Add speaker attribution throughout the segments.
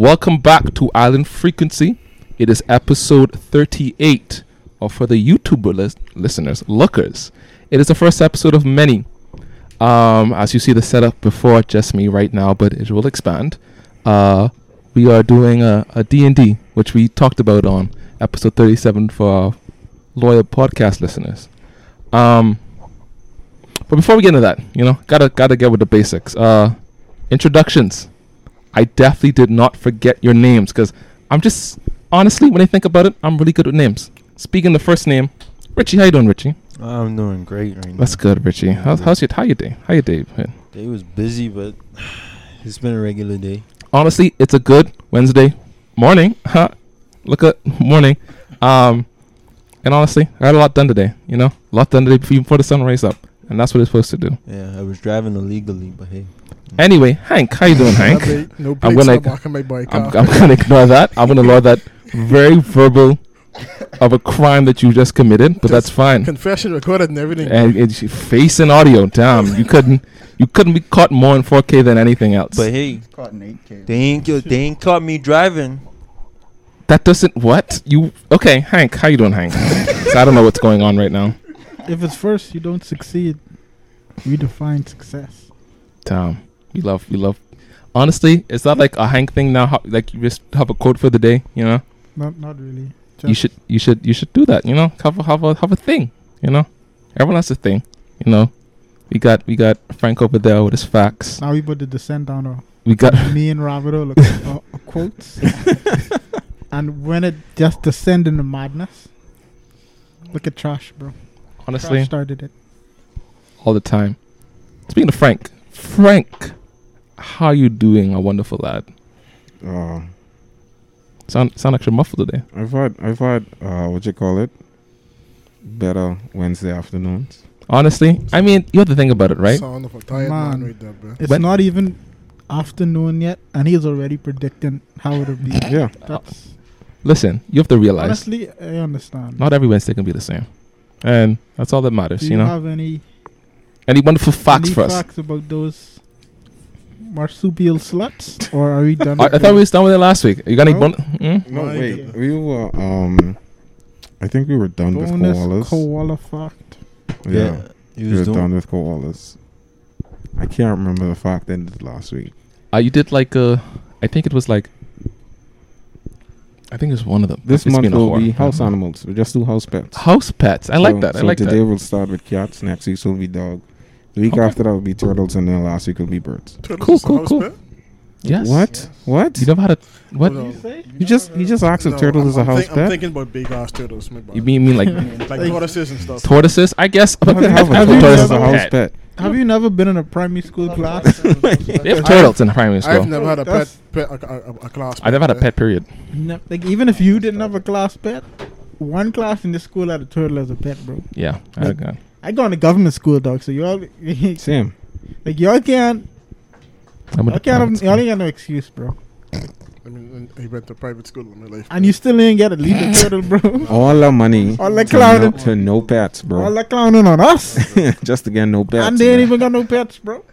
Speaker 1: Welcome back to Island Frequency. It is episode 38, or for the YouTuber list, listeners, lookers. It is the first episode of many. Um, as you see the setup before, just me right now, but it will expand. Uh, we are doing a, a D&D, which we talked about on episode 37 for our loyal podcast listeners. Um, but before we get into that, you know, gotta gotta get with the basics. Uh, introductions. I definitely did not forget your names because I'm just honestly, when I think about it, I'm really good with names. Speaking the first name, Richie. How you doing, Richie?
Speaker 2: Mm-hmm. I'm doing great right now.
Speaker 1: That's good, Richie. How's, how's your how your day? How your day? been?
Speaker 2: Day was busy, but it's been a regular day.
Speaker 1: Honestly, it's a good Wednesday morning. Huh? Look at morning. Um, and honestly, I got a lot done today. You know, a lot done today before- before the sun rays up, and that's what it's supposed to do.
Speaker 2: Yeah, I was driving illegally, but hey.
Speaker 1: Anyway, Hank, how you doing, Hank?
Speaker 3: No
Speaker 1: I'm
Speaker 3: brakes,
Speaker 1: gonna-
Speaker 3: I'm walking my bike.
Speaker 1: I'm,
Speaker 3: off.
Speaker 1: I'm gonna ignore that. I'm gonna ignore that very verbal of a crime that you just committed, but that's fine.
Speaker 3: Confession recorded and everything.
Speaker 1: And it's face and audio. Damn, you couldn't you couldn't be caught more in 4K than anything else.
Speaker 2: But hey,
Speaker 4: Caught in 8K.
Speaker 2: they ain't kill- they ain't caught me driving.
Speaker 1: that doesn't what you okay, Hank? How you doing, Hank? 'Cause I don't know what's going on right now.
Speaker 4: If it's first, you don't succeed. We define success.
Speaker 1: Damn, we love we love. Honestly, it's not like a Hank thing now. How, like you just have a quote for the day, you know.
Speaker 4: Not, not really.
Speaker 1: you should you should you should do that you know have a, have a have a thing you know everyone has a thing you know we got we got frank over there with his facts
Speaker 4: Now we put the descent down. Or
Speaker 1: we got
Speaker 4: me and Roberto look uh, uh, quotes, and when it just descend into madness, look at trash, bro.
Speaker 1: honestly
Speaker 4: trash started it.
Speaker 1: all the time speaking of frank frank how you doing a wonderful lad
Speaker 5: uh,
Speaker 1: sound sound extra muffled today
Speaker 5: I've had I've had uh, what you call it better Wednesday afternoons.
Speaker 1: honestly i mean you have to think about it right
Speaker 3: Sound of a tired man,
Speaker 4: Man.
Speaker 3: right there, bro.
Speaker 4: It's
Speaker 1: When-
Speaker 4: not even afternoon yet, and he's already predicting how it'll be.
Speaker 5: Yeah,
Speaker 4: That's
Speaker 1: listen you have to realize
Speaker 4: honestly, I understand.
Speaker 1: not every wednesday can be the same and that's all that matters
Speaker 4: Do
Speaker 1: you,
Speaker 4: you
Speaker 1: know
Speaker 4: have any
Speaker 1: any wonderful facts
Speaker 4: any
Speaker 1: for us
Speaker 4: facts about those marsupial sluts, or are we done?
Speaker 1: I, I
Speaker 4: with
Speaker 1: thought we
Speaker 4: them?
Speaker 1: was done with it last week you got any
Speaker 4: No.
Speaker 1: bon- hmm?
Speaker 5: no
Speaker 3: Mine
Speaker 5: wait,
Speaker 4: did.
Speaker 5: we were um, I think we were done
Speaker 4: bonus
Speaker 5: with koalas.
Speaker 4: koala fact.
Speaker 5: yeah,
Speaker 2: he
Speaker 5: we were
Speaker 2: was
Speaker 5: done
Speaker 2: doing.
Speaker 5: with koalas. I can't remember the fact ended last week.
Speaker 1: Uh, you did like uh, I think it was like, I think it was one of them.
Speaker 5: This
Speaker 1: It's
Speaker 5: month
Speaker 1: been a
Speaker 5: will
Speaker 1: while.
Speaker 5: be house animals. We just do house pets.
Speaker 1: House pets. I like
Speaker 5: So-
Speaker 1: that. I
Speaker 5: so
Speaker 1: like
Speaker 5: today
Speaker 1: that.
Speaker 5: we'll start with cats. Next week will be dog. The week
Speaker 1: Okay.
Speaker 5: after that will be turtles, and then last week will be birds.
Speaker 3: Turtles
Speaker 1: Cool,
Speaker 3: is a
Speaker 1: cool,
Speaker 3: house
Speaker 1: cool.
Speaker 3: pet?
Speaker 1: Yes.
Speaker 5: What? What?
Speaker 1: You never had a what?
Speaker 3: Hold
Speaker 1: You
Speaker 3: on.
Speaker 5: You just you just asked
Speaker 3: No,
Speaker 5: if turtles
Speaker 3: I'm-
Speaker 5: is a
Speaker 3: I'm
Speaker 5: house
Speaker 3: think- I'm
Speaker 5: pet.
Speaker 3: thinking about big ass turtles, my bad.
Speaker 1: mean you mean like
Speaker 3: like tortoises and stuff.
Speaker 1: tortoises? I guess.
Speaker 5: How can have a
Speaker 4: Have
Speaker 1: Tortoise
Speaker 4: you
Speaker 5: turtle
Speaker 1: is
Speaker 5: as a
Speaker 4: never-
Speaker 5: house pet?
Speaker 4: Have you never been in a primary school class?
Speaker 1: They have turtles in primary
Speaker 3: I've
Speaker 1: school.
Speaker 3: never had a pet,
Speaker 4: That's-
Speaker 3: pet a, a, a- a class.
Speaker 1: I never had a pet. Period.
Speaker 4: No, like even if you didn't have a class pet, one class in the school had a turtle as a pet, bro.
Speaker 1: Yeah. I
Speaker 4: Like-
Speaker 1: got-
Speaker 4: I go in a government school, dog. So y'all, like
Speaker 5: Sam.
Speaker 4: y'all can't,
Speaker 1: I'm a-
Speaker 4: y'all can't, have,
Speaker 1: I'm
Speaker 4: y'all
Speaker 1: a-
Speaker 4: ain't got no excuse, bro.
Speaker 3: I mean, and he went to private school in my life.
Speaker 4: And you still ain't get a lead turtle, bro.
Speaker 5: all our money
Speaker 4: All that
Speaker 5: to, no,
Speaker 4: clowning,
Speaker 5: to no pets,
Speaker 4: all
Speaker 5: bro.
Speaker 4: that clowning on us,
Speaker 5: Just to get no pets.
Speaker 4: and they ain't
Speaker 5: man.
Speaker 4: even got no pets, bro.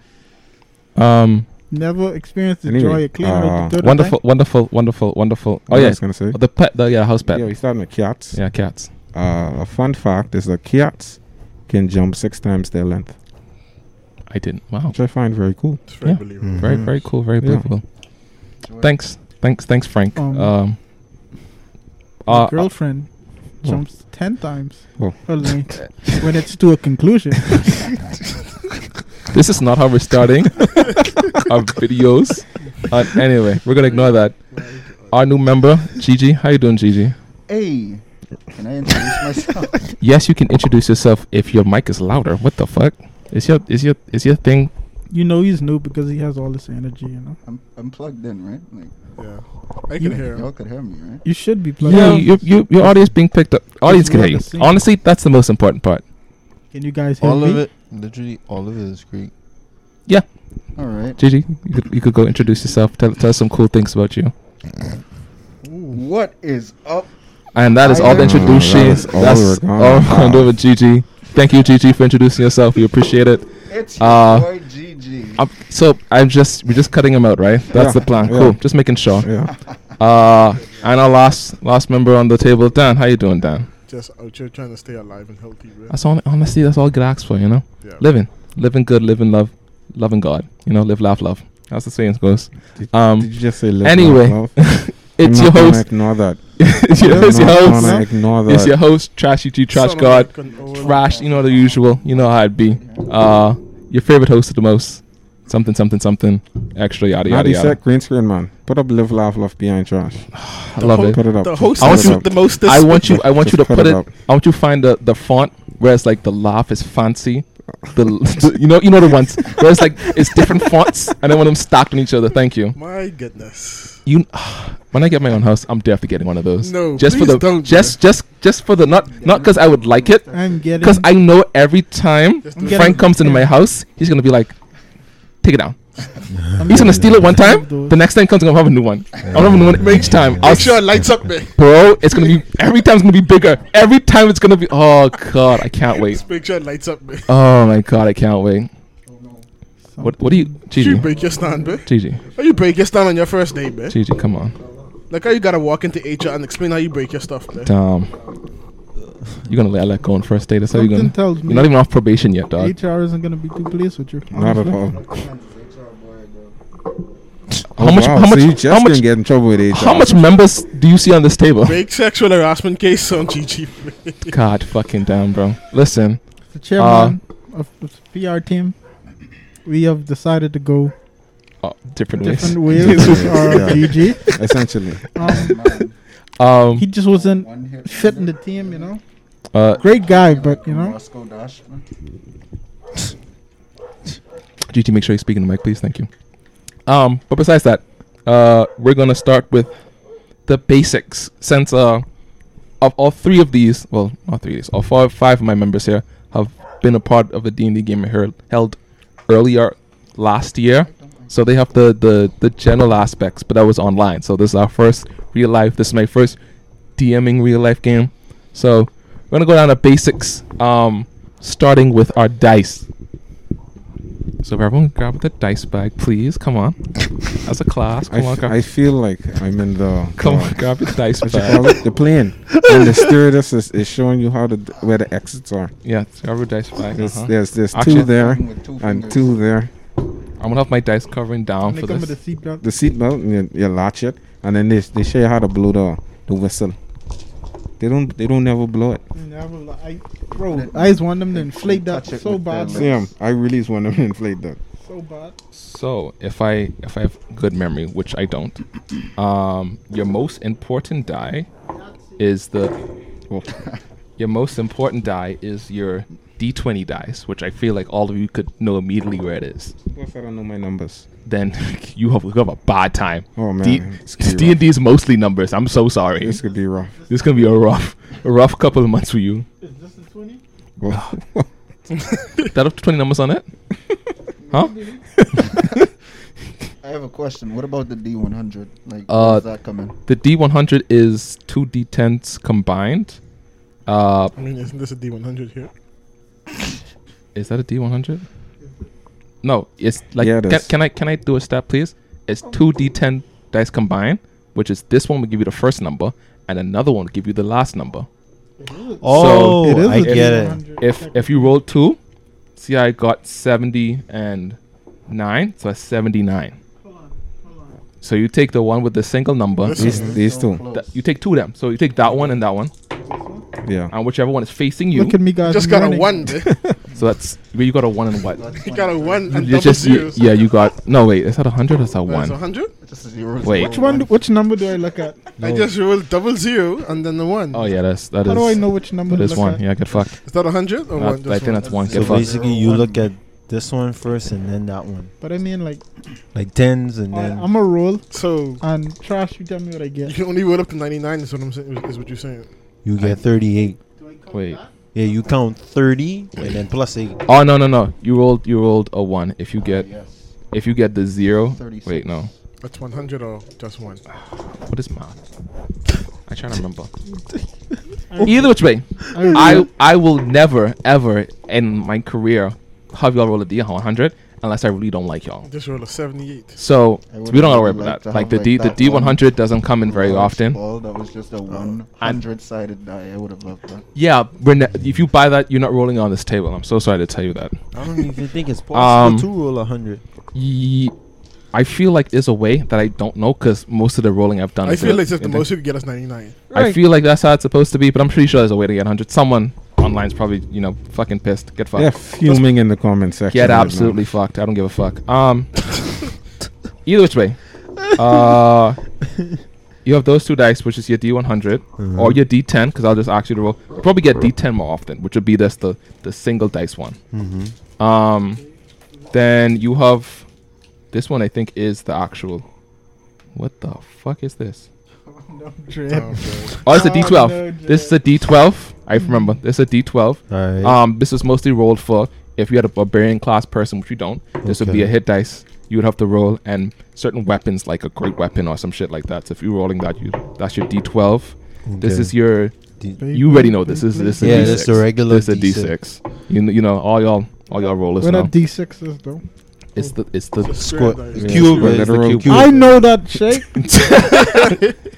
Speaker 1: Um.
Speaker 4: Never experienced the
Speaker 5: Anyway,
Speaker 4: joy of cleaning
Speaker 5: uh,
Speaker 4: up the turtle.
Speaker 1: Wonderful. Wonderful. Wonderful. Wonderful. Oh
Speaker 5: What I
Speaker 1: yeah.
Speaker 5: was gonna say.
Speaker 1: The pet. The yeah. House
Speaker 5: Yeah,
Speaker 1: pet.
Speaker 5: we starting with cats.
Speaker 1: Yeah. Cats.
Speaker 5: Uh, a fun fact is that cats can jump six times their length,
Speaker 1: I didn't. Wow.
Speaker 5: which I find very cool.
Speaker 3: It's very
Speaker 1: Yeah. Mm-hmm.
Speaker 3: believable.
Speaker 1: Very.
Speaker 2: Mhm.
Speaker 1: Very cool. Very
Speaker 5: Yeah.
Speaker 1: beautiful. Thanks. Thanks. Thanks, Frank.
Speaker 4: Um,
Speaker 1: Um.
Speaker 4: My
Speaker 1: uh,
Speaker 4: girlfriend
Speaker 5: Oh.
Speaker 4: jumps ten times
Speaker 5: Oh.
Speaker 4: her length when it's to a conclusion.
Speaker 1: This is not how we're starting our videos. Uh, anyway, we're gonna ignore that. Our new member, Gigi. How you doing, Gigi?
Speaker 4: Hey, can I introduce myself?
Speaker 1: Yes, you can introduce yourself if your mic is louder. What the fuck? Is your is your is your thing?
Speaker 4: you know he's new because he has all this energy. You know,
Speaker 6: I'm, I'm plugged in, right? Like
Speaker 3: Yeah. I
Speaker 4: You-
Speaker 3: can hear
Speaker 6: y'all
Speaker 3: him.
Speaker 6: could hear me, right?
Speaker 4: you should be plugged.
Speaker 1: Yeah,
Speaker 4: in.
Speaker 1: you, you, your audience being picked up. Audience can
Speaker 4: we're
Speaker 1: hear you.
Speaker 4: um, the same.
Speaker 1: Honestly, that's the most important part.
Speaker 4: Can you guys hear
Speaker 2: All
Speaker 4: me?
Speaker 2: of it, literally all of it is great.
Speaker 6: All right.
Speaker 1: Gigi, you could, you could go introduce yourself. Tell tell us some cool things about you.
Speaker 6: What is up?
Speaker 1: And that is all the
Speaker 6: Oh, that
Speaker 1: introduction.
Speaker 5: is all
Speaker 1: that's
Speaker 5: we're
Speaker 1: all we're
Speaker 5: gonna
Speaker 1: gonna do
Speaker 5: have.
Speaker 1: with Gigi. Thank you, Gigi, for introducing yourself. We appreciate it.
Speaker 6: It's
Speaker 1: Uh,
Speaker 6: your boy GG.
Speaker 1: I'm, so I'm just we're just cutting him out, right? That's
Speaker 5: Yeah,
Speaker 1: the plan.
Speaker 5: yeah.
Speaker 1: Cool. Just making sure.
Speaker 5: Yeah.
Speaker 1: Uh, and our last last member on the table, Dan. How you doing, Dan?
Speaker 3: Just out here trying to stay alive and healthy, bro.
Speaker 1: That's all. Honestly, that's all I could ask for. You know,
Speaker 3: Yeah.
Speaker 1: living, living good, living love, loving God. You know, live, laugh, love. That's the saying goes. Um,
Speaker 5: Did you just say live,
Speaker 1: anyway,
Speaker 5: laugh, love?
Speaker 1: it's
Speaker 5: I'm
Speaker 1: your
Speaker 5: not gonna
Speaker 1: host.
Speaker 5: Ignore that.
Speaker 1: it's your,
Speaker 5: I'm
Speaker 1: it's your
Speaker 5: not
Speaker 1: host.
Speaker 5: gonna Ignore that.
Speaker 1: It's your host. Trashy G, trash
Speaker 3: Son of
Speaker 1: God,
Speaker 3: a gun- oh,
Speaker 1: trash. You know the usual. You know how it be. Uh, your favorite host of the most. Something, something, something. Extra yada
Speaker 5: Not
Speaker 1: yada
Speaker 5: the
Speaker 1: yada.
Speaker 5: set green screen, man. Put up live, laugh, love behind trash.
Speaker 1: I love it.
Speaker 5: Put it up.
Speaker 3: The
Speaker 5: Just
Speaker 3: host
Speaker 5: put
Speaker 1: is
Speaker 5: it up.
Speaker 3: the most.
Speaker 1: I want you. I want
Speaker 5: Just
Speaker 1: you to
Speaker 5: put
Speaker 1: put
Speaker 5: it
Speaker 1: it.
Speaker 5: up.
Speaker 1: I want you to find the the font where it's like the laugh is fancy, the, the you know you know the ones where it's like it's different fonts and then when them stacked on each other. Thank you.
Speaker 3: My goodness.
Speaker 1: You when I get my own house, I'm definitely getting one of those.
Speaker 3: No,
Speaker 1: just for
Speaker 3: please
Speaker 1: the
Speaker 3: don't,
Speaker 1: just just just for the not not because I would like it
Speaker 4: I'm getting.
Speaker 1: because I know every time
Speaker 3: Just
Speaker 4: I'm
Speaker 3: do
Speaker 4: getting-
Speaker 1: Frank comes into my house, he's gonna be like, take it down. He's gonna steal it one time. The next time he comes, I'm gonna have a new one. I'm gonna have a new one each time. I'll
Speaker 3: Make sure it lights up, man.
Speaker 1: bro. It's gonna be every time. It's gonna be bigger. Every time it's gonna be. Oh god, I can't wait.
Speaker 3: Just make sure it lights up, man.
Speaker 1: Oh my god, I can't wait. What What do you,
Speaker 3: You
Speaker 1: Gigi?
Speaker 3: break your stand, man.
Speaker 1: Gigi,
Speaker 3: How you break your stand on your first day, man?
Speaker 1: Gigi, come on,
Speaker 3: Like how you gotta walk into HR and explain how you break your stuff, man.
Speaker 1: Tom. You're gonna let that go on first date. That's how you're
Speaker 4: Something
Speaker 1: gonna.
Speaker 4: tells
Speaker 1: You're not
Speaker 4: me
Speaker 1: even off probation yet, dog.
Speaker 4: HR isn't gonna be too pleased with you.
Speaker 5: Not at
Speaker 4: honestly.
Speaker 5: all.
Speaker 1: How much?
Speaker 5: Oh, Wow,
Speaker 1: How
Speaker 5: so you
Speaker 1: much?
Speaker 5: just
Speaker 1: How
Speaker 5: gonna
Speaker 1: much?
Speaker 5: get in trouble with it.
Speaker 1: How much members do you see on this table?
Speaker 3: Big sexual harassment case on GG. man.
Speaker 1: God fucking damn, bro. Listen,
Speaker 4: The chairman
Speaker 1: Uh,
Speaker 4: of the PR team, we have decided to go
Speaker 1: oh, different ways.
Speaker 4: different ways with our
Speaker 5: Yeah.
Speaker 4: GG.
Speaker 5: Essentially.
Speaker 4: Um,
Speaker 1: Um,
Speaker 4: he just wasn't
Speaker 6: One hit
Speaker 4: fitting the team, you know.
Speaker 1: uh,
Speaker 4: Great guy, but you know,
Speaker 6: Roscoe Dash. man.
Speaker 1: GT, make sure you speak in the mic, please. Thank you. Um, but besides that, uh, we're gonna start with the basics. Since uh, of all three of these, well, all three of these, all four, five of my members here have been a part of the D and D game I heard- held earlier last year, so they have the the the general aspects. But that was online, so this is our first real life. This is my first DMing real life game. So we're gonna go down to basics. Um, starting with our dice. So everyone grab the dice bag, please. Come on. As a class.
Speaker 5: I,
Speaker 1: Come on,
Speaker 5: f-
Speaker 1: grab,
Speaker 5: I feel like I'm in the
Speaker 1: come
Speaker 5: the-
Speaker 1: on, grab your dice
Speaker 5: what you call
Speaker 1: bag.
Speaker 5: it? The plane. and the stewardess is, is showing you how to d- where the exits are.
Speaker 1: yeah, grab your dice bag.
Speaker 5: There's
Speaker 1: Uh-huh.
Speaker 5: there's, there's
Speaker 1: Actually-
Speaker 5: two there
Speaker 6: With two
Speaker 5: and
Speaker 6: fingers.
Speaker 5: two there.
Speaker 1: I'm gonna have my dice covering down
Speaker 4: when they
Speaker 1: for
Speaker 4: come with
Speaker 1: this.
Speaker 4: the seatbelt,
Speaker 5: The seatbelt and you, you latch it, and then they s- they show you how to blow the the whistle. They don't they don't ever blow it.
Speaker 4: and I was like, I, bro, I just want them to
Speaker 6: Then
Speaker 4: inflate that
Speaker 6: touch it
Speaker 4: so
Speaker 6: with their
Speaker 4: bad,
Speaker 6: lips.
Speaker 5: Sam, um, I really just want to inflate that.
Speaker 4: so bad.
Speaker 1: So if I if I have good memory, which I don't, um, your most important die is the well, your most important die is your D20 dice, which I feel like all of you could know immediately where it is.
Speaker 5: Plus I don't know my numbers.
Speaker 1: Then you have, you have a bad time.
Speaker 5: Oh man,
Speaker 1: D
Speaker 5: this could
Speaker 1: D
Speaker 5: be
Speaker 1: and
Speaker 5: rough.
Speaker 1: D is mostly numbers. I'm so sorry.
Speaker 5: This could be rough.
Speaker 1: This is gonna be a rough, a rough couple of months for you.
Speaker 4: Is this a twenty?
Speaker 5: Well,
Speaker 1: Oh. That up to twenty numbers on it? Huh?
Speaker 6: I have a question. What about the D100? Like,
Speaker 1: Uh,
Speaker 6: where's that coming?
Speaker 1: The D one hundred is two D tens combined. Uh,
Speaker 3: I mean, isn't this a D100 here?
Speaker 1: is that a D one hundred? No, it's like
Speaker 5: Yeah, it
Speaker 1: can,
Speaker 5: is.
Speaker 1: can I can I do a stat please? It's two D ten dice combined, which is this one will give you the first number, and another one will give you the last number.
Speaker 2: Oh,
Speaker 4: It is
Speaker 2: I
Speaker 4: a
Speaker 2: get it.
Speaker 4: 200.
Speaker 1: If if you roll two, see I got seventy and nine, so that's seventy nine. So you take the one with the single number.
Speaker 3: This-
Speaker 5: these these two,
Speaker 1: That, you take two of them. So you take that one and that one,
Speaker 5: yeah.
Speaker 1: and whichever one is facing you.
Speaker 4: Look at me, guys.
Speaker 3: Just
Speaker 4: I'm
Speaker 3: got a
Speaker 4: learning.
Speaker 3: one, man.
Speaker 1: So that's you got a one and what?
Speaker 6: That's
Speaker 3: You
Speaker 6: one.
Speaker 3: got a one and
Speaker 1: You
Speaker 3: double
Speaker 1: just you,
Speaker 3: zeros.
Speaker 1: yeah, you got no wait. Is that a hundred or is that
Speaker 3: That's a
Speaker 1: one?
Speaker 3: hundred.
Speaker 6: Just a zero.
Speaker 1: Wait.
Speaker 4: Which one? do- Which number do I look at?
Speaker 3: I just rolled double zero and then the one.
Speaker 1: Oh yeah, that's that
Speaker 4: How do I
Speaker 1: is
Speaker 4: know which number
Speaker 1: that is
Speaker 4: to look
Speaker 1: one.
Speaker 4: at?
Speaker 1: Yeah, get fucked.
Speaker 3: Is that a hundred or
Speaker 1: That-
Speaker 3: one?
Speaker 1: I
Speaker 3: Just
Speaker 1: think
Speaker 3: one?
Speaker 1: that's one.
Speaker 2: So
Speaker 1: Get fucked.
Speaker 2: basically, you look at this one first and then that one,
Speaker 4: But I mean, like,
Speaker 2: like tens and
Speaker 4: I-
Speaker 2: then.
Speaker 4: I'm a roll
Speaker 3: So
Speaker 4: and trash. You tell me what I
Speaker 3: you
Speaker 4: get.
Speaker 3: can only roll up to ninety nine. Is what I'm saying. Is what you're saying.
Speaker 2: You get 38.
Speaker 1: Wait.
Speaker 2: Yeah, you count 30 and then plus 8.
Speaker 1: Oh no no no. You rolled you rolled a one. If you get
Speaker 6: Yes.
Speaker 1: if you get the zero.
Speaker 6: 36.
Speaker 1: Wait no.
Speaker 3: That's one hundred or just one.
Speaker 1: What is math? I try to remember. Either which way,
Speaker 4: I,
Speaker 1: I I will never ever in my career have y'all roll a d one hundred unless I really don't like y'all.
Speaker 3: Just roll a 78.
Speaker 1: So,
Speaker 6: I
Speaker 1: we don't
Speaker 6: would've
Speaker 1: gotta worry
Speaker 6: really
Speaker 1: about
Speaker 6: liked
Speaker 1: that.
Speaker 6: to
Speaker 1: Like
Speaker 6: have,
Speaker 1: the
Speaker 6: like,
Speaker 1: D, the
Speaker 6: that
Speaker 1: D one hundred doesn't come in very
Speaker 6: large
Speaker 1: often. Oh,
Speaker 6: Ball that was just a one hundred sided die. I would have loved that.
Speaker 1: Yeah, we're ne- if you buy that, you're not rolling on this table. I'm so sorry to tell you that.
Speaker 2: I don't even think it's
Speaker 1: Um,
Speaker 2: possible to roll a hundred.
Speaker 1: Ye- I feel like there's a way that I don't know because most of the rolling I've done.
Speaker 3: I
Speaker 1: is
Speaker 3: feel
Speaker 1: in-
Speaker 3: like if the
Speaker 1: in the-
Speaker 3: most you could get us 99.
Speaker 1: I feel like that's how it's supposed to be, but I'm pretty sure there's a way to get 100. Someone online's probably you know fucking pissed. Get fucked.
Speaker 5: They're fuming in the comment section.
Speaker 1: Get
Speaker 5: right now.
Speaker 1: absolutely fucked. I don't give a fuck. Um, either which way, uh, you have those two dice, which is your D100 or
Speaker 2: Mm-hmm.
Speaker 1: your D10, because I'll just ask you to roll. You probably get D10 more often, which would be this the the single dice one.
Speaker 2: Mm-hmm.
Speaker 1: Um, then you have this one. I think is the actual. What the fuck is this?
Speaker 4: No dread.
Speaker 3: Oh, God.
Speaker 1: Oh, it's a
Speaker 4: Oh,
Speaker 1: D12.
Speaker 4: no,
Speaker 1: this is a D12. I remember. This is a D12.
Speaker 2: All right.
Speaker 1: Um, this is mostly rolled for if you had a barbarian class person, which you don't. This would be
Speaker 2: Okay.
Speaker 1: a hit dice. You would have to roll, and certain weapons like a great weapon or some shit like that. So if you're rolling that, you that's your D12. This
Speaker 2: Okay.
Speaker 1: is your.
Speaker 2: D-
Speaker 1: You already know this is this is
Speaker 2: yeah,
Speaker 1: D6.
Speaker 2: that's the regular.
Speaker 1: This is a D6. You kn- you know all y'all all y'all rollers
Speaker 4: What are
Speaker 1: now.
Speaker 4: D6s though?
Speaker 1: It's the it's the
Speaker 3: It's a square
Speaker 2: Squad-
Speaker 3: dice.
Speaker 5: Yeah,
Speaker 2: Cube,
Speaker 5: it's
Speaker 2: it's the
Speaker 5: literal
Speaker 2: cube.
Speaker 5: cube.
Speaker 4: I know that shape.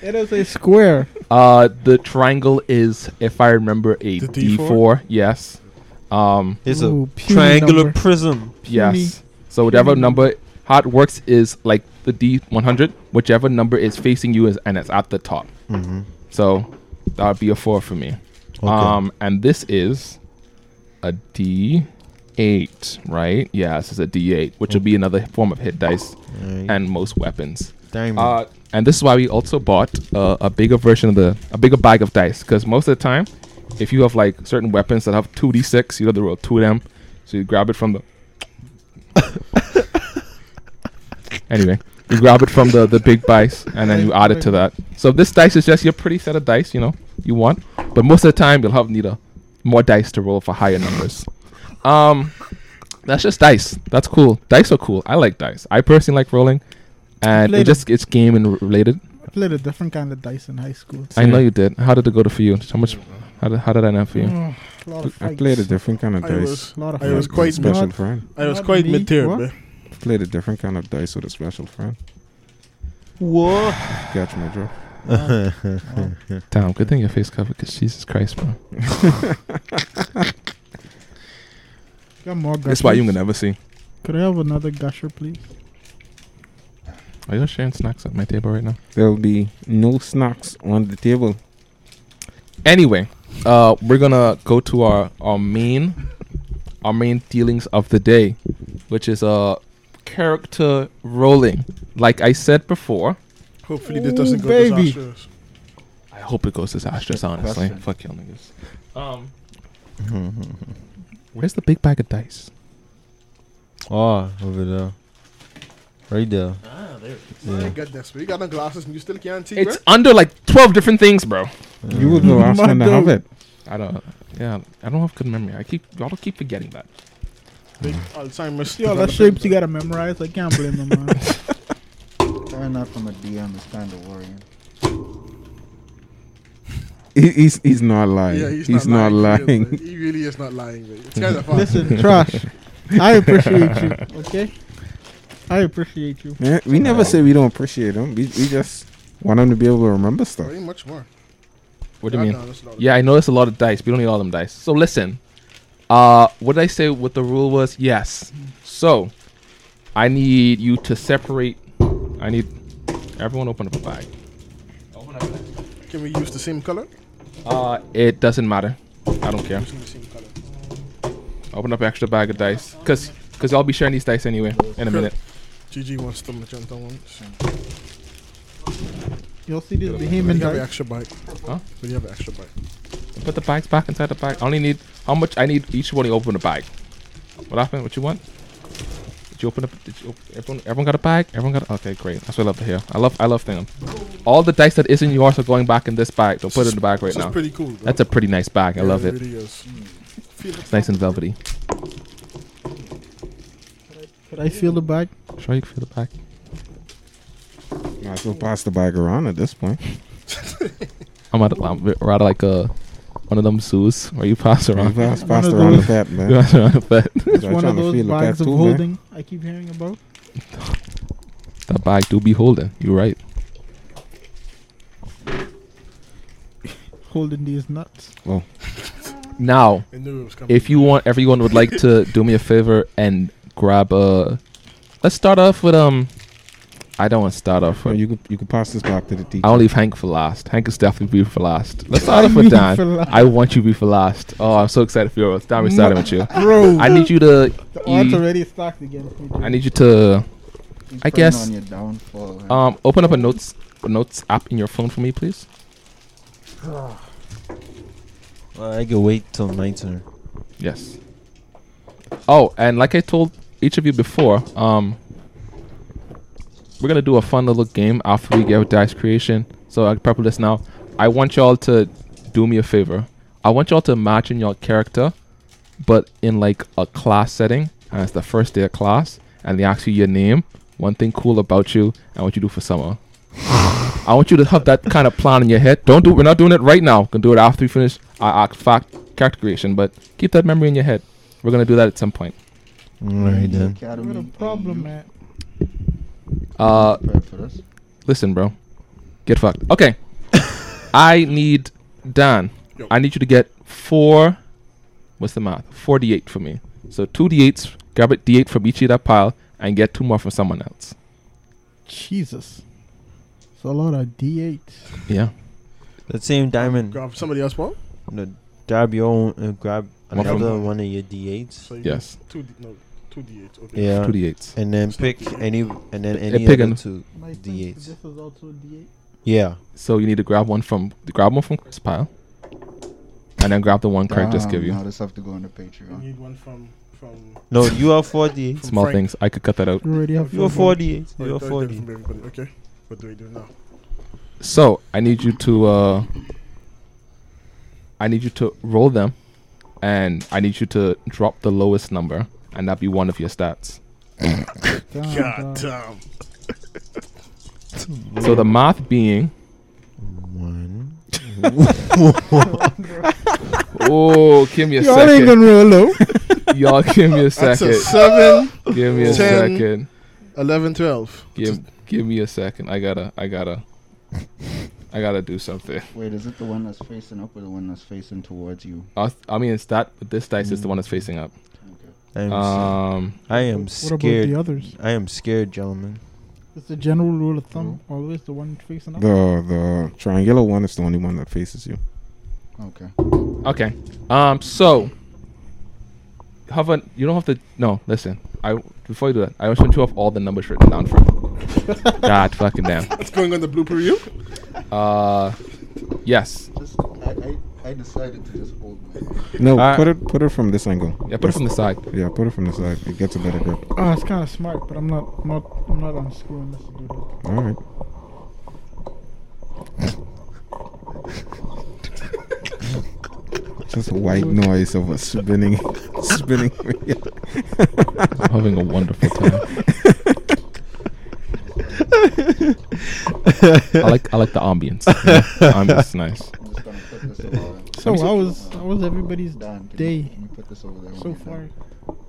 Speaker 4: it is a square.
Speaker 1: uh the triangle is if I remember a
Speaker 3: The
Speaker 1: D4.
Speaker 3: D4?
Speaker 1: Yes. Um.
Speaker 2: It's
Speaker 4: Ooh,
Speaker 2: a
Speaker 4: puny
Speaker 2: triangular
Speaker 4: number.
Speaker 2: prism.
Speaker 4: Puny.
Speaker 1: Yes. So whatever
Speaker 4: Puny
Speaker 1: number how it works is like the D100, whichever number is facing you is and it's at the top.
Speaker 2: Mm-hmm.
Speaker 1: So that would be a four for me.
Speaker 2: Okay.
Speaker 1: Um, and this is a D8, right? Yeah, this is a D8, which would be another form of hit dice
Speaker 2: Alright.
Speaker 1: and most weapons.
Speaker 2: Diamond.
Speaker 1: Uh, and this is why we also bought uh, a bigger version of the a bigger bag of dice because most of the time, if you have like certain weapons that have two d six, you have to roll two of them. So you grab it from the. anyway, you grab it from the the big dice and then you add it to that. So this dice is just your pretty set of dice, you know, you want. But most of the time, you'll have need a more dice to roll for higher numbers. Um, that's just dice. That's cool. Dice are cool. I like dice. I personally like rolling, and it
Speaker 4: Played
Speaker 1: just it's game and related.
Speaker 4: I played a different kind of dice in high school.
Speaker 1: I know you did. How did it go to for you? How much? How did how did I know for you?
Speaker 4: Oh, lot of
Speaker 5: I
Speaker 4: fights.
Speaker 5: played a different kind of
Speaker 3: I
Speaker 5: dice.
Speaker 3: was,
Speaker 4: lot of
Speaker 3: I was
Speaker 5: with a
Speaker 4: fights.
Speaker 3: quite
Speaker 5: special
Speaker 4: Not-
Speaker 5: friend.
Speaker 3: I was
Speaker 4: Not
Speaker 3: quite
Speaker 4: me.
Speaker 3: mid tier,
Speaker 4: What?
Speaker 3: bruh.
Speaker 5: Played a different kind of dice with a special friend.
Speaker 2: Whoa.
Speaker 5: Catch my drift.
Speaker 1: Damn, good thing your face covered. Cause Jesus Christ, bro.
Speaker 4: Got more
Speaker 1: That's why you
Speaker 4: gushers.
Speaker 1: can never see.
Speaker 4: Could I have another gusher, please?
Speaker 1: Are you sharing snacks at my table right now?
Speaker 5: There'll be no snacks on the table.
Speaker 1: Anyway, uh, we're gonna go to our our main our main dealings of the day, which is uh character rolling. Like I said before,
Speaker 3: Hopefully, this doesn't
Speaker 4: Ooh,
Speaker 3: go
Speaker 4: baby.
Speaker 3: disastrous.
Speaker 1: I hope it goes disastrous. Honestly,
Speaker 6: question.
Speaker 1: fuck y'all niggas. Um,
Speaker 2: Mm-hmm.
Speaker 1: where's the big bag of dice?
Speaker 2: oh, over there. Right there.
Speaker 3: My goodness, bro. You got no glasses and you still can't see,
Speaker 1: It's
Speaker 3: bruh?
Speaker 1: under like twelve different things, bro.
Speaker 2: Mm-hmm.
Speaker 5: You were the last one to have it.
Speaker 1: I don't. Yeah, I don't have good memory. I keep y'all don't keep forgetting that.
Speaker 3: Big Alzheimer's.
Speaker 4: Yo, the
Speaker 3: development,
Speaker 4: shapes you
Speaker 3: bruh.
Speaker 4: gotta memorize. I can't blame them, man.
Speaker 6: Starting that from a DM is kind of worrying.
Speaker 5: He, he's he's not lying.
Speaker 3: Yeah, he's, not, lying. He, is, bruh. he really is not lying, bruh. It's kind of fun.
Speaker 4: Listen, trash. I appreciate you, okay? I appreciate you.
Speaker 5: Yeah, Eh, we never say we don't appreciate him. We, we just want him to be able to remember stuff.
Speaker 3: Very much more.
Speaker 1: What do you
Speaker 3: God,
Speaker 1: mean?
Speaker 3: no, that's a lot of-
Speaker 1: Yeah, I know it's a lot of dice. But you don't need all them dice. So listen, uh, what did I say? What the rule was? Yes. So, I need you to separate. I need everyone open up a bag. Open up a bag.
Speaker 3: Can we use the same color?
Speaker 1: Uh, it doesn't matter. I don't care.
Speaker 3: Using the same color.
Speaker 1: Open up an extra bag of dice, cause cause I'll be sharing these dice anyway in a minute.
Speaker 3: GG wants the magenta ones.
Speaker 4: You'll see this
Speaker 3: We
Speaker 4: behemoth.
Speaker 3: have an
Speaker 4: right?
Speaker 3: extra bike.
Speaker 1: Huh?
Speaker 3: We have an extra bike.
Speaker 1: Put the bags back inside the bag. I only need how much I need each one to open a bag. What happened? What you want? Did you open up? Did you op- everyone? Everyone got a bag. Everyone got. okay, great. That's what I love to hear. I love. I love things. All the dice that isn't yours are going back in this bag. Don't put it in the bag right
Speaker 3: This is
Speaker 1: now.
Speaker 3: pretty cool. Bro.
Speaker 1: That's a pretty nice bag. I
Speaker 3: Yeah,
Speaker 1: love it.
Speaker 3: really is. Feel
Speaker 1: It's nice and velvety.
Speaker 4: Could I feel the bag?
Speaker 1: Sure, you can feel the bag.
Speaker 5: Might as well pass the bag around at this point.
Speaker 1: I'm at. I'm rather like a one of them zoos where you pass
Speaker 5: You
Speaker 1: around.
Speaker 5: pass,
Speaker 4: One
Speaker 5: pass
Speaker 4: of
Speaker 5: uh, around the
Speaker 4: those-
Speaker 5: fat, man.
Speaker 1: You pass around a pet.
Speaker 5: That's
Speaker 4: It's
Speaker 5: why I'm
Speaker 4: one of
Speaker 5: trying to
Speaker 4: those
Speaker 5: feel the
Speaker 4: bags of
Speaker 5: tattoo, man.
Speaker 4: holding I keep hearing about.
Speaker 1: That bag do be holding. You're right.
Speaker 4: Holding these nuts.
Speaker 1: Now,
Speaker 3: I knew it was coming.
Speaker 1: if you want, everyone would like to do me a favor and grab a. Let's start off with um. I don't want to start off.
Speaker 5: Oh,
Speaker 1: With,
Speaker 5: you could you could pass this back to the teacher.
Speaker 1: I'll leave Hank for last. Hank is definitely be for last. Let's start off with
Speaker 4: Me
Speaker 1: Dan.
Speaker 4: for la-
Speaker 1: I want you to be for last. Oh, I'm so excited for you. Dan, we're starting with you.
Speaker 4: Bro,
Speaker 1: I need you to.
Speaker 4: the
Speaker 5: Mm.
Speaker 4: odds
Speaker 1: You,
Speaker 4: Oh, already stacked against me. Dude.
Speaker 1: I need you to
Speaker 6: He's
Speaker 1: I
Speaker 6: putting
Speaker 1: guess-
Speaker 6: On your downfall. uh, man.
Speaker 1: um open up a notes a notes app in your phone for me, please.
Speaker 2: Well, Ah, I can wait till my turn.
Speaker 1: Yes. Oh, and like I told each of you before, um, we're gonna do a fun little game after we get with dice creation. So I prep this now. I want y'all to do me a favor. I want y'all to imagine your character, but in like a class setting, and it's the first day of class, and they ask you your name, one thing cool about you, and what you do for summer. I want you to have that kind of plan in your head. Don't do. We're not doing it right now. We can do it after we finish our, our fact character creation, but keep that memory in your head. We're gonna do that at some point.
Speaker 2: All right then.
Speaker 6: Academy,
Speaker 4: What a
Speaker 6: you
Speaker 4: problem, man.
Speaker 1: Uh,
Speaker 6: prepared for this?
Speaker 1: listen, bro, get fucked. Okay, I need Dan.
Speaker 3: Yo.
Speaker 1: I need you to get four. What's the math? Forty-eight for me. So two d8s. Grab a d8 from each of that pile and get two more from someone else.
Speaker 4: Jesus. It's a lot of D8s.
Speaker 1: Yeah.
Speaker 2: The same diamond.
Speaker 3: grab somebody else one.
Speaker 2: No, grab your own. Uh, grab
Speaker 1: One from-
Speaker 2: another one of your d8s.
Speaker 3: So you
Speaker 1: Yes.
Speaker 3: Two D, no, two D eight. Okay.
Speaker 2: Yeah.
Speaker 1: Two d8s.
Speaker 2: And then pick any. And then
Speaker 1: Uh,
Speaker 2: any
Speaker 1: pick
Speaker 2: other
Speaker 1: an-
Speaker 2: two.
Speaker 4: My friend,
Speaker 2: D8s.
Speaker 4: This is also a D8.
Speaker 2: Yeah.
Speaker 1: So you need to grab one from grab one from Chris pile, and then grab the one Craig just
Speaker 6: Damn,
Speaker 1: give you.
Speaker 6: Now this have to go on the
Speaker 3: You
Speaker 6: Patreon.
Speaker 3: need one from from.
Speaker 2: No, you are 48.
Speaker 3: from
Speaker 1: Small
Speaker 3: Frank.
Speaker 1: things. I could cut that out.
Speaker 4: You already have
Speaker 3: You
Speaker 2: You are
Speaker 3: are
Speaker 4: four.
Speaker 2: 48.
Speaker 3: Oh,
Speaker 2: You
Speaker 3: you
Speaker 2: are
Speaker 3: thought you did
Speaker 2: 48.
Speaker 3: it from everybody. Okay. What do we do now?
Speaker 1: So I need you to uh I need you to roll them and I need you to drop the lowest number and that be one of your stats. Oh,
Speaker 4: Damn,
Speaker 3: God
Speaker 4: dog.
Speaker 3: damn.
Speaker 1: So the math being
Speaker 2: One.
Speaker 1: Oh, give me a
Speaker 4: Y'all ain't
Speaker 1: second.
Speaker 4: gonna roll low.
Speaker 1: Y'all give me a
Speaker 3: That's a
Speaker 1: second.
Speaker 3: seven,
Speaker 1: Give me a
Speaker 3: Ten.
Speaker 1: second.
Speaker 3: 11, 12.
Speaker 1: Give give me a second. I gotta I gotta I gotta do something.
Speaker 6: Wait, is it the one that's facing up or the one that's facing towards you?
Speaker 1: I, I mean, it's that but this dice is the one that's facing up.
Speaker 2: I'm s-
Speaker 1: Um,
Speaker 2: I am
Speaker 4: What about the
Speaker 2: scared.
Speaker 4: others?
Speaker 2: I am scared, gentlemen.
Speaker 4: It's a general rule of thumb. Always the one facing up.
Speaker 5: the the triangular one is the only one that faces you.
Speaker 6: Okay.
Speaker 1: Okay. Um. So, have a you don't have to. No, listen. I before you do that, I just want you to have all the numbers written down for. God fucking damn.
Speaker 3: What's going on the blooper reel?
Speaker 1: Uh, yes.
Speaker 6: Just, I, I, I decided to just hold my.
Speaker 5: No,
Speaker 1: Uh,
Speaker 5: put it put it from this angle.
Speaker 1: Yeah. Put it from the side.
Speaker 5: Yeah, put it from the side. It gets a better grip.
Speaker 4: Oh, it's kind of smart, but I'm not, I'm not, I'm not unscrewing this to do that.
Speaker 5: All right. Just white noise of a spinning, spinning wheel.
Speaker 1: I'm having a wonderful time. I like I like the ambience. Yeah, the ambience is nice.
Speaker 6: I'm just gonna put this over.
Speaker 4: So how was, how was everybody's
Speaker 6: Dan, can You,
Speaker 4: day
Speaker 6: can you put this over there? when
Speaker 4: so
Speaker 6: you're
Speaker 4: far?
Speaker 6: done?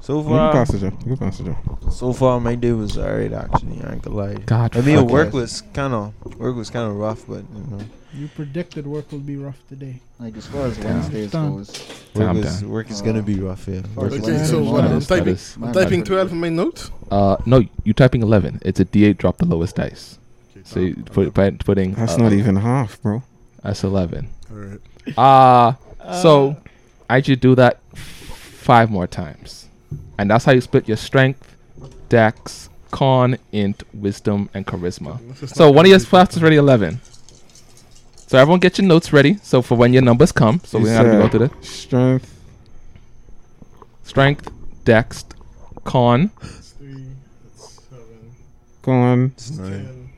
Speaker 2: So
Speaker 5: You can
Speaker 2: far,
Speaker 5: pass it, Joe. You can pass it, Joe.
Speaker 2: so far my day was alright. Actually, I ain't gonna lie.
Speaker 1: God.
Speaker 2: I mean,
Speaker 1: fucking-
Speaker 2: work was kind of work was kind of rough, but you know,
Speaker 4: You predicted work will be rough today.
Speaker 6: Like as far as Wednesdays
Speaker 4: Done.
Speaker 6: goes,
Speaker 1: Calm
Speaker 2: work, is,
Speaker 1: down.
Speaker 2: work is gonna be rough. Yeah, Work-
Speaker 6: Work is-
Speaker 3: Okay, so what?
Speaker 1: That
Speaker 3: I'm
Speaker 1: is- that
Speaker 3: typing,
Speaker 1: is-
Speaker 3: I'm typing
Speaker 6: My-
Speaker 3: 12 in my note.
Speaker 1: Uh, no, you're typing 11. It's a D8. Drop the lowest dice.
Speaker 3: Okay,
Speaker 1: So you put by putting.
Speaker 5: That's
Speaker 1: uh,
Speaker 5: not even half, bro.
Speaker 1: That's 11.
Speaker 3: All right.
Speaker 1: Uh, so I should do that f- five more times. And that's how you split your strength, dex, con, int, wisdom, and charisma. So one of your spots is already 11. So everyone get your notes ready. So for when your numbers come. So we
Speaker 5: It's,
Speaker 1: gotta be
Speaker 5: uh,
Speaker 1: going through the
Speaker 5: Strength.
Speaker 1: strength, dex, con.
Speaker 3: That's three, that's seven,
Speaker 5: Con.
Speaker 2: it's not-
Speaker 3: ten,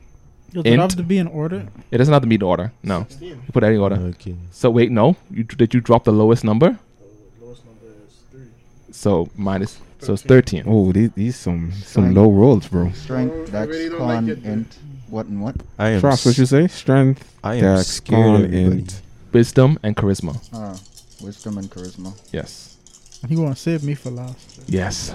Speaker 4: Does
Speaker 1: Int.
Speaker 4: it have to be in order?
Speaker 1: It doesn't have to be in order. No.
Speaker 3: sixteen.
Speaker 1: You put any order.
Speaker 2: Okay.
Speaker 1: So wait, no. You did you drop the lowest number?
Speaker 3: So the lowest number is three.
Speaker 1: So minus. So it's
Speaker 3: 13.
Speaker 1: 13.
Speaker 5: Oh, these these some some
Speaker 6: Strength.
Speaker 5: low rolls, bro.
Speaker 6: strength,
Speaker 3: Oh, I
Speaker 6: dex,
Speaker 3: really don't like
Speaker 6: con,
Speaker 3: it there.
Speaker 6: int, what and what?
Speaker 2: I am.
Speaker 5: Trust what you
Speaker 2: s-
Speaker 5: say. Strength.
Speaker 2: I am
Speaker 5: Dex.
Speaker 2: scared.
Speaker 5: Con.
Speaker 2: everybody.
Speaker 5: Int.
Speaker 1: Wisdom and charisma.
Speaker 6: Uh, Wisdom and charisma.
Speaker 1: Yes.
Speaker 4: And he gonna save me for last.
Speaker 1: Yes.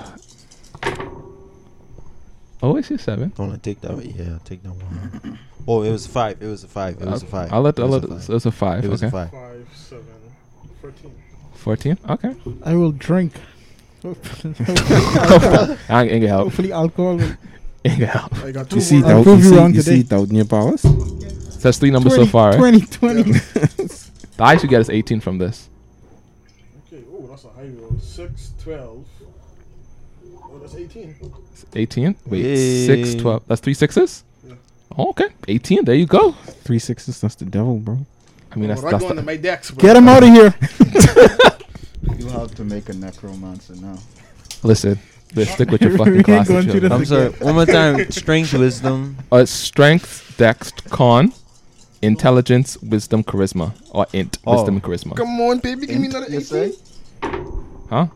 Speaker 1: Oh, I see seven.
Speaker 2: I want to take that. one. Yeah, take that one. Oh, it was five. It was a five. It was a five.
Speaker 1: I'll let.
Speaker 2: It
Speaker 1: I'll
Speaker 2: was
Speaker 1: let.
Speaker 2: a
Speaker 1: It
Speaker 2: five.
Speaker 1: was a five.
Speaker 2: It was
Speaker 1: okay.
Speaker 2: a five.
Speaker 3: Five, seven, fourteen.
Speaker 1: Fourteen. Okay.
Speaker 4: I will drink.
Speaker 1: I ain't gonna help.
Speaker 4: Hopefully, alcohol will
Speaker 1: Ain't gonna help.
Speaker 3: I Oh, got two
Speaker 5: You see
Speaker 3: more.
Speaker 4: I'll
Speaker 5: doubt. You
Speaker 4: prove you wrong
Speaker 5: see, you see
Speaker 4: today.
Speaker 5: doubt in your powers.
Speaker 1: So that's three numbers so far. Right?
Speaker 4: 20, 20.
Speaker 1: The highest you get is eighteen from this.
Speaker 3: Okay, oh, that's a high roll. Six, twelve. Oh, that's eighteen.
Speaker 1: Eighteen. Wait. Six.
Speaker 2: Yay.
Speaker 1: Twelve. That's three sixes.
Speaker 3: Yeah.
Speaker 1: Oh, okay. Eighteen. There you go.
Speaker 5: Three sixes. That's the devil, bro.
Speaker 1: I mean,
Speaker 3: oh,
Speaker 1: that's
Speaker 3: right
Speaker 1: that's.
Speaker 3: going to
Speaker 1: The,
Speaker 3: my decks. bro.
Speaker 4: Get him out of here.
Speaker 6: You have to make a necromancer now.
Speaker 1: listen. Let's stick with
Speaker 4: We
Speaker 1: your fucking
Speaker 4: ain't
Speaker 1: class.
Speaker 4: going through
Speaker 2: I'm sorry. One more time. Strength, wisdom.
Speaker 1: Uh, it's strength, dex, con, intelligence, wisdom, charisma, or int,
Speaker 2: Oh.
Speaker 1: wisdom, and charisma.
Speaker 3: Come on, baby, give me
Speaker 6: Int,
Speaker 3: another
Speaker 6: you say?
Speaker 3: eighteen.
Speaker 1: Huh?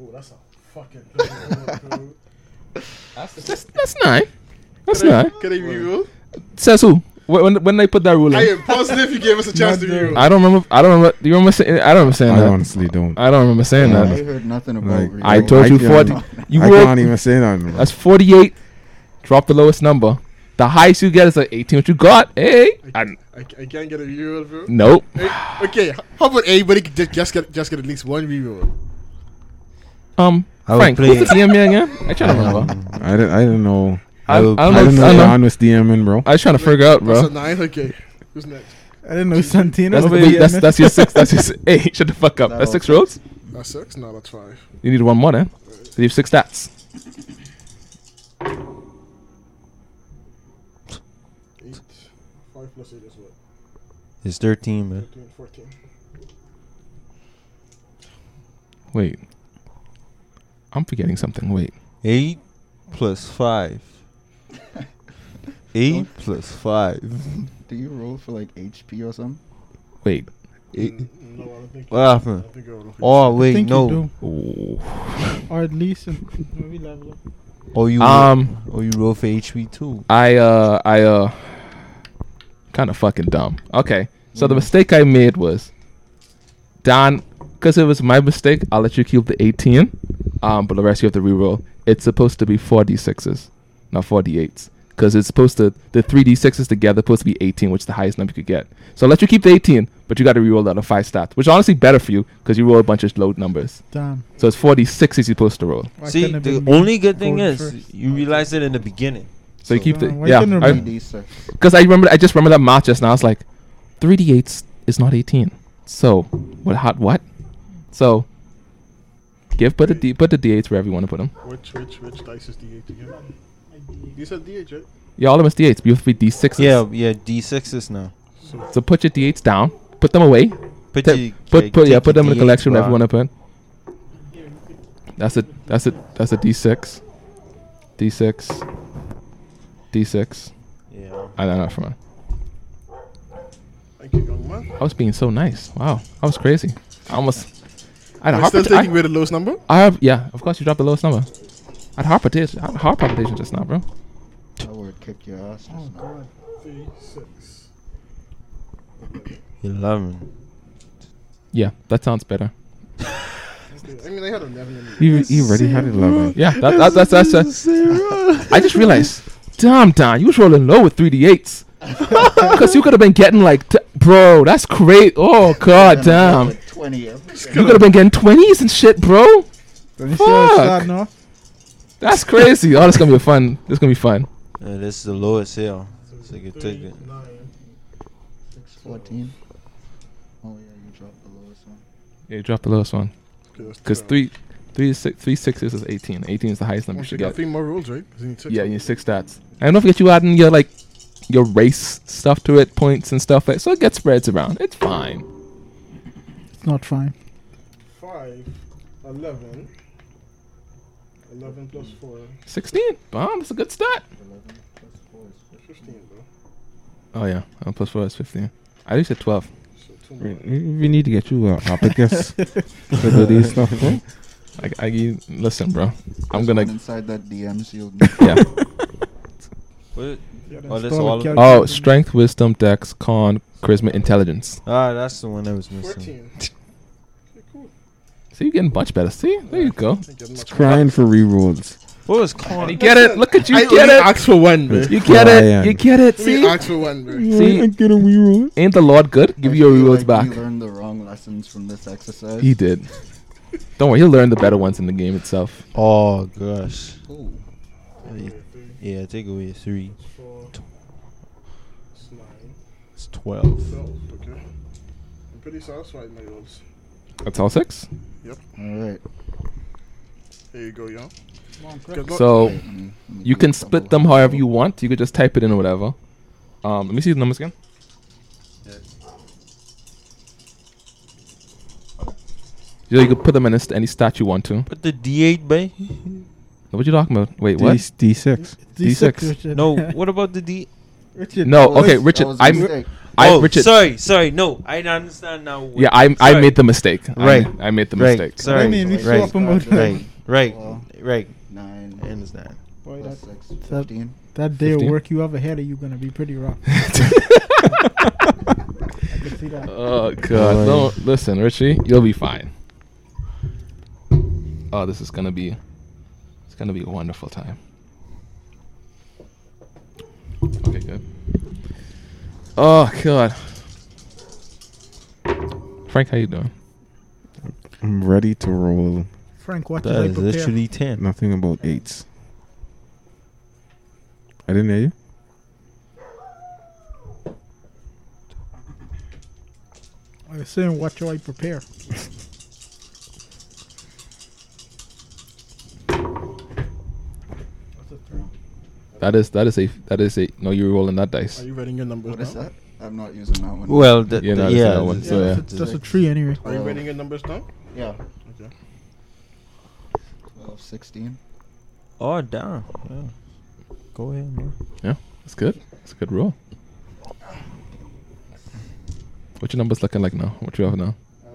Speaker 3: Oh, that's a fucking. good
Speaker 1: That's, that's nine. That's nine.
Speaker 3: Can I reroll?
Speaker 1: Says who? Wh- When when they put that rule
Speaker 3: I
Speaker 1: in?
Speaker 3: am positive you gave us a chance to reroll.
Speaker 1: I don't remember. I don't remember. Do you remember? Say, I don't remember saying
Speaker 5: I
Speaker 1: that.
Speaker 5: honestly don't. I,
Speaker 1: I don't remember saying
Speaker 6: I
Speaker 1: that.
Speaker 6: heard nothing about.
Speaker 5: Like,
Speaker 6: real-
Speaker 1: I told
Speaker 5: I
Speaker 1: you
Speaker 5: can't-
Speaker 1: forty. You rolled-
Speaker 5: can't even say that. Bro.
Speaker 1: That's forty-eight. Drop the lowest number. The highest you get is like eighteen. What you got? Hey. I-
Speaker 3: I, I can't get a reroll, bro.
Speaker 1: nope.
Speaker 3: Hey, okay, how about everybody ju- just get just get at least one reroll?
Speaker 1: Um.
Speaker 2: I will
Speaker 1: Frank, who's the
Speaker 2: play-
Speaker 1: DM here again? I trying to remember.
Speaker 5: I don't. I don't know.
Speaker 1: I, I
Speaker 2: I will-
Speaker 1: don't know.
Speaker 5: I
Speaker 1: I
Speaker 5: don't know.
Speaker 1: don't know.
Speaker 5: John was DMing, bro.
Speaker 1: I was trying to figure out, bro.
Speaker 3: That's a nine. Okay, who's next?
Speaker 4: I didn't know Santino.
Speaker 1: That's,
Speaker 4: was
Speaker 1: wait,
Speaker 4: the
Speaker 1: that's
Speaker 4: EMS.
Speaker 1: that's your six. That's your si Hey, shut the fuck up.
Speaker 6: That
Speaker 1: That's
Speaker 6: all
Speaker 1: six rolls.
Speaker 3: That's six. No, that's five.
Speaker 1: You need one more, then. So you have six stats.
Speaker 3: Eight, five plus eight is what?
Speaker 2: It's thirteen, man.
Speaker 3: Thirteen, fourteen.
Speaker 1: Wait, I'm forgetting something. Wait,
Speaker 2: Eight plus five. Eight plus five.
Speaker 6: Do you roll for like HP or something?
Speaker 1: wait.
Speaker 2: Eight.
Speaker 3: Mm, No, I don't think.
Speaker 2: What happened?
Speaker 3: I think I rolled.
Speaker 2: Oh
Speaker 4: Mm. I
Speaker 2: wait,
Speaker 4: think you
Speaker 2: no.
Speaker 4: do.
Speaker 1: Ooh.
Speaker 4: Or at least in- maybe level up.
Speaker 2: Oh you.
Speaker 1: Um,
Speaker 2: Oh you roll for HP too.
Speaker 1: I uh, I uh, kind of fucking dumb. Okay, so
Speaker 4: Mm-hmm.
Speaker 1: the mistake I made was, Don, because it was my mistake. I'll let you keep the 18, um, but the rest you have to reroll. It's supposed to be four d6s, not four d8s, because it's supposed to the three d6s together supposed to be 18, which is the highest number you could get. So I'll let you keep the 18, but you got to reroll out of five stats, which is honestly better for you because you roll a bunch of low numbers.
Speaker 4: Damn.
Speaker 1: So it's 46 is you're supposed to roll.
Speaker 4: Why
Speaker 2: See,
Speaker 4: couldn't it
Speaker 2: the
Speaker 4: be me
Speaker 2: only good thing
Speaker 4: going
Speaker 2: is
Speaker 4: first?
Speaker 2: you realize it in the beginning.
Speaker 1: So you
Speaker 2: So-
Speaker 1: keep the
Speaker 4: Uh, why
Speaker 1: yeah.
Speaker 4: you couldn't
Speaker 1: I,
Speaker 4: remember?
Speaker 6: 3d6.
Speaker 1: Because I remember, I just remember that match just now. I was like, 3d8 is not 18. So what? Hot what? So give put the d put the d8s wherever you want to put them.
Speaker 3: Which which which dice is D8 again? These are D8, right?
Speaker 1: Yeah, all of them is d8s. But you have to be d6s.
Speaker 2: Yeah, yeah. D sixes now.
Speaker 3: So
Speaker 1: So put your d8s down. Put them away.
Speaker 2: Put
Speaker 1: Ta-
Speaker 2: your-
Speaker 1: Put put
Speaker 2: take
Speaker 1: yeah.
Speaker 2: your
Speaker 1: Put them in the
Speaker 2: D8
Speaker 1: collection wherever you
Speaker 2: bar.
Speaker 1: want to put. That's a that's a that's a d6. D6. D6.
Speaker 2: Yeah.
Speaker 1: I don't know from mine.
Speaker 3: thank you, young man.
Speaker 1: I was being so nice. Wow, I was crazy. I almost. I had a
Speaker 3: We're
Speaker 1: heart
Speaker 3: still
Speaker 1: attack. I-
Speaker 3: taking away the lowest number.
Speaker 1: I have yeah, of course you dropped the lowest number. I had heart palpitation. I had heart palpitation just now, bro.
Speaker 6: I would kick your ass.
Speaker 4: Oh,
Speaker 6: just now.
Speaker 3: Three, six.
Speaker 2: Eleven.
Speaker 1: Yeah, that sounds better.
Speaker 3: Okay, I mean, I had eleven. in the-
Speaker 5: You, you already had eleven.
Speaker 1: Yeah, that, that, that's that's that's. I just realized, damn, Don, you was rolling low with three d eights, because you could have been getting like, t- bro, that's great. Oh god,
Speaker 6: And I
Speaker 1: damn,
Speaker 6: rolled a 20 every
Speaker 1: you could have been getting twenties and shit, bro.
Speaker 4: Don't you see how it's
Speaker 1: Fuck.
Speaker 4: sad now?
Speaker 1: That's crazy. Oh, this gonna be fun. This gonna be fun.
Speaker 2: Uh, this is the lowest here. So you can take it.
Speaker 3: Nine.
Speaker 6: 14. Oh yeah, you dropped the lowest one.
Speaker 1: Yeah, you dropped the lowest one,
Speaker 3: Okay, that's
Speaker 1: because
Speaker 3: 12.
Speaker 1: three, three, six, three sixes is eighteen. Eighteen is the highest number you
Speaker 3: Once you
Speaker 1: should
Speaker 3: got
Speaker 1: get.
Speaker 3: three more rules, right? 'Cause you need six
Speaker 1: Yeah,
Speaker 3: more.
Speaker 1: you need six stats. And don't forget you adding your like your race stuff to it, points and stuff like so it gets spreads around. It's fine.
Speaker 4: It's not fine.
Speaker 3: Five, eleven. Eleven plus four,
Speaker 1: Sixteen. Bomb, that's a good stat.
Speaker 6: 11 plus 4 is 15.
Speaker 3: fifteen, bro.
Speaker 1: Oh yeah. Oh, plus four is fifteen. I used to twelve.
Speaker 3: So two
Speaker 5: We,
Speaker 3: more.
Speaker 5: we need to get you a abacus to do these stuff, bro.
Speaker 1: Like I you- listen, bro. I'm
Speaker 6: There's
Speaker 1: gonna
Speaker 6: one inside that DM shield.
Speaker 1: Yeah.
Speaker 2: What?
Speaker 3: Yeah,
Speaker 2: Oh,
Speaker 3: that's
Speaker 2: that's
Speaker 4: all
Speaker 2: all.
Speaker 4: okay.
Speaker 1: Oh, strength, wisdom, dex, con, charisma, intelligence.
Speaker 2: Ah, that's the one I was missing.
Speaker 3: 14. Okay, cool.
Speaker 1: So you're getting much better. See, there you go.
Speaker 3: Think I'm not-
Speaker 5: It's crying for rerolls.
Speaker 2: What was
Speaker 1: You
Speaker 2: Con?
Speaker 1: get it. Look at you.
Speaker 3: I
Speaker 1: get
Speaker 3: only
Speaker 1: it.
Speaker 3: asked for one, bro.
Speaker 1: You get it.
Speaker 5: Ryan.
Speaker 1: You get it.
Speaker 3: We
Speaker 1: See, Mm.
Speaker 3: asked for one, bro.
Speaker 1: See?
Speaker 5: I get a reroll.
Speaker 1: ain't the Lord good? Give you your
Speaker 6: feel
Speaker 1: rewards
Speaker 6: like
Speaker 1: back.
Speaker 6: We learned the wrong lessons from this exercise.
Speaker 1: He did. Don't worry, he'll learn the better ones in the game itself.
Speaker 2: Oh gosh.
Speaker 6: Ooh.
Speaker 2: Yeah, take away three.
Speaker 3: It's four. It's nine.
Speaker 2: It's twelve.
Speaker 3: Twelve. Okay. I'm pretty satisfied with my rolls.
Speaker 1: That's all six.
Speaker 6: All right.
Speaker 3: There you go, yo.
Speaker 1: So
Speaker 6: Let me- let me
Speaker 1: Oh. you
Speaker 6: do
Speaker 1: can
Speaker 6: a
Speaker 1: split
Speaker 6: couple.
Speaker 1: them however you want. You could just type it in or whatever. Um, let me see the numbers again. Yeah, you could put them in a st- any stat you want to.
Speaker 2: Put the D8, bay.
Speaker 1: What you talking about? Wait, what?
Speaker 5: D six.
Speaker 1: D6.
Speaker 4: Richard.
Speaker 2: No, what about the D?
Speaker 4: Richard.
Speaker 1: No,
Speaker 6: That
Speaker 1: okay,
Speaker 6: was- that
Speaker 1: Richard.
Speaker 6: was a
Speaker 1: I'm,
Speaker 6: mistake.
Speaker 1: I,
Speaker 2: oh,
Speaker 1: Richard.
Speaker 2: sorry, sorry. No, I understand now. what-
Speaker 1: Yeah, I, I
Speaker 2: Sorry.
Speaker 1: made the mistake. I-
Speaker 2: Right.
Speaker 1: I, made the
Speaker 2: Right.
Speaker 1: mistake.
Speaker 4: I
Speaker 2: Sorry.
Speaker 4: mean, we
Speaker 2: Right.
Speaker 4: swap him out.
Speaker 2: Right, right,
Speaker 6: Well,
Speaker 2: right. I
Speaker 6: Nine.
Speaker 2: understand.
Speaker 4: Boy, that,
Speaker 6: Plus six,
Speaker 4: that-
Speaker 6: 15.
Speaker 4: that day of
Speaker 1: 15.
Speaker 4: work you have ahead of you gonna be pretty rough. I can see that.
Speaker 1: Oh god,
Speaker 2: Boy.
Speaker 1: don't listen, Richie. You'll be fine. Oh, this is gonna be, it's gonna be a wonderful time. Okay, good. Oh god, Frank, how you doing?
Speaker 5: I'm ready to roll.
Speaker 4: Frank, what
Speaker 2: That
Speaker 4: did I
Speaker 2: is
Speaker 4: prepare?
Speaker 2: literally ten.
Speaker 5: Nothing about eights. I didn't hear you.
Speaker 4: I was saying, what shall I prepare?
Speaker 1: That is that is a that is a no. You're rolling that
Speaker 3: Are
Speaker 1: dice.
Speaker 3: you writing your numbers
Speaker 6: What is
Speaker 3: down?
Speaker 6: that? I'm not using that one.
Speaker 2: Well, th-
Speaker 1: Yeah,
Speaker 2: yeah,
Speaker 1: no,
Speaker 2: th-
Speaker 1: it's
Speaker 2: yeah,
Speaker 1: that one,
Speaker 2: it's-
Speaker 1: so yeah.
Speaker 4: That's, a, that's a tree anyway.
Speaker 3: Are you
Speaker 6: Well-
Speaker 3: writing your numbers down?
Speaker 6: yeah.
Speaker 3: Okay.
Speaker 6: 12, 16.
Speaker 2: Oh damn. Yeah. Go ahead, man.
Speaker 1: That's good. That's a good roll. What your numbers looking like now? What you have now?
Speaker 6: Uh,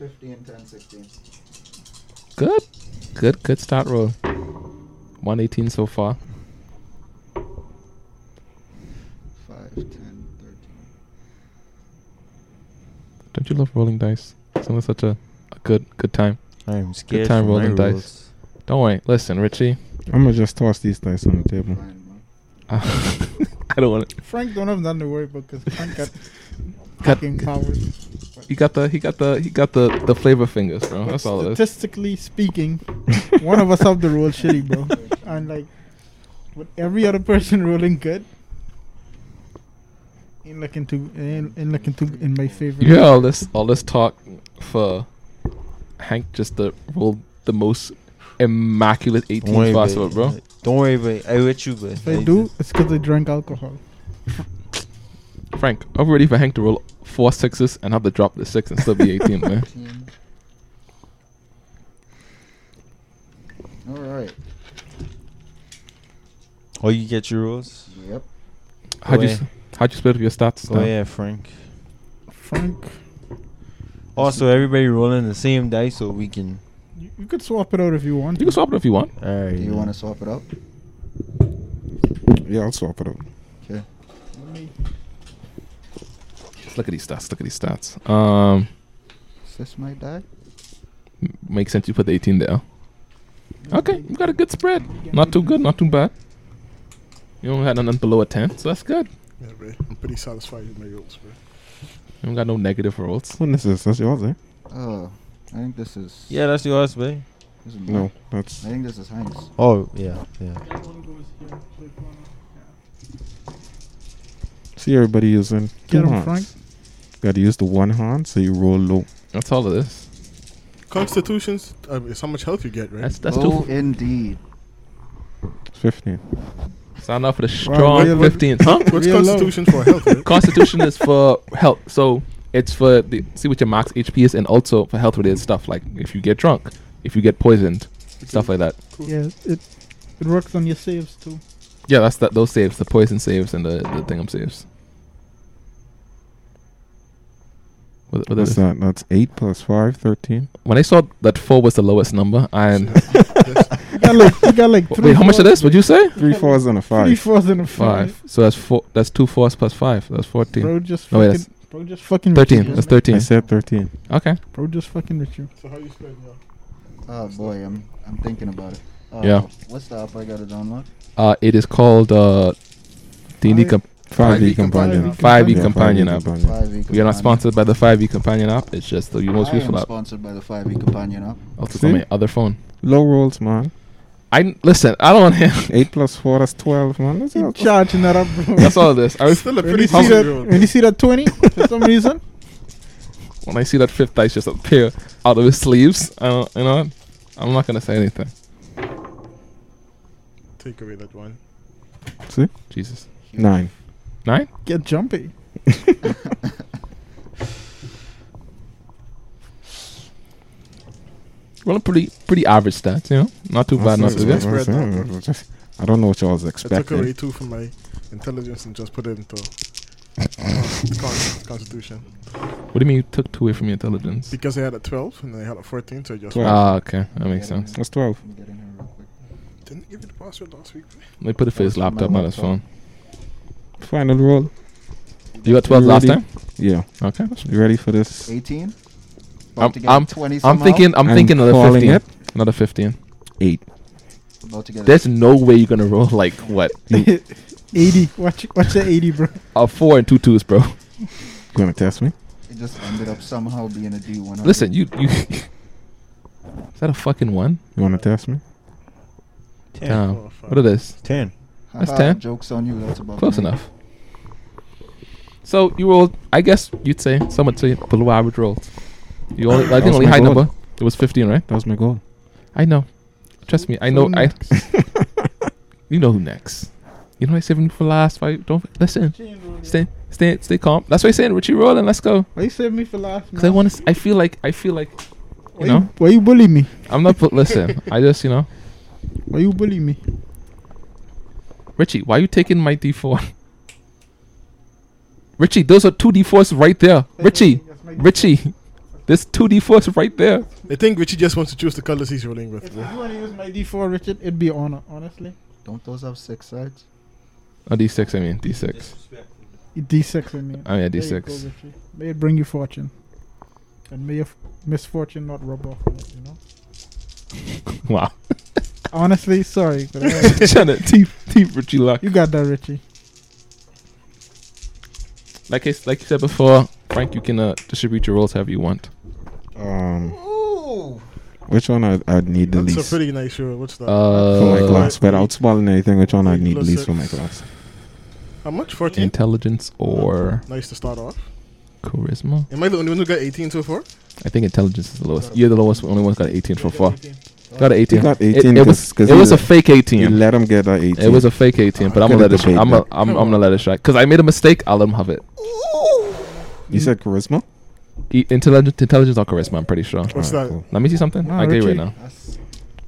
Speaker 6: 15, 10, 16.
Speaker 1: Good, good, good start roll. 118 so far.
Speaker 6: 5, 10, 13.
Speaker 1: Don't you love rolling dice? It's always such a, a good good time.
Speaker 2: I am scared.
Speaker 1: time
Speaker 2: for my
Speaker 1: rolling dice.
Speaker 2: rolls.
Speaker 1: Don't worry. Listen, Richie.
Speaker 5: I'm gonna just toss these dice on the table.
Speaker 6: Fine, man.
Speaker 1: I don't want to.
Speaker 4: Frank don't have nothing to worry about because Frank got fucking powers.
Speaker 1: He got the he got the he got the the flavor fingers, bro.
Speaker 4: But
Speaker 1: Oh, That's all it is.
Speaker 4: statistically speaking, one of us have the roll shitty, bro. And like, with every other person rolling good, ain't looking too, ain't, ain't looking too in my favor.
Speaker 1: You hear all this all this talk for Hank just to roll the most immaculate 18 possible,
Speaker 2: babe.
Speaker 1: bro.
Speaker 2: Don't worry, babe. I with you, babe.
Speaker 4: If I do, it's because I drank alcohol.
Speaker 1: Frank, I'm ready for Hank to roll four sixes and have to drop the six and still be 18, man.
Speaker 6: 15. All right.
Speaker 2: Oh, you get your rolls.
Speaker 6: Yep.
Speaker 1: How'd you
Speaker 2: Go
Speaker 1: s- how'd you split up your stats?
Speaker 2: Go
Speaker 1: now?
Speaker 2: ahead, Frank.
Speaker 4: Frank,
Speaker 2: Also, everybody rolling the same dice, so we can.
Speaker 4: you, you could swap it out if you want.
Speaker 1: You can swap it if you want.
Speaker 2: All right.
Speaker 6: Do you want to swap it up?
Speaker 5: Yeah, I'll swap it up.
Speaker 6: Okay.
Speaker 1: Let's look at these stats. Look at these stats. Um,
Speaker 6: Is this my die?
Speaker 1: m- makes sense. You put the 18 there. Okay, you got a good spread. Not too good, not too bad. You don't have nothing below a 10, so that's good.
Speaker 3: Yeah, bro. I'm pretty satisfied with my rolls, bro.
Speaker 1: You don't got no negative rolls.
Speaker 5: What is this? That's yours, eh?
Speaker 6: Oh, I think this is.
Speaker 2: Yeah, that's yours, babe.
Speaker 6: This is mine.
Speaker 5: No, that's
Speaker 6: I think this is Hank's.
Speaker 2: Oh, yeah, yeah.
Speaker 5: see everybody using two
Speaker 4: Get 'em,
Speaker 5: hands.
Speaker 4: Frank.
Speaker 5: Got to use the one hand, so you roll low.
Speaker 1: That's all it is.
Speaker 3: Constitutions. I mean, it's how much health you get, right?
Speaker 1: That's that's
Speaker 6: oh,
Speaker 1: too.
Speaker 6: indeed.
Speaker 5: Fifteen.
Speaker 1: Sound out for the
Speaker 4: Well,
Speaker 1: strong
Speaker 4: well,
Speaker 1: 15th, huh?
Speaker 3: What's
Speaker 4: Real low.
Speaker 3: Constitution for health? Right?
Speaker 1: Constitution is for health, so it's for the see what your max HP is, and also for health related stuff like if you get drunk, if you get poisoned, stuff like that.
Speaker 4: Yeah, it it works on your saves too.
Speaker 1: Yeah, that's that. Those saves, the poison saves, and the the thingum saves. What- what
Speaker 5: What's
Speaker 1: is-
Speaker 5: that? That's eight plus five, thirteen.
Speaker 1: When I saw that four was the lowest number, and
Speaker 3: That's-
Speaker 4: got like, you got like three.
Speaker 1: Wait, how much of
Speaker 4: fours-
Speaker 1: this? Would you say?
Speaker 5: Three fours and a
Speaker 4: Three
Speaker 5: five.
Speaker 4: fours and a five.
Speaker 1: Five. So that's four. That's two fours plus five. That's fourteen.
Speaker 4: Bro, just
Speaker 1: No,
Speaker 4: fucking.
Speaker 1: wait, that's
Speaker 4: bro, just fucking. with
Speaker 1: thirteen.
Speaker 4: you.
Speaker 1: That's
Speaker 5: I
Speaker 1: thirteen.
Speaker 5: said 13.
Speaker 1: Okay.
Speaker 4: Bro, just fucking with you.
Speaker 3: So how you spend your
Speaker 6: Oh boy, I'm I'm thinking about it. Uh,
Speaker 1: Yeah.
Speaker 6: What's the app I gotta download?
Speaker 1: Uh, it is called uh, D&D
Speaker 4: Five.
Speaker 1: Comp-
Speaker 5: 5e
Speaker 4: Yeah,
Speaker 5: companion.
Speaker 1: 5e
Speaker 5: Yeah,
Speaker 1: E Companion
Speaker 5: 5e
Speaker 1: app.
Speaker 5: companion.
Speaker 6: Five E.
Speaker 1: We are
Speaker 6: Companion.
Speaker 1: not sponsored by the 5e Companion app. It's just the most
Speaker 6: I am
Speaker 1: useful app.
Speaker 6: sponsored by the Five E Companion app.
Speaker 1: Also,
Speaker 5: See?
Speaker 1: from my other phone.
Speaker 5: Low rolls, man.
Speaker 1: I listen. I don't want him.
Speaker 5: 8 plus 4, that's 12, man. That's
Speaker 4: He
Speaker 5: not-
Speaker 4: charging that up, bro.
Speaker 1: That's all this. I was,
Speaker 3: Still a
Speaker 4: When you
Speaker 3: pretty
Speaker 4: see that,
Speaker 3: decent roll.
Speaker 4: when you see that twenty, for some reason,
Speaker 1: when I see that fifth dice just appear out of his sleeves, I don't, you know, what? I'm not gonna say anything.
Speaker 3: Take away that one.
Speaker 5: See?
Speaker 1: Jesus.
Speaker 5: 9.
Speaker 1: Nine.
Speaker 4: get jumpy.
Speaker 1: Well, pretty pretty average stats. You know, not too bad, not
Speaker 5: That's
Speaker 1: too
Speaker 5: not-
Speaker 1: good.
Speaker 3: good.
Speaker 5: that's not- that's- I don't know what y'all was
Speaker 3: I took away
Speaker 5: expecting.
Speaker 3: two from my intelligence and just put it into con- constitution
Speaker 1: What do you mean you took two away from your intelligence?
Speaker 3: because I had a 12 and I had a 14, so I just
Speaker 5: Twelve.
Speaker 1: Ah, okay, that makes sense.
Speaker 5: That's 12.
Speaker 6: Let me get in here real quick.
Speaker 3: didn't I give you the password last week.
Speaker 1: Let me put it for his
Speaker 6: That was
Speaker 1: laptop,
Speaker 6: my
Speaker 1: not his phone.
Speaker 6: laptop.
Speaker 5: Final roll.
Speaker 1: You got twelve last
Speaker 5: Ready?
Speaker 1: time.
Speaker 5: Yeah.
Speaker 1: Okay.
Speaker 5: You ready for this?
Speaker 6: Eighteen. About
Speaker 1: I'm
Speaker 6: to get a
Speaker 1: I'm,
Speaker 6: 20
Speaker 1: I'm
Speaker 6: somehow.
Speaker 1: thinking I'm thinking another
Speaker 5: calling
Speaker 1: fifteen.
Speaker 5: it.
Speaker 1: Another fifteen.
Speaker 5: 8.
Speaker 6: About to get a-
Speaker 1: There's no way you're gonna roll like what
Speaker 4: eighty. Watch, watch the eighty, bro.
Speaker 1: a four and two twos, bro.
Speaker 5: You gonna test me?
Speaker 6: It just ended up somehow being a D one.
Speaker 1: Listen, you you. Is that a fucking one?
Speaker 5: You wanna test me?
Speaker 1: Damn.
Speaker 3: Oh, fuck.
Speaker 1: What are this?
Speaker 2: 10.
Speaker 1: that's 10.
Speaker 6: Jokes on you. That's about
Speaker 1: Close
Speaker 6: me.
Speaker 1: enough. So you rolled, I guess you'd say, some would say below average rolls. You only, I
Speaker 5: That
Speaker 1: think
Speaker 5: was
Speaker 1: only
Speaker 5: my
Speaker 1: high
Speaker 5: goal.
Speaker 1: number. It was 15, right?
Speaker 5: That was my goal.
Speaker 1: I know. Trust me, I know. I you know who next. You know I saving for last. Why don't listen? Stay, stay, stay calm. That's why I'm saying Richie rolling. Let's go.
Speaker 4: Why you saved me for last?
Speaker 1: Cause I
Speaker 4: man?
Speaker 1: want to. I feel like I feel like
Speaker 4: Why
Speaker 1: you know.
Speaker 4: Why you bully me?
Speaker 1: I'm not. But listen, I just you know,
Speaker 4: Why you bully me?
Speaker 1: Richie. Why you taking my D4? Richie, those are two D4s right there. Richie, Richie, there's two D4s right there.
Speaker 3: I think Richie just wants to choose the colors he's rolling with.
Speaker 4: If
Speaker 3: bro.
Speaker 4: you want to use my D4, Richard, it'd be honor, honestly.
Speaker 6: Don't those have six sides?
Speaker 1: Oh, D6, I mean, D6.
Speaker 4: D6 in here.
Speaker 1: Oh, yeah,
Speaker 4: There you go,
Speaker 1: D6.
Speaker 4: Richie. May it bring you fortune. And may your f- misfortune not rub off on it, you know?
Speaker 1: Wow.
Speaker 4: Honestly, sorry. But I-
Speaker 1: Trying to deep, deep Richie luck.
Speaker 4: you got that, Richie.
Speaker 1: Like, I, s- like you said before, Frank, you can uh, distribute your rolls however you want.
Speaker 5: Um, which one I'd, I'd need the
Speaker 3: That's
Speaker 5: least
Speaker 3: a pretty nice show. What's that?
Speaker 1: Uh,
Speaker 5: for my
Speaker 1: Uh,
Speaker 5: class? Without spoiling anything, which one I'd need
Speaker 3: Plus
Speaker 5: least for
Speaker 3: six.
Speaker 5: my class?
Speaker 3: How much? 14?
Speaker 1: Intelligence or
Speaker 3: Nice to start off.
Speaker 1: charisma?
Speaker 3: Am I the only one who got 18 so far?
Speaker 1: I think intelligence is the lowest. You're the lowest, only one who got an 18 so far. Got an
Speaker 5: You
Speaker 1: 18.
Speaker 5: got
Speaker 1: It-
Speaker 5: 18
Speaker 1: It, was,
Speaker 5: because
Speaker 1: it was a fake
Speaker 5: You
Speaker 1: 18.
Speaker 5: let him get that 18.
Speaker 1: It was a fake 18, but I'm gonna
Speaker 5: Could've
Speaker 1: let it. Sh-
Speaker 5: debated
Speaker 1: I'm a,
Speaker 5: that.
Speaker 1: I'm, I'm gonna let it shine because I made a mistake. I'll let him have it.
Speaker 5: you said charisma?
Speaker 1: E- intelligence, intelligence or charisma. I'm pretty sure.
Speaker 3: What's that?
Speaker 5: Alright, cool.
Speaker 1: Let me see something.
Speaker 4: Nah,
Speaker 1: I get you right
Speaker 4: Richie.
Speaker 1: now.
Speaker 6: That's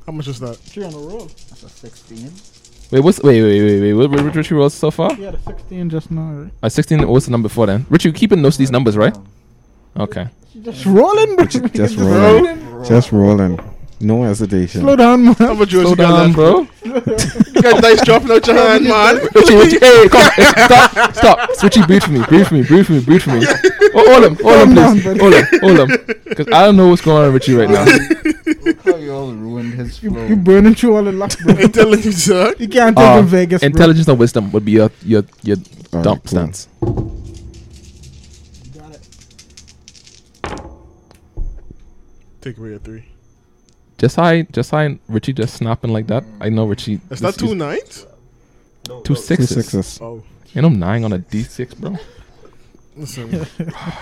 Speaker 3: How much is that?
Speaker 4: Three on a roll.
Speaker 6: that's a sixteen.
Speaker 1: Wait, what's wait wait wait wait? What, what, what Richie rolls so far?
Speaker 4: You had a 16 just now. Right?
Speaker 1: Uh, 16, what's the number before then? Richie, you keeping notes of these numbers, right? Okay.
Speaker 4: Just rolling, bro.
Speaker 5: Just rolling. Just rolling. No hesitation.
Speaker 4: Slow down, man.
Speaker 3: How much yours
Speaker 1: Slow
Speaker 3: you got
Speaker 1: down,
Speaker 3: left?
Speaker 1: bro.
Speaker 3: You got dice dropping out your hand, man.
Speaker 1: Richie, Richie, hey, come. hey, stop, stop. Richie, breathe for me, breathe for me, breathe for me, breathe for me. Oh, hold him, hold him,
Speaker 4: Calm down,
Speaker 1: please.
Speaker 4: buddy.
Speaker 1: Hold him, hold him. Because I don't know what's going on with Richie right now.
Speaker 6: Look how you all ruined his
Speaker 4: You,
Speaker 6: flow.
Speaker 4: you burning through all the luck, bro.
Speaker 3: I'm telling you, sir.
Speaker 4: You can't take
Speaker 1: Uh,
Speaker 4: a Vegas, bro.
Speaker 1: Intelligence or wisdom would be your your your
Speaker 5: Alright,
Speaker 1: dump
Speaker 5: cool.
Speaker 1: stance.
Speaker 3: Take away a 3.
Speaker 1: Just high, just high. Richie just snapping like that. I know Richie.
Speaker 3: That's
Speaker 1: this
Speaker 3: not two
Speaker 1: is
Speaker 3: nines?
Speaker 1: two
Speaker 5: Two
Speaker 1: sixes.
Speaker 5: sixes.
Speaker 3: Oh.
Speaker 1: And I'm nine on a d6, bro.
Speaker 3: Listen,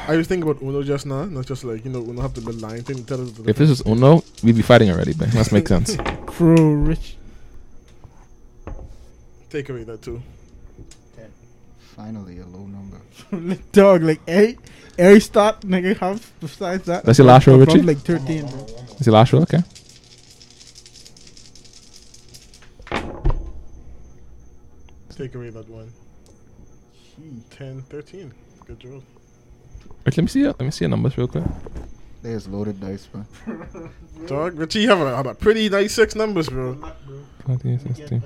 Speaker 3: I was thinking about Uno just now, not just like, you know, Uno have the little line thing. Tell us the
Speaker 1: If this was Uno, we'd be fighting already, but that makes sense.
Speaker 4: Crow, Rich.
Speaker 3: Take away that too.
Speaker 6: Finally, a low number.
Speaker 4: Dog, like, every, every start nigga have besides that.
Speaker 1: That's your last roll,
Speaker 4: probably
Speaker 1: Richie?
Speaker 4: like 13, bro.
Speaker 1: Is your last roll? Okay.
Speaker 3: Take away that one. 10, 13. Good job.
Speaker 1: Wait, let me see. Your, let me see your numbers real quick.
Speaker 6: There's loaded dice, bro.
Speaker 3: Dog, but you have a, have a pretty nice six numbers, bro. Let me
Speaker 1: Yep.
Speaker 3: see.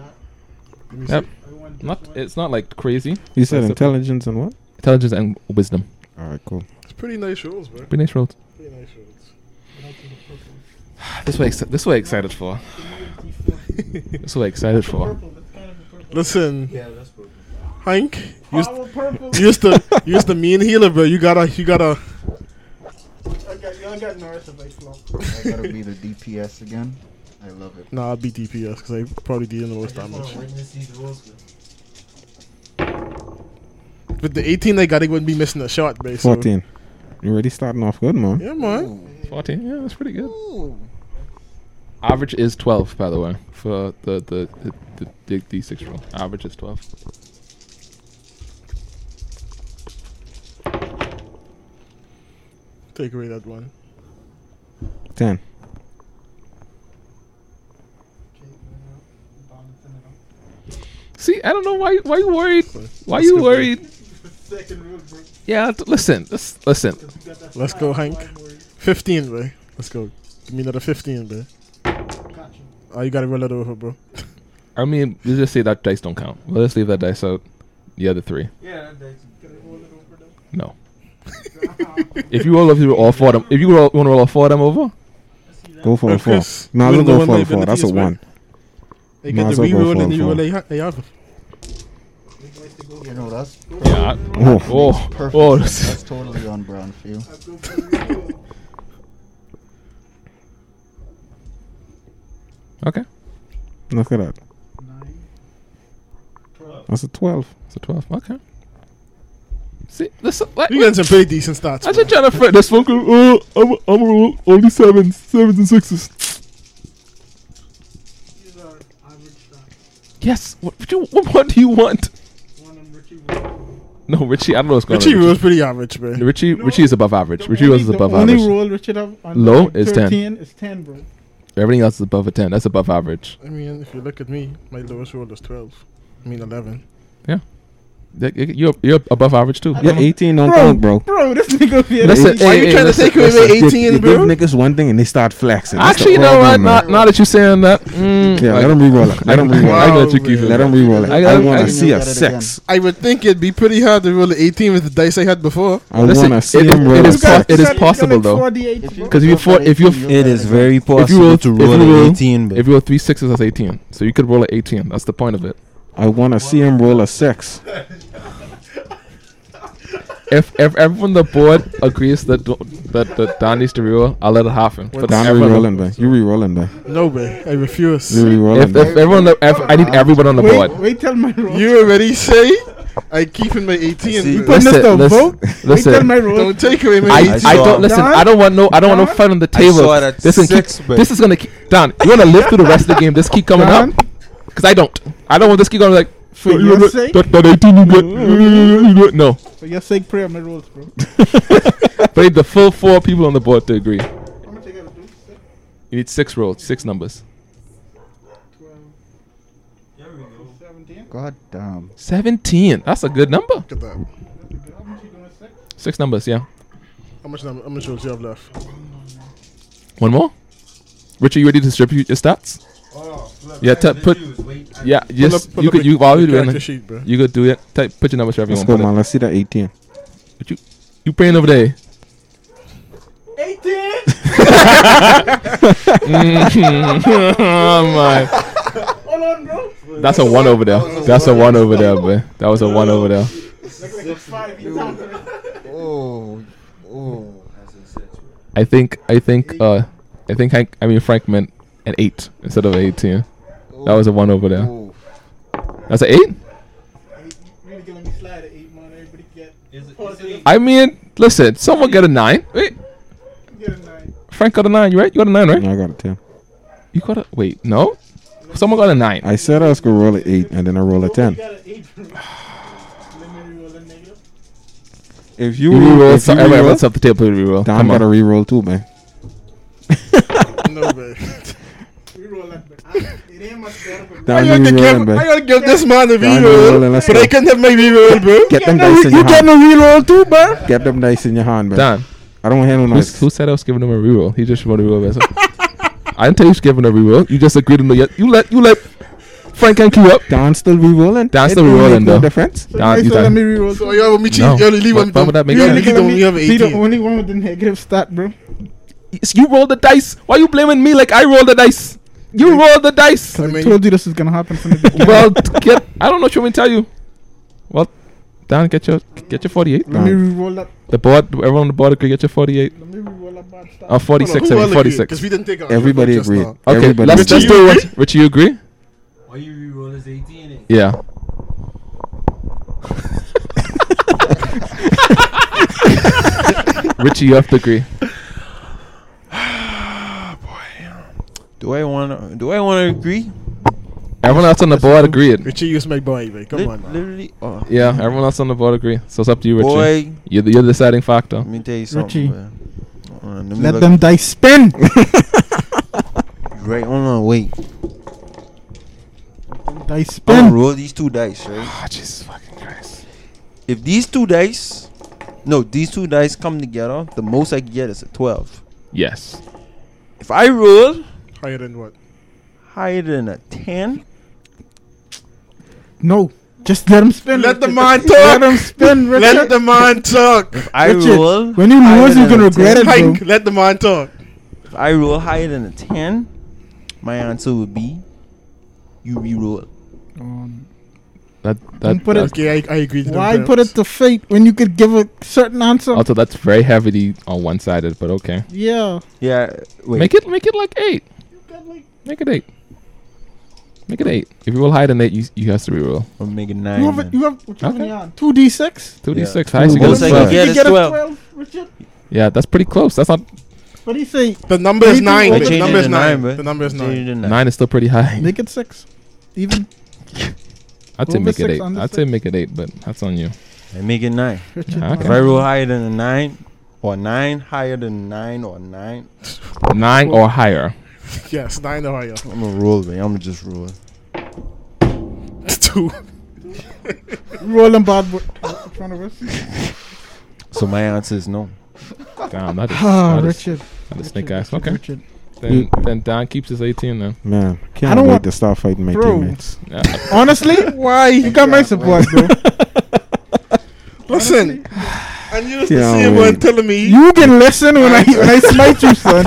Speaker 1: Not, it's not like crazy.
Speaker 5: You said
Speaker 1: That's it.
Speaker 5: intelligence and what?
Speaker 1: Intelligence and wisdom.
Speaker 5: All right, cool.
Speaker 3: It's pretty nice rolls, bro.
Speaker 1: Pretty nice rolls.
Speaker 3: Pretty nice rolls.
Speaker 1: This way, this way, excited for. This way, excited for.
Speaker 3: Listen,
Speaker 2: Yeah, that's broken.
Speaker 3: Hank, you used, you used to you used to mean healer, bro. You gotta you gotta.
Speaker 6: I gotta be the DPS again. I love it.
Speaker 3: Nah, I beat DPS because I probably did the most damage. With the 18 they got, they wouldn't be missing a shot, bro. so-
Speaker 5: 14. You already starting off good, man.
Speaker 3: Yeah, man.
Speaker 1: 14, yeah, that's pretty good. Average is 12, by the way, for the, the, the, the, the D6 roll. Average is 12.
Speaker 3: Take away that one.
Speaker 5: 10.
Speaker 1: See, I don't know why why you worried. Why
Speaker 3: Let's
Speaker 1: you
Speaker 3: go,
Speaker 1: worried? Yeah, t- listen, lis- listen.
Speaker 3: Let's go, Hank. 15, bro. Let's go. Give me another 15, bro. Oh, you gotta roll it over, bro.
Speaker 1: I mean, let's just say that dice don't count. Well, let's leave that dice out. The other three, no. if you roll, if you roll all four of them, if you roll, want to roll all four of them over,
Speaker 5: Go for
Speaker 3: Uh,
Speaker 5: a 4.
Speaker 3: Chris,
Speaker 5: No, I
Speaker 3: you
Speaker 5: don't
Speaker 3: know
Speaker 5: go
Speaker 3: what
Speaker 5: for a 4.
Speaker 3: liability
Speaker 5: That's a
Speaker 3: is, right?
Speaker 5: 1.
Speaker 3: They
Speaker 5: Might
Speaker 3: get
Speaker 5: as
Speaker 3: the
Speaker 5: well go
Speaker 3: reroll
Speaker 5: for
Speaker 3: and
Speaker 5: it,
Speaker 3: you
Speaker 5: for
Speaker 3: roll
Speaker 5: it.
Speaker 3: they ha- they have.
Speaker 6: You know, that's
Speaker 1: yeah. I-
Speaker 5: Oh,
Speaker 1: Oh,
Speaker 6: perfect.
Speaker 1: oh,
Speaker 6: That's totally on brand for you.
Speaker 1: okay.
Speaker 5: look at that. That's a 12.
Speaker 1: So twelve. Okay. See, listen. Like,
Speaker 3: You getting some pretty decent stats.
Speaker 1: I'm
Speaker 3: bro.
Speaker 1: just trying to fit this one. group. Oh, I'm, I'm gonna roll only sevens, sevens and sixes. Yes. What, what, you, what more do you want? No, Richie. I don't know what's going
Speaker 3: Richie
Speaker 1: on.
Speaker 3: rolls pretty average, bro.
Speaker 1: Richie. Richie, Richie is above average. Richie Rose is above
Speaker 4: the only
Speaker 1: average.
Speaker 4: roll Richard have on
Speaker 1: Low is 10.
Speaker 4: 13 is 10, bro.
Speaker 1: Everything else is above a ten. That's above average.
Speaker 3: I mean, if you look at me, my lowest roll is 12. I mean, 11.
Speaker 1: That- You're you're above average too.
Speaker 5: Yeah, 18 don't
Speaker 4: Bro.
Speaker 5: count, bro.
Speaker 4: Bro, this nigga here.
Speaker 1: Listen,
Speaker 3: Why
Speaker 1: hey,
Speaker 3: you
Speaker 1: hey,
Speaker 3: trying to
Speaker 1: listen,
Speaker 3: take away
Speaker 1: listen.
Speaker 3: my
Speaker 5: You-
Speaker 3: 18,
Speaker 5: you
Speaker 3: bro?
Speaker 5: give niggas one thing and they start flexing. That's the
Speaker 1: Actually, you know what?
Speaker 5: problem, man.
Speaker 1: Now, now that you're saying that, mm,
Speaker 5: Yeah,
Speaker 1: like-
Speaker 5: let them re-roll it. Let them
Speaker 1: I
Speaker 5: re-roll it.
Speaker 1: got you,
Speaker 3: Wow,
Speaker 1: Keith.
Speaker 3: man.
Speaker 5: Let them re-roll it.
Speaker 1: I
Speaker 5: I,
Speaker 1: got-
Speaker 5: want
Speaker 1: I-
Speaker 5: to see
Speaker 6: You
Speaker 5: a
Speaker 6: got it
Speaker 5: six.
Speaker 3: I would think it'd be pretty hard to roll an 18 with the dice I had before.
Speaker 5: I
Speaker 1: Listen,
Speaker 5: want to see
Speaker 1: it-
Speaker 5: him
Speaker 1: it
Speaker 5: roll a
Speaker 1: is
Speaker 5: six.
Speaker 1: it is possible, though. Because if you
Speaker 6: go for
Speaker 1: for- if you-
Speaker 6: 18, you'll
Speaker 2: It
Speaker 6: get
Speaker 2: is
Speaker 6: again.
Speaker 2: very possible
Speaker 1: you roll-
Speaker 2: to
Speaker 1: if
Speaker 2: roll
Speaker 1: you roll-
Speaker 2: an 18, but
Speaker 1: If you roll three sixes, that's 18. So you could roll an 18. That's the point of it.
Speaker 5: I want to see him roll a six.
Speaker 1: If if everyone on the board agrees that do- that, that Don needs to reroll, I'll let it happen. But
Speaker 5: Don
Speaker 1: everyone-
Speaker 5: re-rolling, bro. You re-rolling, bro.
Speaker 3: No, bro. I refuse.
Speaker 5: You re-rolling,
Speaker 1: If,
Speaker 5: bro.
Speaker 1: if everyone, on the- if I need everyone on the
Speaker 4: Wait,
Speaker 1: board.
Speaker 4: wait till my roll.
Speaker 3: You already say I keep in my 18,
Speaker 2: See?
Speaker 3: bro.
Speaker 4: Put this to vote. wait till
Speaker 1: listen.
Speaker 4: my roll.
Speaker 3: Don't take away my
Speaker 1: I,
Speaker 3: 18.
Speaker 1: I
Speaker 2: saw-
Speaker 1: don't listen. I don't want no. I don't want no
Speaker 4: Don?
Speaker 1: fun on the
Speaker 2: I
Speaker 1: table.
Speaker 2: saw it at
Speaker 1: This is
Speaker 2: six,
Speaker 1: keep,
Speaker 2: but-
Speaker 1: this is gonna keep, Don. You wanna live through the rest of the game? This keep coming
Speaker 4: Don?
Speaker 1: up because I don't. I don't want this keep going like.
Speaker 4: For
Speaker 1: "You
Speaker 4: your
Speaker 1: know,
Speaker 4: sake?
Speaker 1: that, that 18 you got, you got." No,
Speaker 4: For your sake, pray on my rolls, bro.
Speaker 1: but need the full four people on the board to agree.
Speaker 4: How much I gotta do? Six,
Speaker 1: You need six rolls, six numbers.
Speaker 4: twelve. Seventeen.
Speaker 6: God damn.
Speaker 1: 17. That's a good number.
Speaker 3: Look at that.
Speaker 4: How much you doing? Six.
Speaker 1: Six numbers, yeah.
Speaker 3: How much, number, how much rolls you have left?
Speaker 1: One more. Richard, you ready to distribute your stats? yeah, t- put. Yeah, just
Speaker 3: pull
Speaker 1: you
Speaker 3: up
Speaker 1: could
Speaker 3: a-
Speaker 1: you while
Speaker 3: a
Speaker 1: you're doing
Speaker 3: character
Speaker 1: it,
Speaker 3: sheet, bro.
Speaker 1: you could do it. Type, put your numbers for
Speaker 5: Let's
Speaker 1: everyone.
Speaker 5: go,
Speaker 1: Put it-
Speaker 5: man. Let's see that 18.
Speaker 1: But you you praying over there?
Speaker 4: Eighteen.
Speaker 1: oh my!
Speaker 4: Hold on, bro.
Speaker 1: That's a one over there. That's a one over there, boy. That was a one over there.
Speaker 4: Five. You down?
Speaker 6: Oh, oh.
Speaker 1: I think I think uh I think Hank I mean Frank meant an eight instead of eighteen. That was a one over there.
Speaker 6: Oh.
Speaker 1: That's an eight.
Speaker 4: Really gonna let me slide at eight, man. Everybody get. positive.
Speaker 1: I mean, listen, someone get a nine. Wait,
Speaker 4: Get a nine.
Speaker 1: Frank got a nine. You right? You got a nine, right?
Speaker 5: No, I got a 10.
Speaker 1: You got a wait. No, someone got a nine.
Speaker 5: I said I was going to roll an 8 and then I roll a 10.
Speaker 4: You got an eight. bro. Let me re-roll a negative.
Speaker 5: If you,
Speaker 1: You
Speaker 5: re-roll,
Speaker 1: reroll.
Speaker 5: if
Speaker 1: So
Speaker 5: you
Speaker 1: everyone
Speaker 5: re-roll,
Speaker 1: else up the table. Please reroll.
Speaker 5: Don
Speaker 1: Come
Speaker 5: got to
Speaker 1: on.
Speaker 5: re-roll too, man.
Speaker 3: no, bro.
Speaker 4: Re-roll that, but I- it ain't much better. But
Speaker 5: Don
Speaker 3: I
Speaker 5: re-rolling,
Speaker 3: gotta give,
Speaker 5: bro.
Speaker 3: I gotta give this man a
Speaker 5: Don
Speaker 3: reroll,
Speaker 5: re-rolling, let's
Speaker 3: but
Speaker 5: go.
Speaker 3: I can't have my reroll, bro.
Speaker 5: Get them
Speaker 4: no,
Speaker 5: dice in your hand.
Speaker 1: reroll too, man.
Speaker 5: Get them dice in your hand, man.
Speaker 1: Don,
Speaker 5: I don't want to hear no
Speaker 1: Who's-
Speaker 5: noise.
Speaker 1: who said I was giving him a reroll? He just wanted to reroll vessel. I didn't tell you to give him a reroll. You just agreed to the You let you let Frank and Q up.
Speaker 5: Don still be rolling.
Speaker 1: Don
Speaker 5: It
Speaker 1: still
Speaker 5: don't make
Speaker 1: re-rolling,
Speaker 5: no
Speaker 1: though.
Speaker 5: Difference.
Speaker 1: Nah,
Speaker 4: Okay,
Speaker 1: you
Speaker 4: so let
Speaker 1: done.
Speaker 4: me re-roll.
Speaker 3: So you have me cheat.
Speaker 1: No.
Speaker 3: You only leave
Speaker 1: Why-
Speaker 3: one.
Speaker 1: why would that make
Speaker 3: you
Speaker 1: sense?
Speaker 3: only
Speaker 4: giving
Speaker 3: don't-
Speaker 4: me-
Speaker 3: you have
Speaker 4: he the
Speaker 3: 18.
Speaker 4: only one with the negative stat, bro.
Speaker 1: It's- You rolled the dice. Why you blaming me like I rolled the dice? You rolled the dice.
Speaker 4: 'Cause I
Speaker 3: mean-
Speaker 4: told you this is gonna happen from the beginning.
Speaker 1: well, t- get, I don't know what you want me to tell you. Well, Don, get your get your 48.
Speaker 4: let me re-roll that.
Speaker 1: The board, everyone on the board could get your 48.
Speaker 4: Let me re-roll that bad stat.
Speaker 1: Uh, 46, I mean, 46.
Speaker 3: Because we didn't take our
Speaker 5: Everybody
Speaker 3: just
Speaker 5: agreed.
Speaker 3: now.
Speaker 1: Okay,
Speaker 5: Everybody
Speaker 1: let's
Speaker 5: agreed.
Speaker 1: just
Speaker 3: Richie, you
Speaker 1: do it. Richie, you agree?
Speaker 7: Why you re-roll is 18 in
Speaker 1: Yeah. Richie, you have to agree.
Speaker 2: Do I want to? Do I want to agree?
Speaker 1: Everyone else on the board agreed.
Speaker 3: Richie, you smack boy, man. Come
Speaker 2: Lit-
Speaker 3: on, man.
Speaker 2: literally. Oh.
Speaker 1: Yeah, everyone else on the board agreed. So it's up to you, Richie.
Speaker 2: Boy,
Speaker 1: You're, the, you're the deciding factor.
Speaker 2: let me tell you something.
Speaker 4: Richie.
Speaker 2: man. Hold on, let me
Speaker 4: Let
Speaker 2: look-
Speaker 4: them dice spin.
Speaker 2: Right, hold on, wait. I'm
Speaker 4: dice
Speaker 2: gonna
Speaker 4: spin.
Speaker 2: roll these two dice, right?
Speaker 1: Ah, Jesus fucking Christ.
Speaker 2: If these two dice, no, these two dice come together, the most I can get is a 12.
Speaker 1: Yes.
Speaker 2: If I roll
Speaker 3: Higher than what?
Speaker 2: higher than a 10,
Speaker 4: No, just let them spin.
Speaker 3: Let the
Speaker 4: Richard.
Speaker 3: man
Speaker 4: Let
Speaker 3: talk.
Speaker 4: them spin, Richard.
Speaker 3: Let the man talk.
Speaker 2: if I
Speaker 4: Richard,
Speaker 2: roll,
Speaker 4: when you
Speaker 2: higher
Speaker 4: lose, you're
Speaker 2: than
Speaker 4: gonna
Speaker 2: a
Speaker 4: regret
Speaker 2: 10,
Speaker 4: it, bro.
Speaker 3: Hank, let the man talk.
Speaker 2: If I roll higher than a 10, my answer would be you re-roll.
Speaker 4: Um,
Speaker 1: That,
Speaker 4: Don't
Speaker 1: that,
Speaker 4: put it-
Speaker 1: that,
Speaker 3: Okay, I, I agree. to them
Speaker 4: Why
Speaker 3: terms.
Speaker 4: put it to fate when you could give a certain answer?
Speaker 1: also, that's very heavily on one sided, but okay.
Speaker 4: yeah.
Speaker 2: Yeah, wait.
Speaker 1: Make it make it like eight. Make it eight. Make it eight. If you roll higher than eight, you, you have to reroll.
Speaker 2: Or make it
Speaker 4: You
Speaker 2: 9.
Speaker 4: have it.
Speaker 2: man.
Speaker 4: You have what you
Speaker 1: Okay.
Speaker 4: on? Two d six.
Speaker 1: Two D six.
Speaker 5: Yeah.
Speaker 1: Highest you get is
Speaker 2: Most I
Speaker 1: twelve.
Speaker 2: can get
Speaker 4: you
Speaker 2: is
Speaker 4: get a
Speaker 2: 12.
Speaker 4: twelve, Richard.
Speaker 1: Yeah, that's pretty close. That's not
Speaker 4: What do you say?
Speaker 3: The number is
Speaker 4: Maybe
Speaker 3: nine.
Speaker 2: We're
Speaker 4: we'll But
Speaker 3: The
Speaker 2: changing
Speaker 3: number
Speaker 2: it
Speaker 3: is
Speaker 2: to
Speaker 3: nine.
Speaker 2: bro.
Speaker 3: The number is
Speaker 2: We're
Speaker 3: nine.
Speaker 2: changing it to
Speaker 1: nine. is still pretty high.
Speaker 4: Make it six. Even
Speaker 1: I'd say
Speaker 4: over
Speaker 1: make it
Speaker 4: six,
Speaker 1: eight.
Speaker 4: under
Speaker 1: I'd say
Speaker 4: six.
Speaker 1: make it eight, but that's on you.
Speaker 2: I make it 9.
Speaker 4: Richard.
Speaker 1: Yeah, okay.
Speaker 2: If I roll higher than a 9, or 9 higher than a 9, or 9,
Speaker 1: Nine or higher.
Speaker 3: Yes, nine or higher.
Speaker 2: I'm gonna roll, man. I'm gonna just roll.
Speaker 3: Two.
Speaker 4: Rolling bad boy. in front of us.
Speaker 2: So my answer is no.
Speaker 1: Damn, that is,
Speaker 4: Ah,
Speaker 1: that is,
Speaker 4: Richard.
Speaker 1: that is snake
Speaker 4: Richard,
Speaker 1: eyes.
Speaker 4: Richard,
Speaker 1: Okay.
Speaker 4: Richard.
Speaker 1: Then then Don keeps his eighteen then.
Speaker 5: Man, can't
Speaker 4: don't
Speaker 5: wait
Speaker 4: want-
Speaker 5: to start fighting my
Speaker 4: Bro.
Speaker 5: teammates.
Speaker 1: Yeah.
Speaker 4: Honestly, why you got my support, bro?
Speaker 3: Listen, and you
Speaker 5: Yeah,
Speaker 3: see
Speaker 5: wait.
Speaker 3: one telling me.
Speaker 4: You can listen when I when I smite you, son.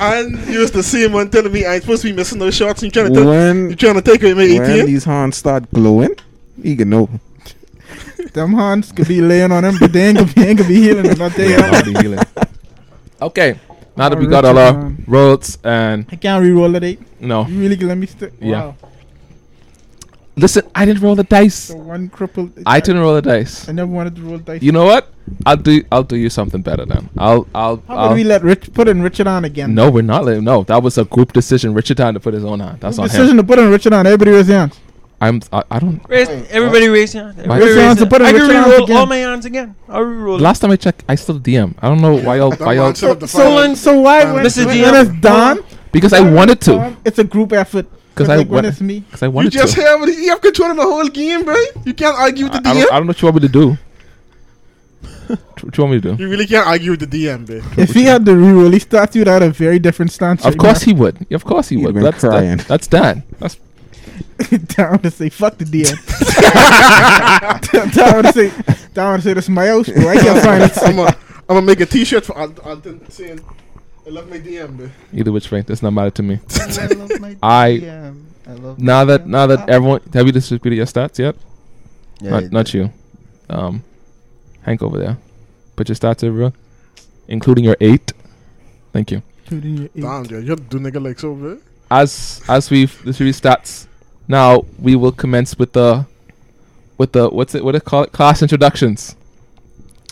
Speaker 3: And you was the same one telling me I ain't supposed to be missing those shots. You trying to tell you
Speaker 5: When,
Speaker 3: trying to take away my
Speaker 5: when
Speaker 3: ATM?
Speaker 5: these horns start glowing, you can know.
Speaker 4: Them hands could be laying on him, but they ain't gonna be, ain't gonna be healing. them, I'll tell you
Speaker 1: Yeah,
Speaker 4: that.
Speaker 1: I'll be healing. Okay. Now that
Speaker 4: Oh,
Speaker 1: we got all
Speaker 4: Richard,
Speaker 1: our
Speaker 4: man.
Speaker 1: roads and
Speaker 4: I can't re-roll it. Eight.
Speaker 1: no.
Speaker 4: You really gonna let me stick?
Speaker 1: Yeah.
Speaker 4: Wow.
Speaker 1: Listen, I didn't roll the dice.
Speaker 4: So one crippled.
Speaker 1: I didn't roll the dice.
Speaker 4: I never wanted to roll dice.
Speaker 1: You know what? I'll do I'll do you something better then. I'll I'll
Speaker 4: How
Speaker 1: I'll
Speaker 4: about we let Rich put in Richard on again?
Speaker 1: uh, No, we're not letting no. That was a group decision. Richard had to put his own on. That's on
Speaker 4: decision
Speaker 1: him.
Speaker 4: to put in Richard on. Everybody was hands.
Speaker 1: I'm I, I don't
Speaker 2: Raise, everybody raise your hand. Everybody
Speaker 1: Raise
Speaker 4: your
Speaker 2: raise
Speaker 4: hands
Speaker 2: your
Speaker 4: and put
Speaker 2: hand.
Speaker 4: it
Speaker 2: I
Speaker 4: with
Speaker 2: can
Speaker 4: your hands
Speaker 2: re-roll
Speaker 4: again.
Speaker 2: all my hands again. I'll re-roll.
Speaker 1: Last time I checked, I still DM. I don't know why y'all
Speaker 3: That
Speaker 1: why y'all
Speaker 3: man set up the
Speaker 4: So
Speaker 3: fire.
Speaker 4: when, so why when,
Speaker 2: Mr.
Speaker 4: when
Speaker 2: GM.
Speaker 4: it's done?
Speaker 1: because I wanted to.
Speaker 4: It's a group effort.
Speaker 1: Because I
Speaker 4: like when
Speaker 1: wa-
Speaker 4: it's me.
Speaker 1: because I
Speaker 3: You
Speaker 1: wanted to.
Speaker 3: just have you have control of the whole game, bro. You can't argue with
Speaker 1: I,
Speaker 3: the
Speaker 1: I don't, I
Speaker 3: DM.
Speaker 1: don't know what you want me to do. what you want me to do?
Speaker 3: You really can't argue with the DM, bro.
Speaker 4: If he had the re-roll, he starts you at a very different stance.
Speaker 1: Of course he would. Of course he
Speaker 5: You'd
Speaker 1: would.
Speaker 5: been
Speaker 1: That's
Speaker 5: crying.
Speaker 1: that, that's Dan. That's
Speaker 4: down to say fuck the DM. down to say down to say this is my house, bro. I can't find it.
Speaker 3: I'm gonna I'm make a T-shirt for Ant- Anton saying, "I love my DM, bro."
Speaker 1: either which way. That's not matter to me.
Speaker 6: I love my
Speaker 1: I-
Speaker 6: DM. I love my
Speaker 1: Now that
Speaker 6: DM.
Speaker 1: now that
Speaker 6: I,
Speaker 1: everyone have you distributed your stats yet?
Speaker 2: Yeah,
Speaker 1: not not you, um, Hank over there. Put your stats everyone, including your eight. Thank you.
Speaker 4: Including your eight.
Speaker 3: Damn, yeah, you do nigga like so, bro.
Speaker 1: as as we've distributed stats, now we will commence with the with the what's it what do they call it class introductions.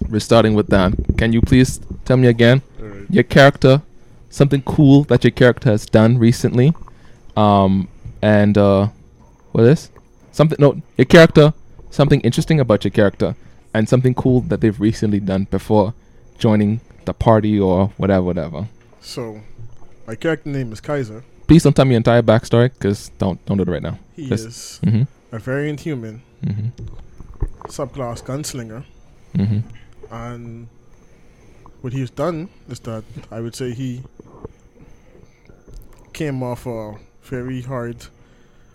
Speaker 1: We're starting with Dan. Can you please tell me again
Speaker 3: Alright.
Speaker 1: your character, something cool that your character has done recently, um, and uh, what is something? No, your character, something interesting about your character, and something cool that they've recently done before joining the party or whatever, whatever.
Speaker 3: So, my character name is Kaiser.
Speaker 1: Please don't tell me your entire backstory, cause don't don't do it right now.
Speaker 3: He
Speaker 1: Yes.
Speaker 3: is
Speaker 1: Mm-hmm.
Speaker 3: a variant human,
Speaker 1: Mm-hmm.
Speaker 3: subclass gunslinger,
Speaker 1: Mm-hmm.
Speaker 3: and what he's done is that I would say he came off a very hard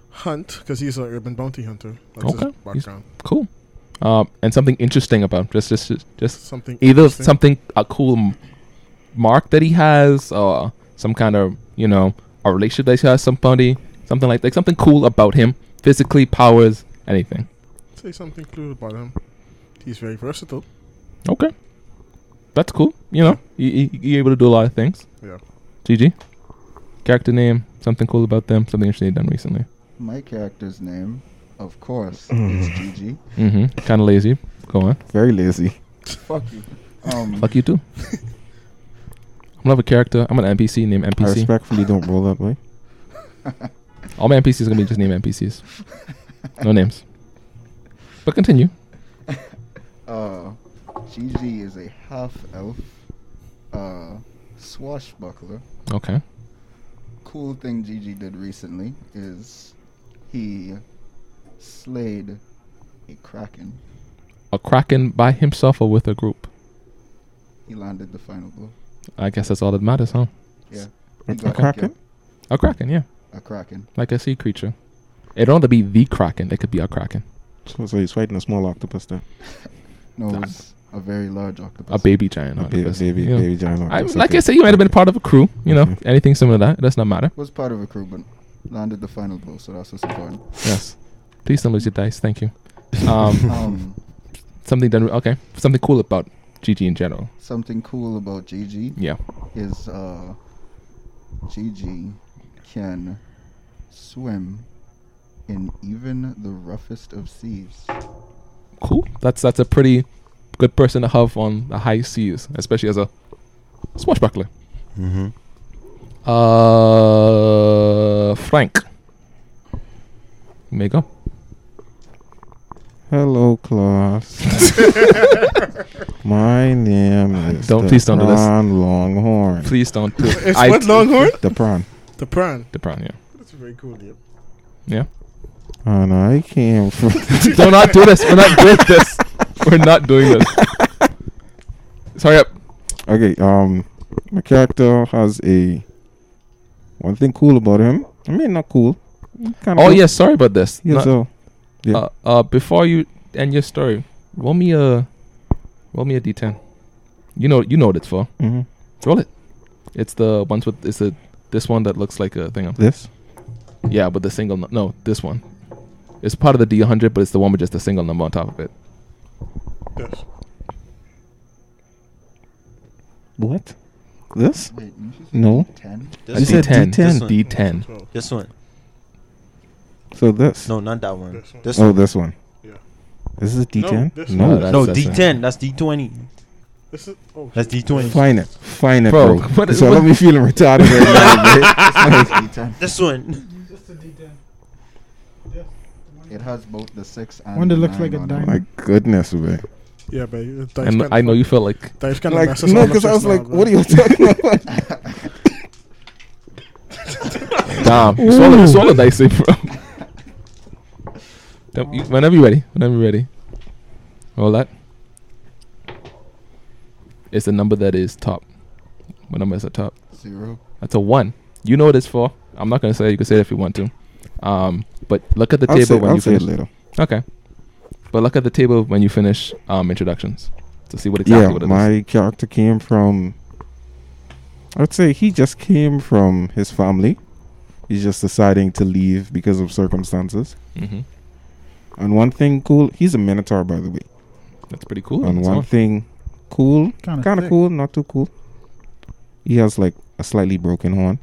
Speaker 3: hunt because he's an urban bounty hunter. That's his
Speaker 1: Okay. He's-
Speaker 3: background.
Speaker 1: Cool. Um, and something interesting about him. Just, just, just, just
Speaker 3: Something
Speaker 1: either
Speaker 3: interesting.
Speaker 1: something a cool m- mark that he has, or some kind of you know a relationship that he has with somebody, something like that. Something cool about him, physically, powers, anything.
Speaker 3: say something cool about him. He's very versatile.
Speaker 1: Okay, that's cool. You know, you you you're able to do a lot of things.
Speaker 3: Yeah.
Speaker 1: GG. Character name, something cool about them, something interesting you've done recently.
Speaker 6: My character's name, of course,
Speaker 1: Mm.
Speaker 6: is Gigi.
Speaker 1: Mm-hmm. Kind of lazy. Go on.
Speaker 5: Very lazy.
Speaker 6: Fuck you. Um,
Speaker 1: Fuck you too. I'm gonna have a character. I'm an NPC named
Speaker 5: I
Speaker 1: NPC.
Speaker 5: respectfully don't roll that way.
Speaker 1: All my NPCs are gonna be just named NPCs. No names. But continue.
Speaker 6: uh, Gigi is a half elf, uh, swashbuckler.
Speaker 1: Okay.
Speaker 6: Cool thing Gigi did recently is he slayed a kraken.
Speaker 1: A kraken by himself or with a group.
Speaker 6: He landed the final blow.
Speaker 1: I guess that's all that matters, huh?
Speaker 6: He
Speaker 5: A
Speaker 6: got
Speaker 5: kraken?
Speaker 6: killed.
Speaker 1: A kraken, yeah.
Speaker 6: A kraken.
Speaker 1: Like a sea creature. It don't have to be the kraken. It could be a kraken,
Speaker 5: So, so he's fighting a small octopus then.
Speaker 6: No,
Speaker 1: Nah.
Speaker 6: it was a very large octopus.
Speaker 1: a baby giant.
Speaker 5: A ba-
Speaker 1: octopus,
Speaker 5: baby,
Speaker 1: you know.
Speaker 5: baby giant
Speaker 1: I,
Speaker 5: octopus.
Speaker 1: like
Speaker 5: okay. Mm-hmm.
Speaker 1: I said, you might have been part of a crew. You know,
Speaker 5: Okay.
Speaker 1: anything similar to that. It does not matter.
Speaker 6: Was part of a crew, but landed the final blow, so that's what's important.
Speaker 1: Yes. Please don't lose your dice. Thank you. Um,
Speaker 6: um,
Speaker 1: something done. Okay. Something cool about GG in general.
Speaker 6: something cool about Gigi
Speaker 1: Yeah.
Speaker 6: is uh, Gigi can swim in even the roughest of seas.
Speaker 1: cool. That's that's a pretty good person to have on the high seas, especially as a swashbuckler.
Speaker 2: Mm-hmm.
Speaker 1: Uh, Frank, you may go.
Speaker 5: Hello, class. My name is
Speaker 1: Don't-
Speaker 5: the
Speaker 1: please don't do this.
Speaker 5: prawn Longhorn.
Speaker 1: Please don't. Do
Speaker 3: It's
Speaker 1: I-
Speaker 3: what Longhorn?
Speaker 5: The prawn.
Speaker 3: The prawn.
Speaker 1: The brown, yeah.
Speaker 3: That's very cool. Yeah.
Speaker 5: And I came from.
Speaker 1: do not do this. We're not doing this. We're not doing this. Sorry, uh, up.
Speaker 5: Okay, um, my character has a one thing cool about him. I mean, not cool. Kinda
Speaker 1: Oh
Speaker 5: cool.
Speaker 1: yeah, sorry about this.
Speaker 5: Yeah,
Speaker 1: Not-
Speaker 5: so yeah.
Speaker 1: uh, uh, before you end your story, roll me a, roll me a d10. You know, you know what it's for.
Speaker 5: mhm.
Speaker 1: Roll it. It's the ones with it's the this one that looks like a thing. on-
Speaker 5: this
Speaker 1: Yeah, but the single nu- no, this one. It's part of the D100, but it's the one with just a single number on top of it.
Speaker 3: Yes.
Speaker 5: what? This
Speaker 6: Wait, didn't you say
Speaker 5: no.
Speaker 6: 10?
Speaker 5: You
Speaker 2: This
Speaker 5: said
Speaker 2: one.
Speaker 1: D10.
Speaker 2: This one.
Speaker 1: D10.
Speaker 3: Twelve.
Speaker 2: This one.
Speaker 5: So this.
Speaker 2: No, not that one.
Speaker 3: This one.
Speaker 2: This
Speaker 5: Oh,
Speaker 2: one.
Speaker 5: this one.
Speaker 3: Yeah.
Speaker 5: Is this D10?
Speaker 3: this
Speaker 5: No.
Speaker 1: one.
Speaker 2: No,
Speaker 1: Oh, That's- that's
Speaker 2: D10. That's D20.
Speaker 3: This is oh.
Speaker 2: That's D20.
Speaker 5: Find it. Find it,
Speaker 1: Bro,
Speaker 5: bro.
Speaker 1: what-
Speaker 5: so
Speaker 1: what-
Speaker 5: let me feeling retarded right now,
Speaker 6: D10.
Speaker 2: This one.
Speaker 4: Just a D10.
Speaker 6: It has both the 6 and
Speaker 4: One that
Speaker 6: the
Speaker 4: looks like a
Speaker 6: nine on it.
Speaker 5: babe.
Speaker 4: diamond.
Speaker 5: My goodness, man.
Speaker 3: Yeah, but uh, dice
Speaker 1: And
Speaker 3: kinda
Speaker 1: I know
Speaker 3: fuck-
Speaker 1: you feel like
Speaker 3: Dice kind of
Speaker 5: Like no, because I was like, what are you talking about?
Speaker 1: damn. You swallow, you swallow dice, eh, bro. Don't- you- whenever you're ready. Whenever you're ready. Roll that. It's the number that is top. What number is at top?
Speaker 6: Zero.
Speaker 1: That's a one. You know what it's for. I'm not gonna say. it. You can say it if you want to. Um, but look at the
Speaker 5: I'll
Speaker 1: table
Speaker 5: say,
Speaker 1: when
Speaker 5: I'll
Speaker 1: you
Speaker 5: say it
Speaker 1: finish.
Speaker 5: later.
Speaker 1: Okay. But look at the table when you finish um, introductions to see what exactly
Speaker 5: Yeah,
Speaker 1: what it is.
Speaker 5: my character came from. I'd say he just came from his family. He's just deciding to leave because of circumstances.
Speaker 1: Mm-hmm.
Speaker 5: And one thing cool, he's a minotaur, by the way.
Speaker 1: That's pretty cool.
Speaker 5: And
Speaker 1: That's
Speaker 5: one
Speaker 1: all.
Speaker 5: thing cool,
Speaker 4: Kind
Speaker 5: kind of cool, not too cool. He has like a slightly broken horn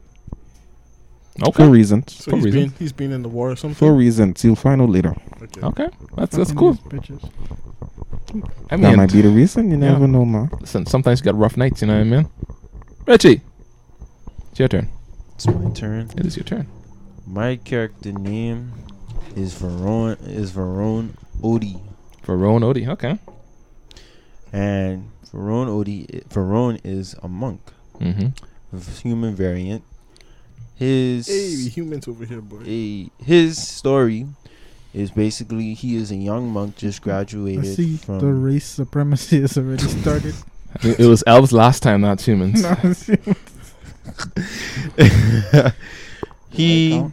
Speaker 5: for
Speaker 1: Okay.
Speaker 5: reasons.
Speaker 1: For
Speaker 3: So he's
Speaker 1: reason.
Speaker 3: been he's been in the war or something.
Speaker 5: For reasons, you'll find out later.
Speaker 3: okay.
Speaker 1: Okay. That's that's cool.
Speaker 4: Bitches.
Speaker 1: I
Speaker 5: that
Speaker 1: mean,
Speaker 5: might be the reason. You
Speaker 1: yeah.
Speaker 5: never know, man.
Speaker 1: listen, sometimes you got rough nights, you know what I mean? Richie, it's your turn.
Speaker 2: It's my turn.
Speaker 1: It is your turn.
Speaker 2: My character name is Veron is Veron Odie.
Speaker 1: Verone Odie. Okay.
Speaker 2: And Veron Odie Veron is a monk
Speaker 1: Mm-hmm.
Speaker 2: of human variant.
Speaker 3: Hey,
Speaker 2: His
Speaker 3: humans over here, boy.
Speaker 2: a, his story is basically he is a young monk just
Speaker 4: I
Speaker 2: graduated
Speaker 4: see the
Speaker 2: from
Speaker 4: race supremacy has already started.
Speaker 1: I think it was elves last time, not humans.
Speaker 2: He
Speaker 6: count?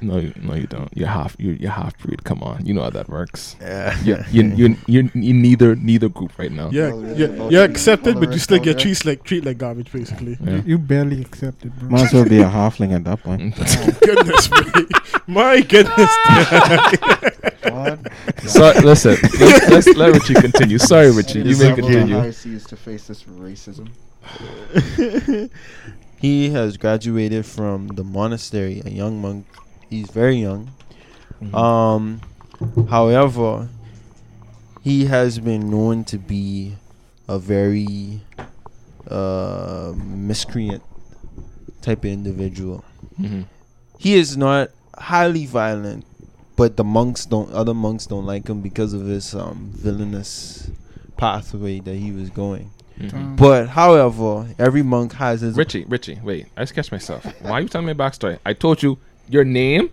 Speaker 1: No, you, no, you don't. You're half. You're, you're half breed. Come on, you know how that works.
Speaker 2: Yeah.
Speaker 1: You're you you you you neither neither group right now.
Speaker 3: Yeah,
Speaker 5: Oh,
Speaker 6: All the rest
Speaker 3: yeah,
Speaker 6: out
Speaker 3: you're
Speaker 6: there.
Speaker 3: accepted,
Speaker 6: All the
Speaker 3: but you
Speaker 6: rest
Speaker 3: still
Speaker 6: out
Speaker 3: get
Speaker 6: there.
Speaker 3: treated like treated like garbage, basically.
Speaker 1: Yeah.
Speaker 4: You barely accepted, bro.
Speaker 5: Might as well be a halfling at that point.
Speaker 1: Mm.
Speaker 3: goodness, me. my goodness.
Speaker 6: God,
Speaker 1: so listen, let's, let's let Richie continue. Sorry, Richie,
Speaker 6: and
Speaker 1: you
Speaker 6: it
Speaker 1: may
Speaker 6: is level the
Speaker 1: continue.
Speaker 6: high seas to face this racism.
Speaker 2: he has graduated from the monastery, a young monk. He's very young. Um, however, he has been known to be a very uh, miscreant type of individual.
Speaker 1: Mhm.
Speaker 2: He is not highly violent, but the monks don't. Other monks don't like him because of his um, villainous pathway that he was going.
Speaker 1: Mhm.
Speaker 2: But however, every monk has his
Speaker 1: Richie, Richie, wait. I just catch myself. Why are you telling me a backstory? I told you your name,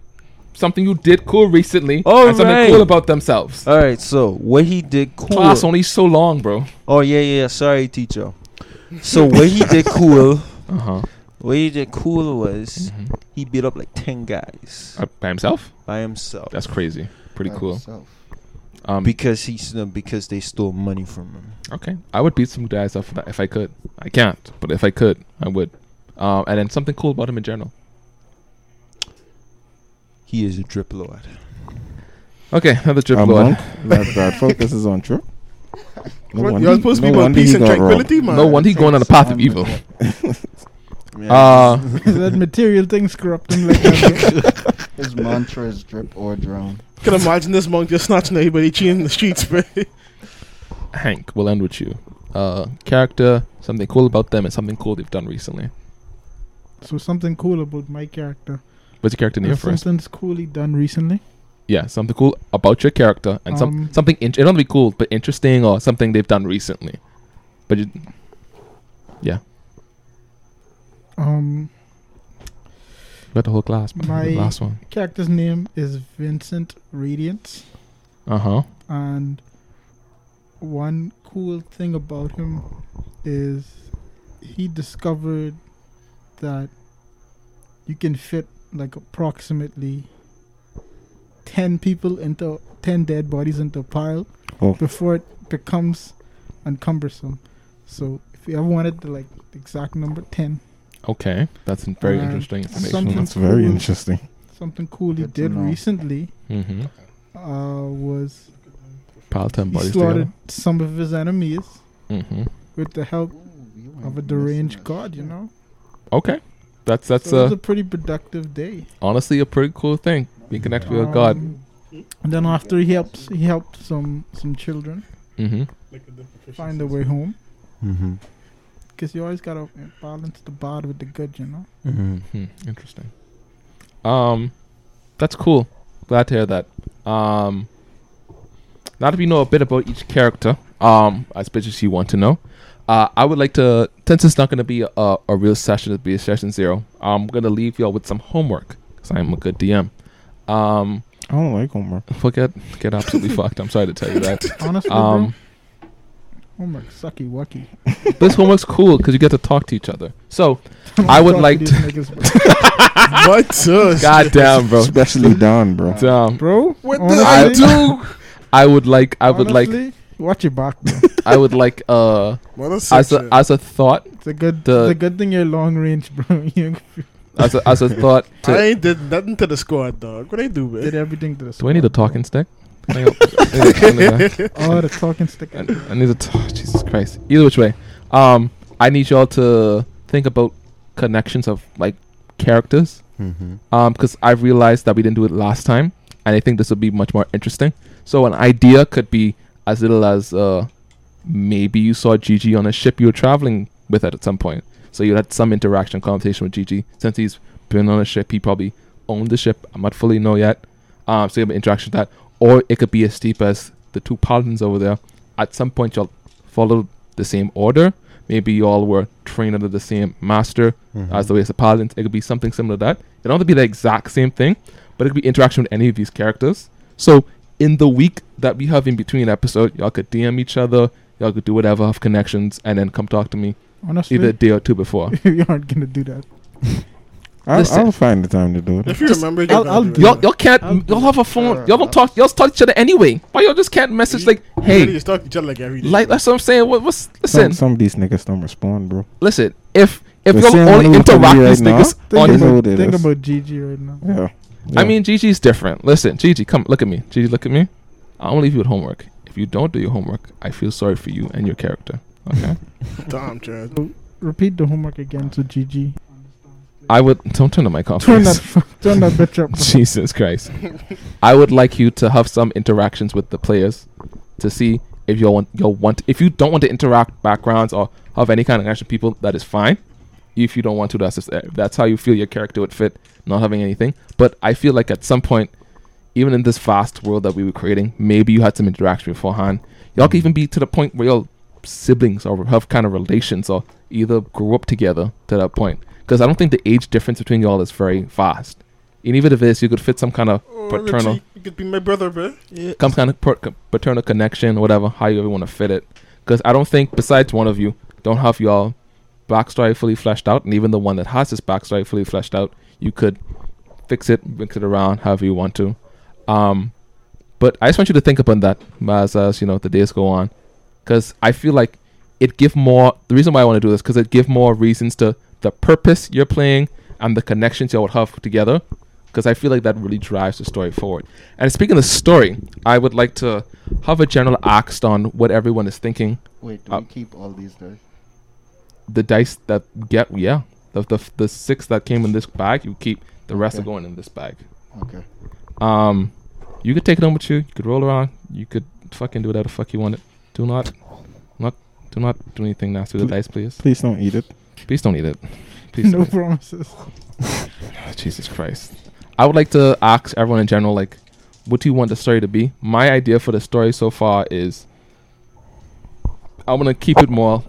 Speaker 1: something you did cool recently,
Speaker 2: Oh,
Speaker 1: and something
Speaker 2: right.
Speaker 1: cool about themselves.
Speaker 2: All right, so what he did cool.
Speaker 1: Class only so long, bro.
Speaker 2: oh yeah, yeah. yeah, Sorry, teacher. So what he did cool,
Speaker 1: Uh
Speaker 2: Uh-huh.
Speaker 1: huh.
Speaker 2: what he did cool was he beat up like ten guys
Speaker 1: Mm-hmm. Uh, by himself?
Speaker 2: by himself
Speaker 1: That's crazy. Pretty
Speaker 6: by
Speaker 1: cool.
Speaker 6: himself.
Speaker 1: Um,
Speaker 2: because he s- because they stole money from him.
Speaker 1: okay, I would beat some guys up for that if I could. I can't, but if I could, I would. Um, and then something cool about him in general.
Speaker 2: He is a drip lord.
Speaker 1: Okay, another drip
Speaker 2: Um,
Speaker 5: A
Speaker 1: lord.
Speaker 5: monk that, that focuses on trip. No
Speaker 3: What,
Speaker 5: wonder-
Speaker 3: you're supposed to
Speaker 5: no
Speaker 3: be about
Speaker 5: wonder
Speaker 3: peace
Speaker 5: he
Speaker 3: and
Speaker 5: got robbed.
Speaker 3: tranquility, man.
Speaker 1: No wonder he going on the path of evil.
Speaker 2: Yeah.
Speaker 1: Uh,
Speaker 4: that material thing's corrupting like that.
Speaker 6: His mantra is drip or drown.
Speaker 3: Can imagine this monk just snatching everybody cheating in the streets, bro.
Speaker 1: Uh, Hank, we'll end with you. Uh, character, something cool about them, and something cool they've done recently.
Speaker 4: bro. So something cool about my character.
Speaker 1: What's your character name first?
Speaker 4: Something's coolly done recently.
Speaker 1: yeah, something cool about your character and some
Speaker 4: Um,
Speaker 1: something in- it don't be cool, but interesting or something they've done recently. But you, yeah,
Speaker 4: Um,
Speaker 1: got the whole class. But
Speaker 4: My-
Speaker 1: the last one.
Speaker 4: character's name is Vincent Radiance,
Speaker 1: Uh huh.
Speaker 4: and one cool thing about him is he discovered that you can fit like approximately 10 people into 10 dead bodies into a pile
Speaker 5: Oh.
Speaker 4: before it becomes uncumbersome so if you ever wanted the like the exact number 10
Speaker 1: Okay, that's in- very
Speaker 4: Uh,
Speaker 1: interesting
Speaker 4: some-
Speaker 1: information.
Speaker 5: That's very
Speaker 4: Cool.
Speaker 5: interesting.
Speaker 4: something cool he
Speaker 6: Good to
Speaker 4: did
Speaker 6: know.
Speaker 4: recently
Speaker 1: Mm-hmm.
Speaker 4: uh, was
Speaker 1: Pile ten
Speaker 4: he
Speaker 1: bodies
Speaker 4: slaughtered some of his enemies
Speaker 1: Mm-hmm.
Speaker 4: with the help
Speaker 6: Ooh, you
Speaker 4: of
Speaker 6: ain't
Speaker 4: a
Speaker 6: missing
Speaker 4: deranged
Speaker 6: that
Speaker 4: god, you
Speaker 6: shit.
Speaker 4: know.
Speaker 1: Okay, that's that's
Speaker 4: so it was
Speaker 1: uh,
Speaker 4: a pretty productive day.
Speaker 1: honestly a pretty cool thing. You connect with a god.
Speaker 4: Um, And then after he helps, he helped some some children
Speaker 1: Mm-hmm.
Speaker 4: find their way home.
Speaker 2: mm-hmm.
Speaker 4: Cause you always gotta uh, balance the bad with the good, you know.
Speaker 2: Mm-hmm.
Speaker 1: Hmm, interesting. Um, that's cool. Glad to hear that. Um, now that we know a bit about each character, um, as much as you want to know, uh, I would like to, since it's not going to be a, a real session, it'll be a session zero. I'm going to leave y'all with some homework because I'm a good DM. Um,
Speaker 5: I don't like Homer.
Speaker 1: forget, get absolutely fucked. I'm sorry to tell you that.
Speaker 4: Honestly,
Speaker 1: Um,
Speaker 4: bro, homework sucky wucky.
Speaker 1: this homework's cool because you get to talk to each other. So, I would like to-
Speaker 4: to,
Speaker 3: What? Uh,
Speaker 1: goddamn, bro,
Speaker 5: Especially Don, bro.
Speaker 1: damn.
Speaker 4: bro.
Speaker 3: What did
Speaker 1: I
Speaker 4: honestly-
Speaker 1: do. I would like. I would like.
Speaker 4: honestly, watch your back. Bro.
Speaker 1: I would like. Uh.
Speaker 3: What a
Speaker 1: as a
Speaker 3: section.
Speaker 1: as a thought,
Speaker 4: It's a good,
Speaker 1: The-
Speaker 4: it's a good thing you're long range, bro. you
Speaker 1: as a as a thought.
Speaker 3: I
Speaker 1: To,
Speaker 3: ain't did nothing to the squad, dog. What they do,
Speaker 4: did
Speaker 3: man?
Speaker 4: everything to the.
Speaker 1: do I need a
Speaker 4: squad, bro.
Speaker 1: talking stick? I need a-
Speaker 4: Oh, the talking stick.
Speaker 1: I need a t- Jesus Christ. Either which way, um, I need y'all to think about connections of like characters,
Speaker 2: Mm-hmm.
Speaker 1: um, because I've realized that we didn't do it last time, and I think this will be much more interesting. So an idea could be as little as uh, maybe you saw Gigi on a ship you were traveling with at some point, so you had some interaction, conversation with Gigi. Since he's been on a ship, he probably owned the ship. I'm not fully know yet. Um, so you have an interaction with that, or it could be as steep as the two paladins over there. At some point, y'all follow the same order. Maybe y'all were trained under the same master Mm-hmm. as the way as the paladins. It could be something similar to that. It don't have to be the exact same thing, but it could be interaction with any of these characters. So in the week that we have in between episode, y'all could DM each other, Y'all could do whatever, have connections, and then come talk to me
Speaker 4: Honestly,
Speaker 1: either a day or two before.
Speaker 4: you aren't gonna do that.
Speaker 5: I'll,
Speaker 1: Listen.
Speaker 5: I'll find the time to do it.
Speaker 3: If you remember, you're
Speaker 4: I'll-
Speaker 3: gonna
Speaker 4: I'll
Speaker 3: do it.
Speaker 4: do
Speaker 1: y'all, y'all can't.
Speaker 4: I'll-
Speaker 1: y'all have a phone.
Speaker 2: Sure,
Speaker 1: y'all don't
Speaker 2: I'll-
Speaker 1: talk. Y'all talk to each other anyway. Why y'all just can't message like,
Speaker 3: You
Speaker 1: hey,
Speaker 3: just talk to each other like every day.
Speaker 1: like that's what I'm saying. What, what's
Speaker 5: Some,
Speaker 1: listen,
Speaker 5: some of these niggas don't respond, bro.
Speaker 1: listen. If if
Speaker 5: The
Speaker 1: y'all
Speaker 5: same
Speaker 1: only
Speaker 5: one who told
Speaker 1: interact
Speaker 5: me
Speaker 1: with these
Speaker 5: right now,
Speaker 1: niggas
Speaker 5: think
Speaker 1: on
Speaker 5: it's know
Speaker 4: about,
Speaker 5: what it
Speaker 4: think
Speaker 5: is.
Speaker 4: about Gigi right now.
Speaker 5: Yeah.
Speaker 1: I
Speaker 5: Yeah.
Speaker 1: mean, Gigi's different. Listen, Gigi, come look at me. Gigi, look at me. I'm gonna leave you with homework. If you don't do your homework, I feel sorry for you and your character. Okay.
Speaker 3: Damn, Chad.
Speaker 4: Repeat the homework again to Gigi.
Speaker 1: I would don't turn on my conference.
Speaker 4: Turn that, turn that bitch up. bro.
Speaker 1: Jesus Christ. I would like you to have some interactions with the players to see if you want you want if you don't want to interact backgrounds or have any kind of interaction with people, that is fine. If you don't want to, that's just, if that's how you feel your character would fit, not having anything. But I feel like at some point, even in this vast world that we were creating, maybe you had some interaction beforehand. Y'all could even be to the point where y'all siblings or have kind of relations or either grew up together to that point. Because I don't think the age difference between y'all is very vast. And even if it is, you could fit some kind of
Speaker 3: Oh,
Speaker 1: paternal,
Speaker 3: Richie, you could be my brother, bro.
Speaker 2: Yeah.
Speaker 1: some kind of per- co- paternal connection, whatever, how you ever want to fit it. Because I don't think, besides one of you, don't have y'all backstory fully fleshed out, and even the one that has his backstory fully fleshed out, you could fix it, mix it around however you want to. Um, but I just want you to think upon that as, as you know the days go on, because I feel like it give more. The reason why I want to do this because it give more reasons to the purpose you're playing and the connections y'all would have together, because I feel like that really drives the story forward. And speaking of story, I would like to have a general axe on what everyone is thinking
Speaker 6: Wait, do
Speaker 1: Uh,
Speaker 6: we keep all these guys?
Speaker 1: the dice that get yeah the the, the six that came in this bag you keep the rest are
Speaker 6: Okay.
Speaker 1: going in this bag
Speaker 6: Okay.
Speaker 1: um you could take it home with you you could roll around you could fucking do whatever the fuck you want it do not not do not do anything nasty with the dice please
Speaker 5: Please don't eat it.
Speaker 1: please don't eat it please
Speaker 4: No
Speaker 1: don't
Speaker 4: promises.
Speaker 1: eat it. jesus christ i would like to ask everyone in general like what do you want the story to be my idea for the story so far is i want to keep it more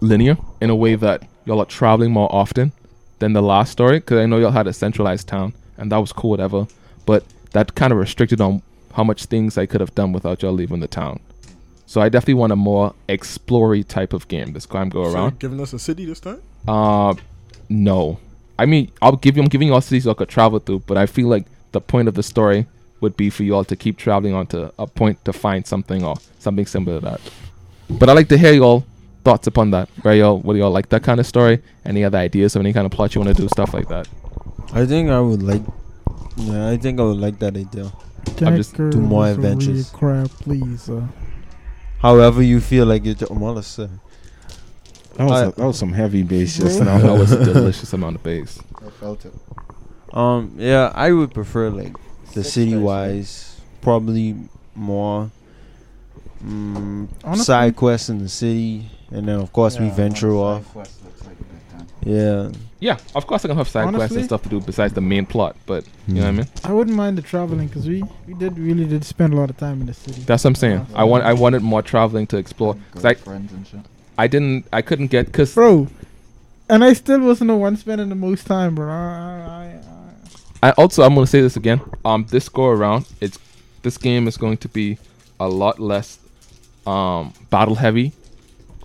Speaker 1: linear in a way that y'all are traveling more often than the last story because I know y'all had a centralized town and that was cool, whatever. But that kind of restricted on how much things I could have done without y'all leaving the town. So I definitely want a more explory type of game this time go
Speaker 3: So
Speaker 1: around.
Speaker 3: you're giving us a city this time?
Speaker 1: Uh, no. I mean, I'll give you. I'm giving you all cities y'all could travel through, but I feel like the point of the story would be for y'all to keep traveling on to a point to find something or something similar to that. But I like to hear y'all thoughts upon that. Where y'all, what do y'all like that kind of story? Any other ideas of any kind of plot you want to do? Stuff like that.
Speaker 2: I think I would like. Yeah, I think I would like that idea.
Speaker 1: I'm just-
Speaker 4: Decker
Speaker 2: Do more
Speaker 4: is a real
Speaker 2: adventures.
Speaker 4: Crap, please. uh.
Speaker 2: However you feel like you're doing well, sir.
Speaker 5: That was,
Speaker 3: Uh,
Speaker 2: I-
Speaker 5: a- that was some heavy bass just
Speaker 1: Just now,
Speaker 5: now.
Speaker 1: that was a delicious amount of bass.
Speaker 6: I felt it.
Speaker 2: Um, yeah, I would prefer like the
Speaker 6: Six
Speaker 2: city
Speaker 6: guys,
Speaker 2: wise, probably more mm,
Speaker 4: Honestly-
Speaker 2: side quests in the city, and then of course we
Speaker 6: Yeah,
Speaker 2: venture
Speaker 6: one
Speaker 2: off.
Speaker 6: side quest looks like a good time.
Speaker 2: Yeah,
Speaker 1: Yeah, of course I can have side quests
Speaker 4: Honestly?
Speaker 1: and stuff to do besides the main plot, but you know what I mean.
Speaker 4: I wouldn't mind the traveling because we, we did really did spend a lot of time in the city.
Speaker 1: That's what I'm saying. I want I wanted more traveling to explore.
Speaker 6: Good
Speaker 1: 'Cause I
Speaker 6: friends and shit.
Speaker 1: I didn't I couldn't get cause
Speaker 4: bro. And I still wasn't the one spending the most time, bro. I, I, I,
Speaker 1: I also I'm gonna say this again. Um, this go around, it's this game is going to be a lot less um battle heavy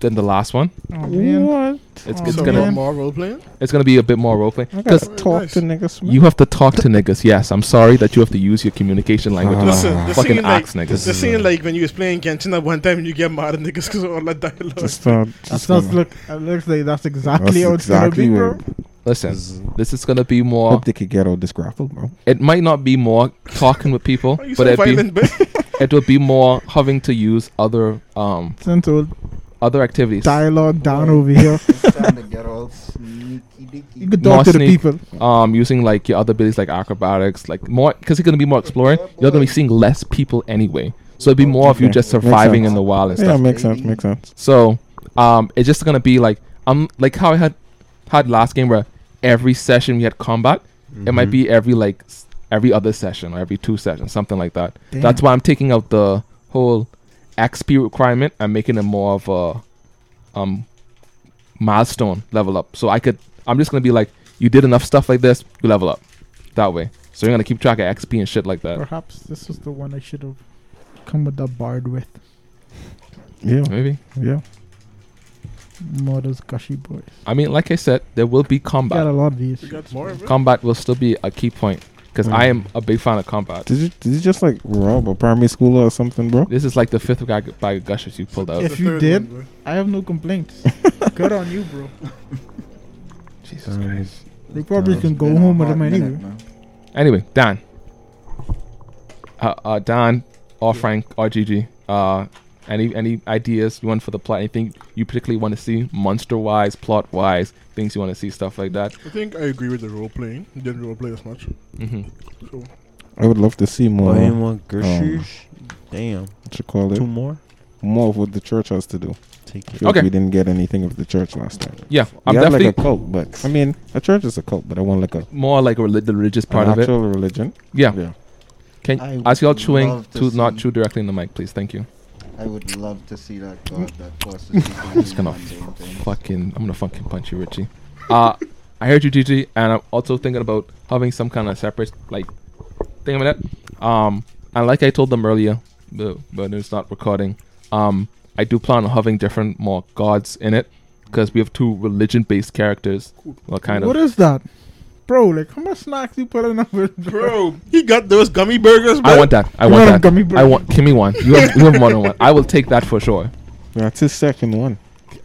Speaker 1: than the last one.
Speaker 4: oh man,
Speaker 1: It's
Speaker 4: Aw,
Speaker 1: it's
Speaker 3: Oh. so
Speaker 1: gonna
Speaker 3: more,
Speaker 4: man.
Speaker 3: more role playing?
Speaker 1: it's gonna be a bit more roleplay
Speaker 5: I
Speaker 1: because
Speaker 5: gotta talk to niggas. man.
Speaker 1: you have to talk to niggas. Yes, I'm sorry that you have to use your communication language.
Speaker 5: Ah.
Speaker 1: to
Speaker 5: Listen,
Speaker 3: the
Speaker 1: Uh, fucking
Speaker 3: scene,
Speaker 1: axe
Speaker 3: like,
Speaker 1: niggas.
Speaker 3: The scene like when you was playing Genshin at one time and you get mad at niggas because of all that dialogue.
Speaker 5: Just, uh,
Speaker 4: that
Speaker 5: just
Speaker 4: sounds
Speaker 5: gonna-
Speaker 4: look. It looks like that's exactly
Speaker 5: that's
Speaker 4: how it's
Speaker 5: exactly
Speaker 4: gonna be,
Speaker 5: where.
Speaker 4: bro.
Speaker 1: Listen, this is gonna be more.
Speaker 5: Hope they could get all this grapple, bro.
Speaker 1: It might not be more talking with people,
Speaker 3: Are you
Speaker 1: but
Speaker 3: so
Speaker 1: it be
Speaker 3: violent, bro?
Speaker 1: it will be more having to use other um
Speaker 4: Since old
Speaker 1: other activities.
Speaker 4: dialogue down over here,
Speaker 6: It's time to get all sneaky dicky.
Speaker 4: you could
Speaker 1: More
Speaker 4: talk to the
Speaker 1: sneak.
Speaker 4: people.
Speaker 1: um using like your other abilities like acrobatics like more because you're going to be more exploring you're going to be seeing less people anyway so it'd be more of you
Speaker 5: Okay.
Speaker 1: just
Speaker 5: Makes
Speaker 1: surviving
Speaker 5: sense.
Speaker 1: in the wild and
Speaker 5: yeah,
Speaker 1: stuff
Speaker 5: makes sense.
Speaker 6: baby.
Speaker 5: Makes sense.
Speaker 1: so um it's just going to be like i'm like how i had had last game where every session we had combat it might
Speaker 2: Mhm.
Speaker 1: be every like s- every other session or every two sessions something like that
Speaker 4: Damn.
Speaker 1: that's why i'm taking out the whole xp requirement and making it more of a um milestone level up so i could i'm just going to be like you did enough stuff like this you level up that way so you're going to keep track of xp and shit like that
Speaker 4: Perhaps this was the one I should have come with the bard with.
Speaker 5: Yeah,
Speaker 1: Maybe.
Speaker 5: yeah.
Speaker 4: More of those gushy boys.
Speaker 1: I mean, like I said, there will be combat.
Speaker 4: Got a lot of these.
Speaker 3: We got more of it.
Speaker 1: combat will still be a key point because
Speaker 5: Mm.
Speaker 1: I am a big fan of combat.
Speaker 5: Did you did you just like rob a primary school or something, bro?
Speaker 1: This is like the fifth guy bag of gushers you pulled out.
Speaker 4: If
Speaker 3: The
Speaker 4: you
Speaker 3: third
Speaker 4: did-
Speaker 3: one, bro.
Speaker 4: I have no complaints. Good on you, bro.
Speaker 1: Jesus
Speaker 5: Um,
Speaker 1: Christ.
Speaker 4: They probably
Speaker 5: Uh,
Speaker 4: can go
Speaker 6: Been a
Speaker 4: home with
Speaker 6: hot
Speaker 4: them anyway.
Speaker 6: minute, man.
Speaker 1: Anyway, Dan. Uh, uh, Dan or Frank or Gigi. Uh, any any ideas you want for the plot? Anything you particularly want to see, monster wise, plot wise, things you want to see, stuff like that.
Speaker 3: I think I agree with the role playing. You didn't role play as much.
Speaker 1: hmm
Speaker 3: So
Speaker 5: I would love to see more.
Speaker 2: Buy him one Gershers. Damn.
Speaker 5: What you call
Speaker 2: Two
Speaker 5: it?
Speaker 2: more?
Speaker 5: More of what the church has to do.
Speaker 2: Take
Speaker 5: I
Speaker 2: it.
Speaker 5: feel like
Speaker 1: Okay.
Speaker 5: We didn't get anything of the church last time.
Speaker 1: Yeah,
Speaker 5: We
Speaker 1: I'm
Speaker 5: had
Speaker 1: definitely
Speaker 5: like a cult, but I mean, a church is a cult, but I want like a
Speaker 1: more like a reli- the religious part
Speaker 5: an
Speaker 1: of it.
Speaker 5: actual religion.
Speaker 1: Yeah.
Speaker 5: yeah.
Speaker 1: Can
Speaker 6: I
Speaker 1: as y'all
Speaker 6: would
Speaker 1: chewing,
Speaker 6: love to
Speaker 1: to not
Speaker 6: see-
Speaker 1: chew directly in the mic, please. Thank you.
Speaker 6: I would love to see
Speaker 4: Mm.
Speaker 6: that god that causes people to
Speaker 1: Just
Speaker 6: do
Speaker 1: gonna
Speaker 6: mundane things.
Speaker 1: Fucking, I'm gonna fucking punch you, Richie. Uh, I heard you, Gigi, and I'm also thinking about having some kind of separate like thing about that. Um, and like I told them earlier, but, but it's not recording. Um, I do plan on having different more gods in it because we have two religion-based characters. Well, kind
Speaker 4: What
Speaker 1: of.
Speaker 4: is that? Bro, like how much snacks you put in them with
Speaker 3: Bro, he got those gummy burgers, bro.
Speaker 1: I want that. I
Speaker 4: You
Speaker 1: want
Speaker 4: want a
Speaker 1: that.
Speaker 4: gummy
Speaker 1: I
Speaker 4: burger?
Speaker 1: want. Give me one. You have, you have one on one. I will take that for sure.
Speaker 5: That's his second one.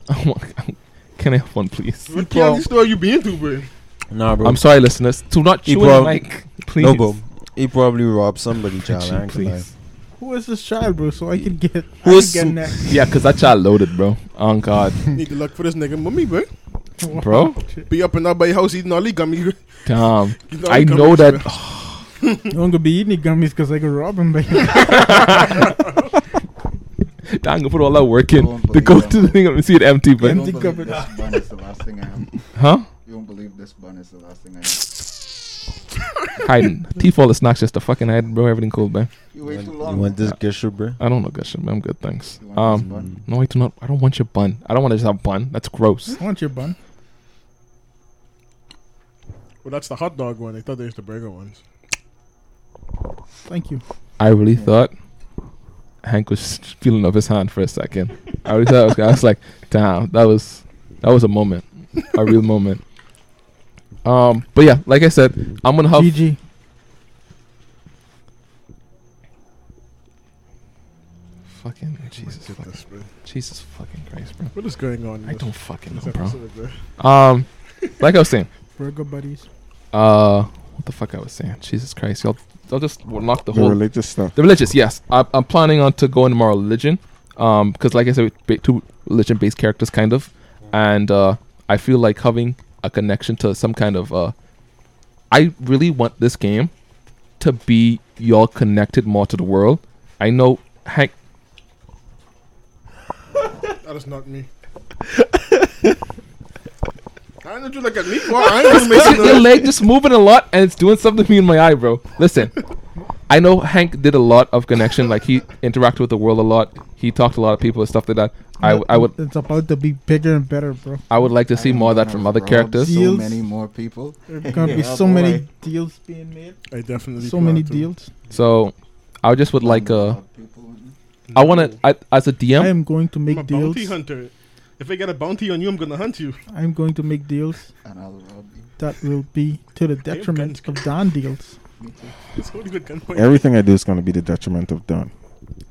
Speaker 1: I want- Can I have one, please?
Speaker 3: What candy store you been to, bro?
Speaker 2: Nah, bro.
Speaker 1: I'm sorry, listeners. Do not
Speaker 2: He
Speaker 1: chew in the
Speaker 2: prob-
Speaker 1: mic, please.
Speaker 2: No, bro. He probably robbed somebody, child. I ain't gonna lie.
Speaker 1: please.
Speaker 4: Who is this child, bro? So I can get
Speaker 2: Who
Speaker 4: I
Speaker 2: is-
Speaker 4: can get next.
Speaker 1: Yeah, because that child loaded, bro. Oh, God.
Speaker 3: Need to look for this nigga mummy, bro.
Speaker 1: Bro?
Speaker 3: Be up and out by your house eating all the gummy. eating
Speaker 1: Damn.
Speaker 3: all the
Speaker 1: I know
Speaker 3: gummies,
Speaker 1: that.
Speaker 3: bro.
Speaker 4: I'm gonna be eating the gummies because I can rob him. But
Speaker 1: Damn, I'm going to put all that work in
Speaker 6: Don't
Speaker 1: to
Speaker 6: believe
Speaker 1: go
Speaker 6: them.
Speaker 1: to the thing and see it empty,
Speaker 6: You
Speaker 1: but.
Speaker 6: won't
Speaker 4: Empty
Speaker 6: believe
Speaker 4: cupboard.
Speaker 6: this bun is the last thing I am.
Speaker 1: Huh?
Speaker 6: You won't believe this bun is the last thing I am.
Speaker 1: Hiding. Teeth all the snacks just to fucking hide, bro. Everything cool, man.
Speaker 6: You
Speaker 2: You
Speaker 6: wait
Speaker 2: want-
Speaker 6: too
Speaker 2: you
Speaker 6: long.
Speaker 2: want this Gersher, bro?
Speaker 1: I don't know, good shit, man. I'm good, thanks.
Speaker 6: You want this
Speaker 2: Mm-hmm.
Speaker 1: Um,
Speaker 6: bun?
Speaker 1: no, I do not. I don't want your bun. I don't want to just have bun. That's gross.
Speaker 4: I want your bun.
Speaker 3: Well, that's the hot dog one. I thought they used the burger ones.
Speaker 4: Thank you.
Speaker 1: I really thought Hank was feeling of his hand for a second. I really thought I was, I was like, damn, that was that was a moment, a real moment. Um, but yeah, like I said, I'm gonna have
Speaker 4: GG.
Speaker 1: fucking Jesus,
Speaker 3: Look at
Speaker 1: fuck,
Speaker 3: this, bro.
Speaker 1: Jesus fucking Christ, bro.
Speaker 3: What is going on? in
Speaker 1: I
Speaker 3: this-
Speaker 1: don't fucking
Speaker 3: this
Speaker 1: know, bro.
Speaker 3: episode, bro?
Speaker 1: Um, like I was saying,
Speaker 4: Burger buddies.
Speaker 1: uh, what the fuck I was saying? Jesus Christ, y'all, y'all just knock the
Speaker 5: The,
Speaker 1: whole
Speaker 5: religious stuff.
Speaker 1: The religious, yes. I, I'm planning on to go into more religion, um, because like I said, ba- two religion-based characters, kind of, and uh, I feel like having a connection to some kind of. Uh, I really want this game to be y'all connected more to the world. I know Hank.
Speaker 3: That is not me. I didn't you look at me for. I ain't making
Speaker 1: Your
Speaker 3: no.
Speaker 1: leg just moving a lot, and it's doing something to me in my eye, bro. Listen, I know Hank did a lot of connection. Like he interacted with the world a lot. He talked to a lot of people and stuff like that. I, I would
Speaker 4: It's about to be bigger and better, bro.
Speaker 1: I would like to see
Speaker 6: I am
Speaker 1: more of that
Speaker 6: gonna
Speaker 1: from other
Speaker 6: rob
Speaker 1: characters.
Speaker 6: So
Speaker 4: Deals.
Speaker 6: many more people.
Speaker 4: There's gonna be
Speaker 6: Yeah,
Speaker 4: so many
Speaker 6: boy.
Speaker 4: deals being made.
Speaker 3: I definitely.
Speaker 4: So many
Speaker 3: plan to-
Speaker 4: deals.
Speaker 1: So I just would like uh
Speaker 6: Rob people.
Speaker 1: I want to as a
Speaker 4: I
Speaker 1: DM
Speaker 4: am going to
Speaker 3: I'm
Speaker 4: make
Speaker 3: a
Speaker 4: deals.
Speaker 3: bounty hunter. If I get a bounty on you, I'm gonna hunt you.
Speaker 4: I'm going to make deals
Speaker 6: And I'll rob you.
Speaker 4: that will be to the detriment of Don deals.
Speaker 6: Me too.
Speaker 3: It's only good gunpoint.
Speaker 5: Everything I do is going to be the detriment of Don.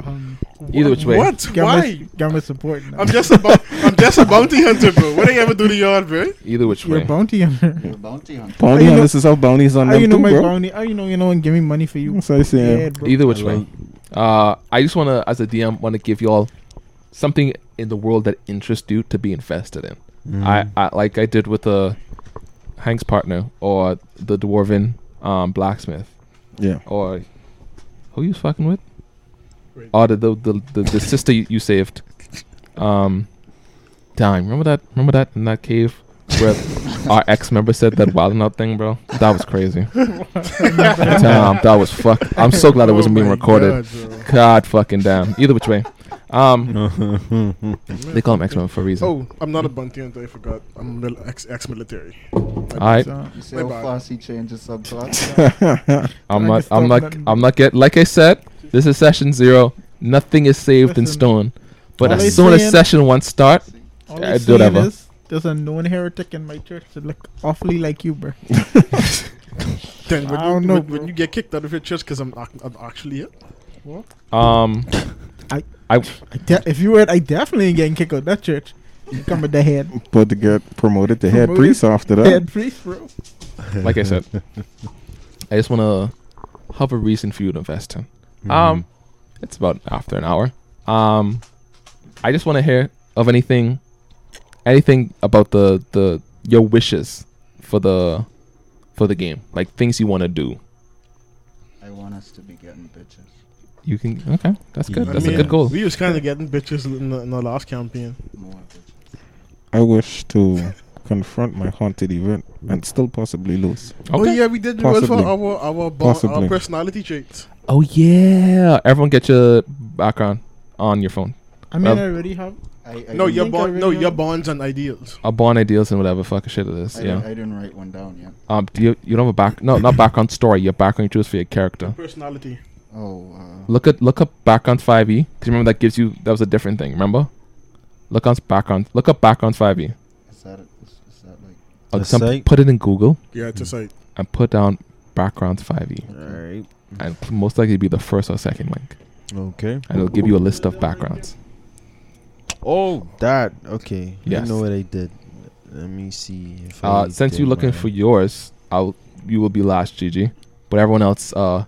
Speaker 4: Um,
Speaker 1: either which way.
Speaker 3: What?
Speaker 4: got
Speaker 3: Why?
Speaker 4: My, got my support. Now.
Speaker 3: I'm just a bou- I'm just a bounty hunter, bro. What do you ever do to yard, bro?
Speaker 1: Either which
Speaker 4: You're a
Speaker 1: way.
Speaker 4: bounty hunter.
Speaker 6: You're a bounty hunter.
Speaker 5: Bounty
Speaker 4: you know-
Speaker 5: hunters is how bounties on
Speaker 4: How
Speaker 5: them
Speaker 4: you know
Speaker 5: too,
Speaker 4: my
Speaker 5: bro.
Speaker 4: bounty? How you know you know and give me money for you?
Speaker 5: That's what I say.
Speaker 4: Yeah, bro.
Speaker 1: Either which
Speaker 2: Hello.
Speaker 1: way. Uh I just want to as a DM want to give y'all something in the world that interests you to be invested in. I, I like I did with uh, Hank's partner or the dwarven um blacksmith
Speaker 5: yeah.
Speaker 1: or who you was fucking with?
Speaker 3: Right.
Speaker 1: Oh, the the the, the, the sister you, you saved. Um, dime. Remember that? Remember that in that cave where our ex member said that wild and out thing, bro? That was crazy. damn, that was fuck. I'm so glad it wasn't
Speaker 3: Oh
Speaker 1: being recorded. God, fucking damn. Either which way, um, they call him ex member for a reason.
Speaker 3: Oh, I'm not a bounty hunter. I forgot. I'm mil- ex ex military.
Speaker 1: I
Speaker 4: So,
Speaker 6: You see
Speaker 3: My
Speaker 6: how
Speaker 3: bad.
Speaker 6: fast he changes subclass?
Speaker 1: I'm
Speaker 4: I
Speaker 1: not
Speaker 4: just
Speaker 1: I'm
Speaker 4: don't
Speaker 1: not
Speaker 4: let-
Speaker 1: I'm not get like I said. This is session zero. Nothing is saved in
Speaker 4: Listen.
Speaker 1: stone. But
Speaker 4: All they
Speaker 1: as soon as
Speaker 4: saying-
Speaker 1: session one start,
Speaker 4: All
Speaker 1: Yeah,
Speaker 4: I'm
Speaker 1: do whatever.
Speaker 4: saying is, there's a known heretic in my church that look awfully like you, bro.
Speaker 3: Then when
Speaker 4: I
Speaker 3: you,
Speaker 4: don't know,
Speaker 3: when,
Speaker 4: bro.
Speaker 3: when you get kicked out of your church because I'm, ac- I'm actually here.
Speaker 1: um,
Speaker 4: I de- if you were, I definitely ain't getting kicked out of that church. You come with the head,
Speaker 5: But to get promoted to head
Speaker 4: Promoted?
Speaker 5: priest after that.
Speaker 4: head priest, bro.
Speaker 1: like I said, I just want to have a reason for you to invest in. Um, it's about after an hour. Um, I just want to hear of anything, anything about the the your wishes for the for the game, like things you want to do.
Speaker 6: I want us to be getting bitches.
Speaker 1: You can okay, that's good.
Speaker 2: Yeah.
Speaker 1: That's
Speaker 2: I
Speaker 1: a
Speaker 2: mean,
Speaker 1: good goal.
Speaker 3: We was kind of getting bitches in the, in the last campaign.
Speaker 6: More bitches.
Speaker 5: I wish to confront my haunted event and still possibly lose.
Speaker 3: Oh
Speaker 1: Okay.
Speaker 3: yeah, we did well for
Speaker 5: Possibly.
Speaker 3: our our, bond, our
Speaker 5: Possibly.
Speaker 3: personality traits.
Speaker 1: Oh yeah, everyone get your background on your phone.
Speaker 4: I mean,
Speaker 1: Um,
Speaker 4: I already have.
Speaker 6: I, I
Speaker 3: No,
Speaker 6: didn't-
Speaker 3: your
Speaker 4: think I
Speaker 3: bond, no,
Speaker 4: really
Speaker 3: your
Speaker 4: know.
Speaker 3: bonds and ideals.
Speaker 1: A born ideals and whatever fucking shit it is.
Speaker 6: I,
Speaker 1: yeah.
Speaker 6: didn't- I didn't write one down yet.
Speaker 1: Um. Do you you don't have a back? No, not background story. Your background you choose for your character.
Speaker 3: Personality.
Speaker 6: Oh, uh,
Speaker 1: Look at look up background five e. Cause remember that gives you that was a different thing. Remember? Look on background. Look up background five e.
Speaker 6: is that, is, is that like.
Speaker 2: A site?
Speaker 1: Put it in Google
Speaker 3: Yeah, it's a
Speaker 1: Hmm.
Speaker 3: site.
Speaker 1: and put down background five e,
Speaker 2: All right.
Speaker 1: and p- most likely be the first or second link,
Speaker 2: Okay.
Speaker 1: and it'll give you a list of backgrounds.
Speaker 2: Oh, that. Okay.
Speaker 1: Yes.
Speaker 2: I know what I did. Let me see. If
Speaker 1: Uh,
Speaker 2: I
Speaker 1: since
Speaker 2: did
Speaker 1: you're looking for
Speaker 2: mine.
Speaker 1: yours, I'll you will be last, Gigi. But everyone else, uh,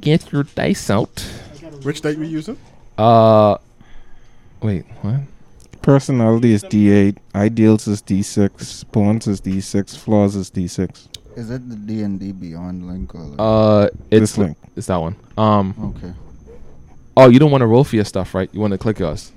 Speaker 1: get your dice out.
Speaker 3: Which date we using?
Speaker 1: Uh, wait, what?
Speaker 5: Personality is D8, ideals is D6, bonds is D6, flaws is D6.
Speaker 6: Is it the D and D Beyond link or? Like,
Speaker 1: Uh,
Speaker 5: This
Speaker 1: it's
Speaker 5: link.
Speaker 1: it's that one. Um,
Speaker 6: okay.
Speaker 1: oh, you don't want to roll for your stuff, right? You want to click yours.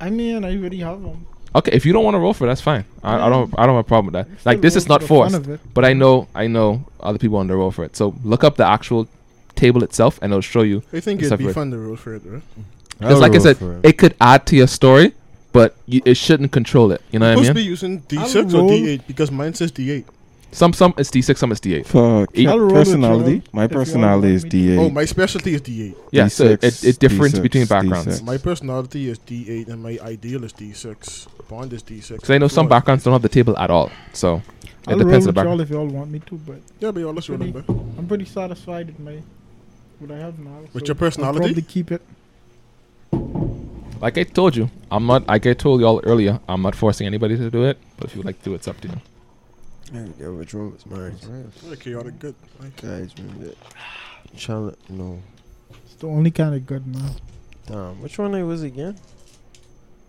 Speaker 4: I mean, I already have them.
Speaker 1: Okay, if you don't want to roll for, it, that's fine. I, I don't I don't have a problem with that. Like this is not
Speaker 4: for
Speaker 1: forced, but I know I know other people on the roll for it. So look up the actual table itself, and it'll show you.
Speaker 3: I think
Speaker 1: It's
Speaker 3: it'd be
Speaker 1: separate.
Speaker 3: fun to roll for it, right?
Speaker 1: Because like I
Speaker 2: roll
Speaker 1: said,
Speaker 2: for it.
Speaker 1: it could add to your story, but you, it shouldn't control it. You know what
Speaker 3: Supposed
Speaker 1: I
Speaker 3: to
Speaker 1: mean?
Speaker 3: be using
Speaker 4: I'll
Speaker 3: D6 or
Speaker 4: roll.
Speaker 3: D8 because mine says D8.
Speaker 1: Some some it's D six, some it's D eight.
Speaker 5: For
Speaker 1: Eight.
Speaker 5: ca-
Speaker 4: I'll roll with
Speaker 5: personality,
Speaker 4: you.
Speaker 5: my
Speaker 4: If you
Speaker 5: personality
Speaker 4: want
Speaker 5: is
Speaker 4: me
Speaker 5: D8.
Speaker 3: Oh, my specialty is D8.
Speaker 1: Yeah, so it,
Speaker 5: D6,
Speaker 1: it difference
Speaker 5: D6,
Speaker 1: between backgrounds.
Speaker 5: D6.
Speaker 3: My personality is D8 and my ideal is D6. Bond is D6.
Speaker 1: Because I know some
Speaker 3: Flaws.
Speaker 1: backgrounds don't have the table at all. So
Speaker 4: I'll
Speaker 1: it depends on the
Speaker 4: roll with y'all
Speaker 1: background.
Speaker 4: if y'all want me to, but
Speaker 3: Yeah, but you're let's roll
Speaker 4: Really?
Speaker 3: number.
Speaker 4: I'm pretty satisfied with my what I have now.
Speaker 3: With
Speaker 4: so
Speaker 3: your personality?
Speaker 4: I'll probably keep it.
Speaker 1: Like I told you, I'm not. Like I told y'all earlier, I'm not forcing anybody to do it. But if you would like to do it, it's up to you.
Speaker 2: There we go. Which one was mine?
Speaker 3: Yeah, chaotic good.
Speaker 2: Guys, remember that. Challenge. No.
Speaker 4: It's the only kind of good now.
Speaker 2: Damn. Which one I was again?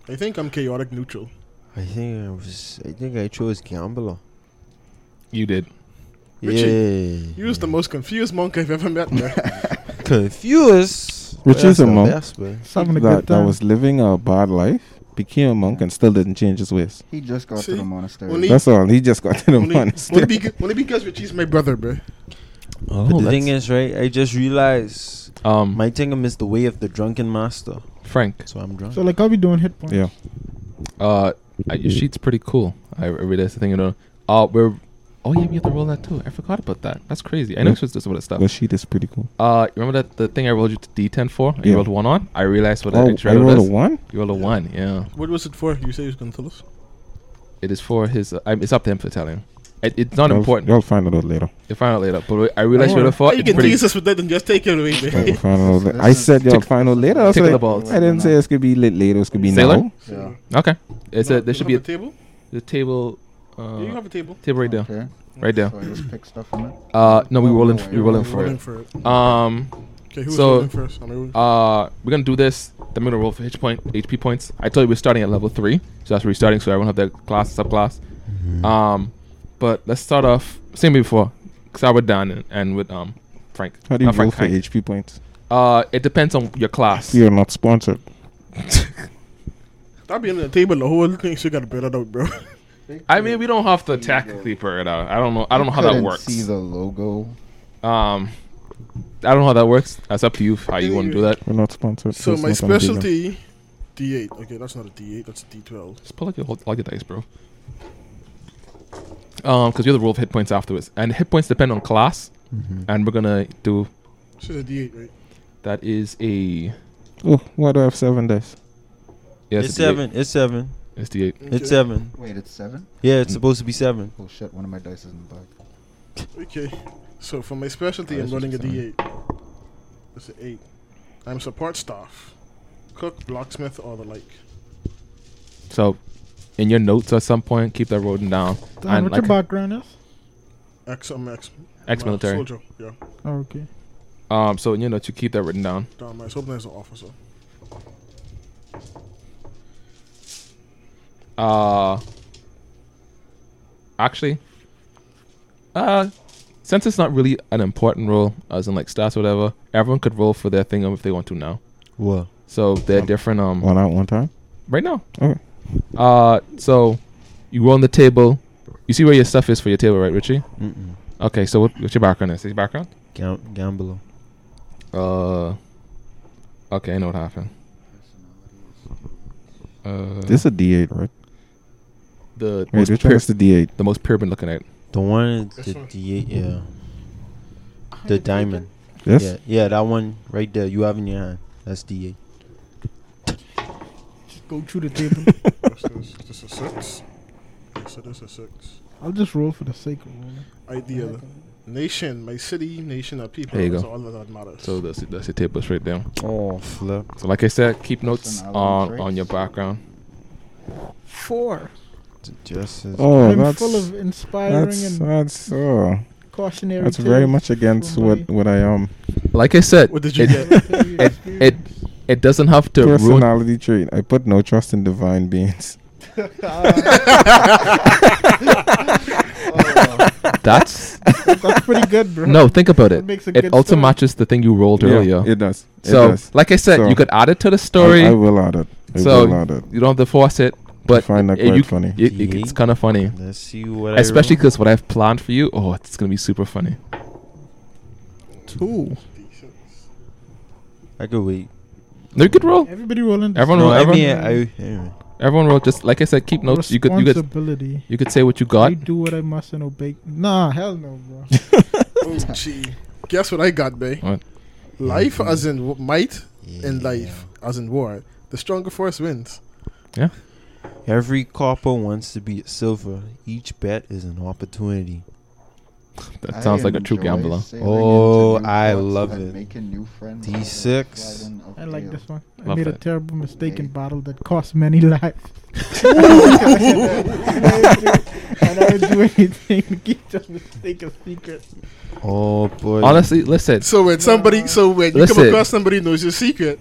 Speaker 3: I think I'm chaotic neutral.
Speaker 2: I think I was. I think I chose gambler.
Speaker 1: You did.
Speaker 3: Richie,
Speaker 2: yeah.
Speaker 3: You was the most confused monk I've ever met. man.
Speaker 2: confused.
Speaker 5: Which
Speaker 2: Well,
Speaker 5: is
Speaker 2: that's
Speaker 5: a
Speaker 2: the
Speaker 5: monk.
Speaker 2: best way.
Speaker 4: It's having a
Speaker 5: that,
Speaker 4: good time.
Speaker 5: that was living a bad life, became a monk, and still didn't change his ways.
Speaker 6: He just got
Speaker 3: See?
Speaker 6: to the monastery.
Speaker 3: Only-
Speaker 5: That's all. He just got to the
Speaker 3: only, only,
Speaker 5: monastery.
Speaker 3: beca- only because Richie's my brother, bro.
Speaker 1: Oh,
Speaker 2: but the thing is, right? I just realized
Speaker 1: um,
Speaker 2: my thing is the way of the drunken master.
Speaker 1: Frank,
Speaker 2: So I'm drunk.
Speaker 4: so like, I'll be doing hit points.
Speaker 5: Yeah.
Speaker 1: uh, uh, your sheet's pretty cool. I I realized the thing you know. Uh, we're. Oh yeah, we have to roll that too. I forgot about that. That's crazy. I know
Speaker 5: Yeah.
Speaker 1: it's just about that stuff.
Speaker 5: The sheet is pretty cool.
Speaker 1: Uh, you remember that the thing I rolled you to D10 for? and You
Speaker 5: Yeah.
Speaker 1: rolled one on. I realized what
Speaker 5: Oh,
Speaker 1: it
Speaker 5: I
Speaker 1: rolled
Speaker 5: rolled a
Speaker 1: is.
Speaker 5: one?
Speaker 1: You rolled a one. Yeah.
Speaker 3: What was it for? You say it was going to tell us?
Speaker 1: It is for his. Uh, I- it's up to him to tell him. It, it's not
Speaker 5: Y'all-
Speaker 1: important.
Speaker 5: Y'all find it out later.
Speaker 1: You'll find out later. But I realized
Speaker 4: Oh,
Speaker 1: you rolled a four.
Speaker 3: you
Speaker 1: It's
Speaker 3: can
Speaker 1: pretty.
Speaker 3: tease us with that and just take it away, man.
Speaker 5: Y'all find it out later.
Speaker 6: This
Speaker 5: I
Speaker 6: is-
Speaker 5: said y'all
Speaker 1: Tick-
Speaker 5: find out later. I, was
Speaker 1: tickle
Speaker 5: like,
Speaker 1: the balls.
Speaker 5: I didn't say it's gonna be late later. It's gonna be
Speaker 1: Sailor?
Speaker 5: now.
Speaker 6: Yeah.
Speaker 1: Okay. It's a. There should be a,
Speaker 3: a table.
Speaker 1: the table. Uh,
Speaker 3: Yeah, you have a table.
Speaker 1: table right there.
Speaker 6: Okay.
Speaker 1: Right there.
Speaker 6: So I just pick stuff from it.
Speaker 1: Uh, no, we
Speaker 6: Oh,
Speaker 1: rolling.
Speaker 6: no,
Speaker 1: We
Speaker 6: yeah,
Speaker 1: rolling
Speaker 6: we're
Speaker 1: for
Speaker 3: Rolling
Speaker 1: it.
Speaker 3: for it.
Speaker 1: Um.
Speaker 3: Okay, who's
Speaker 1: So-
Speaker 3: rolling first? Am I rolling?
Speaker 1: Uh, we're gonna do this. Then we're gonna roll for H point, HP points. I told you we're starting at level three, so that's where we're starting. So everyone have their class, subclass.
Speaker 6: Mm-hmm.
Speaker 1: Um, but let's start off same way before. Start with Dan and, and with um Frank.
Speaker 5: How do you
Speaker 1: Not
Speaker 5: roll
Speaker 1: Frank,
Speaker 5: for
Speaker 1: Hank.
Speaker 5: HP points?
Speaker 1: Uh, it depends on your class.
Speaker 5: You're not sponsored.
Speaker 3: I'll be on the table the whole thing, so you got to bear that out, bro.
Speaker 1: I mean, we don't have to tactically figure it out. I don't know. I don't know how that
Speaker 6: Couldn't
Speaker 1: works.
Speaker 6: See the logo.
Speaker 1: Um, I don't know how that works. That's up to you how you want to do that.
Speaker 5: We're not sponsored.
Speaker 3: So
Speaker 5: it's
Speaker 3: my
Speaker 5: not on the deal.
Speaker 3: specialty, D8. Okay, that's not a D8. That's a D12.
Speaker 1: Just pull like your, all your dice, bro. Um, because you have the roll of hit points afterwards, and hit points depend on class. And we're gonna do
Speaker 3: This is a D8, right?
Speaker 1: that is a
Speaker 5: Oh, why do I have seven dice?
Speaker 1: Yeah,
Speaker 2: it's seven. It's seven.
Speaker 1: It's the eight.
Speaker 3: Okay.
Speaker 2: It's seven.
Speaker 6: Wait, it's seven?
Speaker 2: Yeah, it's supposed to be seven.
Speaker 6: Oh shit, one of my dice is in the back.
Speaker 3: Okay. So for my specialty,
Speaker 1: Oh,
Speaker 3: I'm
Speaker 1: this
Speaker 3: running a
Speaker 1: is seven.
Speaker 3: D8. It's an eight. I'm support staff, cook, locksmith, or the like.
Speaker 1: So, in your notes at some point, keep that rolling down.
Speaker 4: Don,
Speaker 1: And
Speaker 4: what
Speaker 1: like-
Speaker 4: your background is?
Speaker 3: Ex, I'm ex.
Speaker 1: Ex-military.
Speaker 3: I'm a soldier. Yeah.
Speaker 4: Oh, okay.
Speaker 1: Um, so in your notes, you keep that written down.
Speaker 3: Damn, I was hoping there's an officer.
Speaker 1: Uh, actually, uh, since it's not really an important role, as in like stats, or whatever, everyone could roll for their thing if they want to now.
Speaker 2: What?
Speaker 1: So they're different. Um,
Speaker 5: One out, one time. Oh,
Speaker 1: right now.
Speaker 5: Okay.
Speaker 1: Uh, so you roll on the table. You see where your stuff is for your table, right, Richie?
Speaker 2: Mm-mm.
Speaker 1: Okay. So what, what's your background? Is your background?
Speaker 2: Gam- Gambler.
Speaker 1: Uh. Okay, I know what happened. Uh,
Speaker 5: This a D eight, right?
Speaker 1: the
Speaker 5: Wait,
Speaker 1: most
Speaker 5: which one
Speaker 1: pyra-
Speaker 5: is the D eight?
Speaker 1: the most pyramid looking at.
Speaker 2: The one, is
Speaker 3: This
Speaker 2: the
Speaker 3: one?
Speaker 2: D8, yeah. The diamond.
Speaker 5: Yes.
Speaker 2: Yeah, yeah, that one right there. You have in your hand. That's D8.
Speaker 4: Just go through the table.
Speaker 3: This is this is six. Okay, so this is six.
Speaker 4: I'll just roll for the sake of rolling.
Speaker 3: Ideal. Nation, my city, nation, of people.
Speaker 1: There you
Speaker 3: That's
Speaker 1: go.
Speaker 3: all that matters.
Speaker 1: So that's that's your table is right there.
Speaker 2: Oh, flip.
Speaker 1: So like I said, keep notes
Speaker 6: an island
Speaker 1: on
Speaker 6: trace.
Speaker 1: on your background.
Speaker 4: Four.
Speaker 2: Just as
Speaker 5: Oh,
Speaker 4: I'm
Speaker 5: that's
Speaker 4: full of inspiring
Speaker 5: that's
Speaker 4: and
Speaker 5: that's uh,
Speaker 4: cautionary.
Speaker 5: that's very
Speaker 4: tales
Speaker 5: much against
Speaker 4: from
Speaker 5: what
Speaker 4: my
Speaker 5: what I am.
Speaker 1: Like I said,
Speaker 3: What did you
Speaker 1: it,
Speaker 3: get?
Speaker 4: military
Speaker 1: it-
Speaker 4: experience.
Speaker 1: it doesn't have to ruin.
Speaker 5: Personality trait. I put no trust in divine beings.
Speaker 1: That's
Speaker 4: That's pretty good, bro.
Speaker 1: no. Think about
Speaker 4: That
Speaker 1: it.
Speaker 4: makes a
Speaker 1: It
Speaker 4: good
Speaker 1: also
Speaker 4: story.
Speaker 1: matches the thing you rolled earlier.
Speaker 5: it does. It
Speaker 1: so
Speaker 5: does.
Speaker 1: like I said,
Speaker 5: So-
Speaker 1: you could add it to the story.
Speaker 5: I, I will add it. I
Speaker 1: So-
Speaker 5: will add it.
Speaker 1: you don't have to force it, but
Speaker 5: I find that
Speaker 1: it-
Speaker 5: quite
Speaker 1: you-
Speaker 5: funny.
Speaker 1: it- it- it's kind of funny.
Speaker 2: Let's see what I
Speaker 1: Especially
Speaker 2: roll.
Speaker 1: because what I've planned for you, oh, it's gonna be super funny.
Speaker 4: Two.
Speaker 3: D6.
Speaker 2: I could wait.
Speaker 1: No, you could roll.
Speaker 4: Everybody rolling. the
Speaker 1: Everyone
Speaker 2: No,
Speaker 1: roll.
Speaker 2: I
Speaker 1: Everyone,
Speaker 2: mean, I, anyway.
Speaker 1: everyone roll. Just like I said, keep notes. You could, you could,
Speaker 4: Responsibility.
Speaker 1: you could say what you
Speaker 4: I
Speaker 1: got.
Speaker 4: do what I must and obey. Nah, hell no, bro.
Speaker 3: Oh, gee. Guess what I got, bae?
Speaker 1: What? Mm-hmm.
Speaker 3: Life as in w- might and
Speaker 2: Yeah.
Speaker 3: life as in war. The stronger force wins.
Speaker 2: Every copper wants to be silver. Each bet is an opportunity.
Speaker 1: That sounds like a true
Speaker 6: enjoy
Speaker 1: gambler.
Speaker 6: sailing into
Speaker 2: Oh,
Speaker 6: new
Speaker 2: I
Speaker 6: ports
Speaker 2: love
Speaker 6: and
Speaker 2: it.
Speaker 6: Making new friends. on the
Speaker 2: D6.
Speaker 6: sliding of
Speaker 4: I like
Speaker 6: ale.
Speaker 4: this one. I
Speaker 1: Love
Speaker 4: made a
Speaker 1: that.
Speaker 4: terrible mistake in
Speaker 6: Okay.
Speaker 4: battle that cost many lives. and I would do anything to keep this mistake a secret.
Speaker 2: Oh boy.
Speaker 1: Honestly, listen.
Speaker 3: So when somebody, so when you
Speaker 1: Listen.
Speaker 3: come across somebody who knows your secret,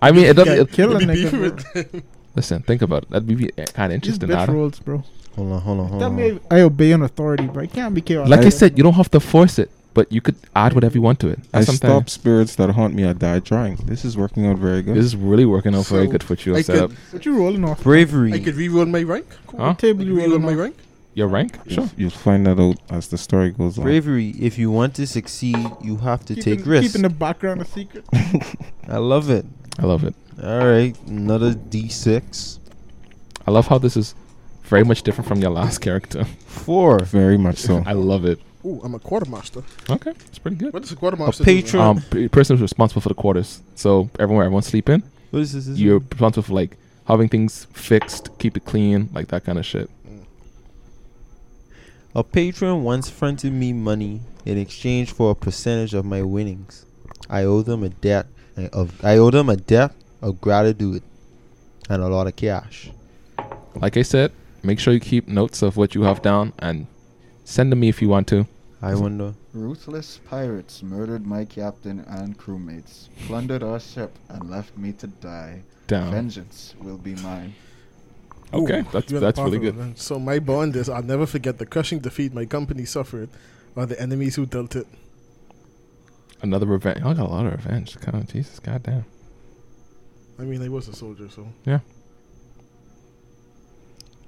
Speaker 1: I mean, it
Speaker 3: you
Speaker 1: doesn't.
Speaker 3: can't
Speaker 1: It,
Speaker 4: Kill a
Speaker 3: be
Speaker 4: nigga,
Speaker 3: beefing
Speaker 4: bro.
Speaker 3: with-
Speaker 1: listen, think about it. That'd be kind of
Speaker 4: Just
Speaker 1: interesting.
Speaker 4: bitch
Speaker 1: Adam.
Speaker 4: rolls, bro.
Speaker 2: hold on, hold on, hold
Speaker 4: That
Speaker 2: on.
Speaker 4: may I obey an authority, but I can't be chaotic.
Speaker 1: Like I said, you don't have to force it, but you could add whatever you want to it.
Speaker 5: I
Speaker 1: That's something.
Speaker 5: stop spirits that haunt me. I die trying. This is working out very good.
Speaker 1: This is really working out very
Speaker 3: So,
Speaker 1: good for you.
Speaker 3: I
Speaker 1: setup.
Speaker 3: could,
Speaker 4: What you rolling off?
Speaker 2: Bravery.
Speaker 3: I could reroll my rank. Cool.
Speaker 1: Huh?
Speaker 3: I
Speaker 4: Table
Speaker 3: could
Speaker 4: you
Speaker 3: reroll
Speaker 4: rolling
Speaker 3: my
Speaker 4: off?
Speaker 3: rank.
Speaker 1: Your rank?
Speaker 5: You'll-
Speaker 1: Sure.
Speaker 5: You'll find that out as the story goes on.
Speaker 2: Bravery. If you want to succeed, you have to
Speaker 4: Keeping-
Speaker 2: take risks.
Speaker 4: Keeping the background a secret.
Speaker 2: I love it.
Speaker 1: I love it.
Speaker 2: All right, another D6.
Speaker 1: I love how this is very much different from your last character.
Speaker 2: Four.
Speaker 5: Very much so.
Speaker 1: I love it.
Speaker 3: Ooh, I'm a quartermaster.
Speaker 1: Okay, it's pretty good.
Speaker 3: What does a quartermaster do?
Speaker 2: patron.
Speaker 3: man?
Speaker 1: Um, p- person who's responsible for the quarters. So everyone, everyone's sleeping.
Speaker 2: What is this? this
Speaker 1: You're responsible for like having things fixed, keep it clean, like that kind of shit.
Speaker 2: A patron once fronted me money in exchange for a percentage of my winnings. I owe them a debt of I owe them a debt of gratitude and a lot of cash.
Speaker 1: Like I said, make sure you keep notes of what you have down and send them me if you want to.
Speaker 2: I wonder.
Speaker 6: Ruthless pirates murdered my captain and crewmates, plundered our ship, and left me to die.
Speaker 1: Down.
Speaker 6: Vengeance will be mine.
Speaker 3: Ooh,
Speaker 1: Okay, that's
Speaker 3: you had a
Speaker 1: that's really
Speaker 3: powerful
Speaker 1: good.
Speaker 3: event. So my bond is I'll never forget the crushing defeat my company suffered, or the enemies who dealt it.
Speaker 1: Another revenge. I got a lot of revenge. God, Jesus, goddamn.
Speaker 3: I mean, I was a soldier, so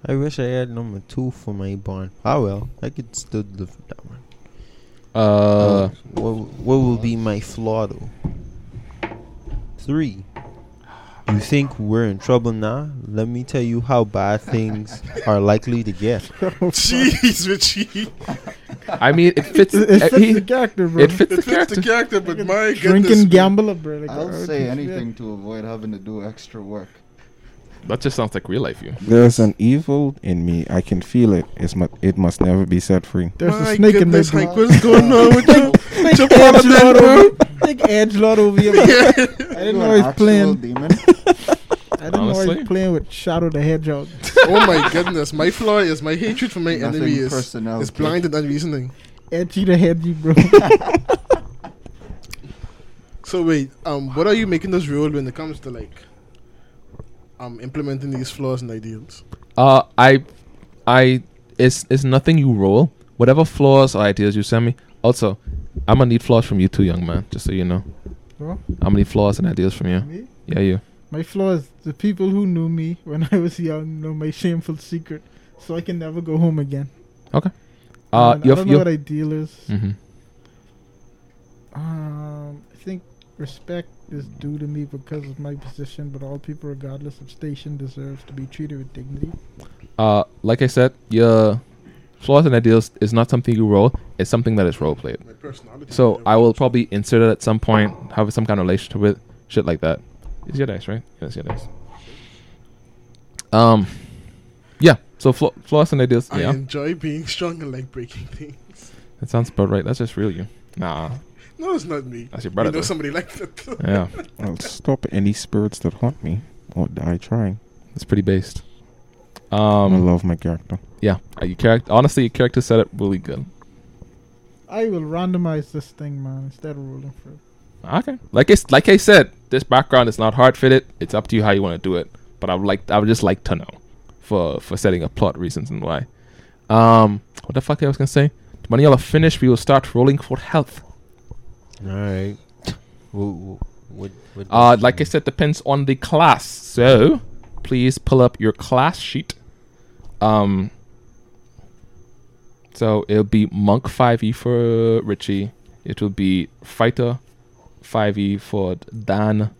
Speaker 2: I wish I had number two for my barn. Ah well, I could still live with that one.
Speaker 1: Uh,
Speaker 2: what what will be my flaw though? Three. You think we're in trouble now? Let me tell you how bad things are likely to get.
Speaker 3: jeez, Richie,
Speaker 1: I mean, it fits.
Speaker 4: It fits
Speaker 1: uh, he-
Speaker 4: the character, bro.
Speaker 1: it fits
Speaker 3: it
Speaker 1: the
Speaker 3: fits
Speaker 1: character.
Speaker 3: the character, but my goodness,
Speaker 4: Drinking gambler, bro. Like,
Speaker 6: I'll
Speaker 4: oh,
Speaker 6: say
Speaker 4: shit.
Speaker 6: anything to avoid having to do extra work.
Speaker 1: That just sounds like real life, you.
Speaker 5: There's an evil in me. I can feel it. It's mu- it must never be set free.
Speaker 4: There's
Speaker 3: My
Speaker 4: a snake in my
Speaker 3: goodness,
Speaker 4: blood.
Speaker 3: Hank, what's going on with you?
Speaker 4: Big
Speaker 3: Jump out of
Speaker 4: edgelord
Speaker 3: that, bro.
Speaker 4: over- Big edgelord over here. man. I didn't know he's playing.
Speaker 6: Demon?
Speaker 4: I didn't know
Speaker 1: Honestly?
Speaker 4: he's playing with Shadow the Hedgehog.
Speaker 3: oh my goodness. My flaw is my hatred for my
Speaker 6: Nothing
Speaker 3: enemy is,
Speaker 6: personal.
Speaker 3: is
Speaker 6: kid.
Speaker 3: blind and unreasoning.
Speaker 4: Edgy the hedgy, bro.
Speaker 3: So wait, um, what are you making this rule when it comes to like, um, implementing these flaws and ideals?
Speaker 1: Uh, I, I, it's it's nothing you roll. Whatever flaws or ideas you send me. Also, I'm gonna need flaws from you too, young man. Just so you know,
Speaker 4: What?
Speaker 1: I'm gonna need flaws and ideas from you.
Speaker 4: Me?
Speaker 1: Yeah, you.
Speaker 4: My flaw is the people who knew me when I was young know my shameful secret, so I can never go home again.
Speaker 1: Uh,
Speaker 4: And I
Speaker 1: your,
Speaker 4: don't know
Speaker 1: your,
Speaker 4: what ideal is.
Speaker 1: hmm Mm-hmm.
Speaker 4: Um, I think respect is due to me because of my position, but all people, regardless of station, deserve to be treated with dignity.
Speaker 1: uh, like I said, your flaws and ideas is not something you roll. It's something that is role played.
Speaker 3: My personality.
Speaker 1: So I will probably insert it at some point. Have some kind of relationship with shit like that. It's your dice, right? Yeah, it's your dice. Um, yeah. So flaw flaws and ideas.
Speaker 3: I
Speaker 1: yeah,
Speaker 3: enjoy being strong and like breaking things.
Speaker 1: that sounds about right. That's just real you. Nah,
Speaker 3: No, it's not me.
Speaker 1: that's your
Speaker 3: I
Speaker 1: brother.
Speaker 3: know
Speaker 1: though.
Speaker 3: somebody like that.
Speaker 1: Yeah,
Speaker 5: I'll stop any spirits that haunt me or die trying.
Speaker 1: it's pretty based.
Speaker 5: I
Speaker 1: Um,
Speaker 5: love my character.
Speaker 1: yeah, uh, your character. Honestly, your character set up really good.
Speaker 4: I will randomize this thing, man, instead of rolling for it.
Speaker 1: Okay, like I s like I said, this background is not hard fitted. It's up to you how you want to do it. But I would like I would just like to know for for setting up plot reasons and why. Um, what the fuck I was gonna say? When y'all are finished, we will start rolling for health.
Speaker 2: All right. What, what, what
Speaker 1: Uh,
Speaker 2: does-
Speaker 1: like I said, depends on the class. So please pull up your class sheet. Um. So it'll be monk five e for Richie. It'll be fighter five e for Dan.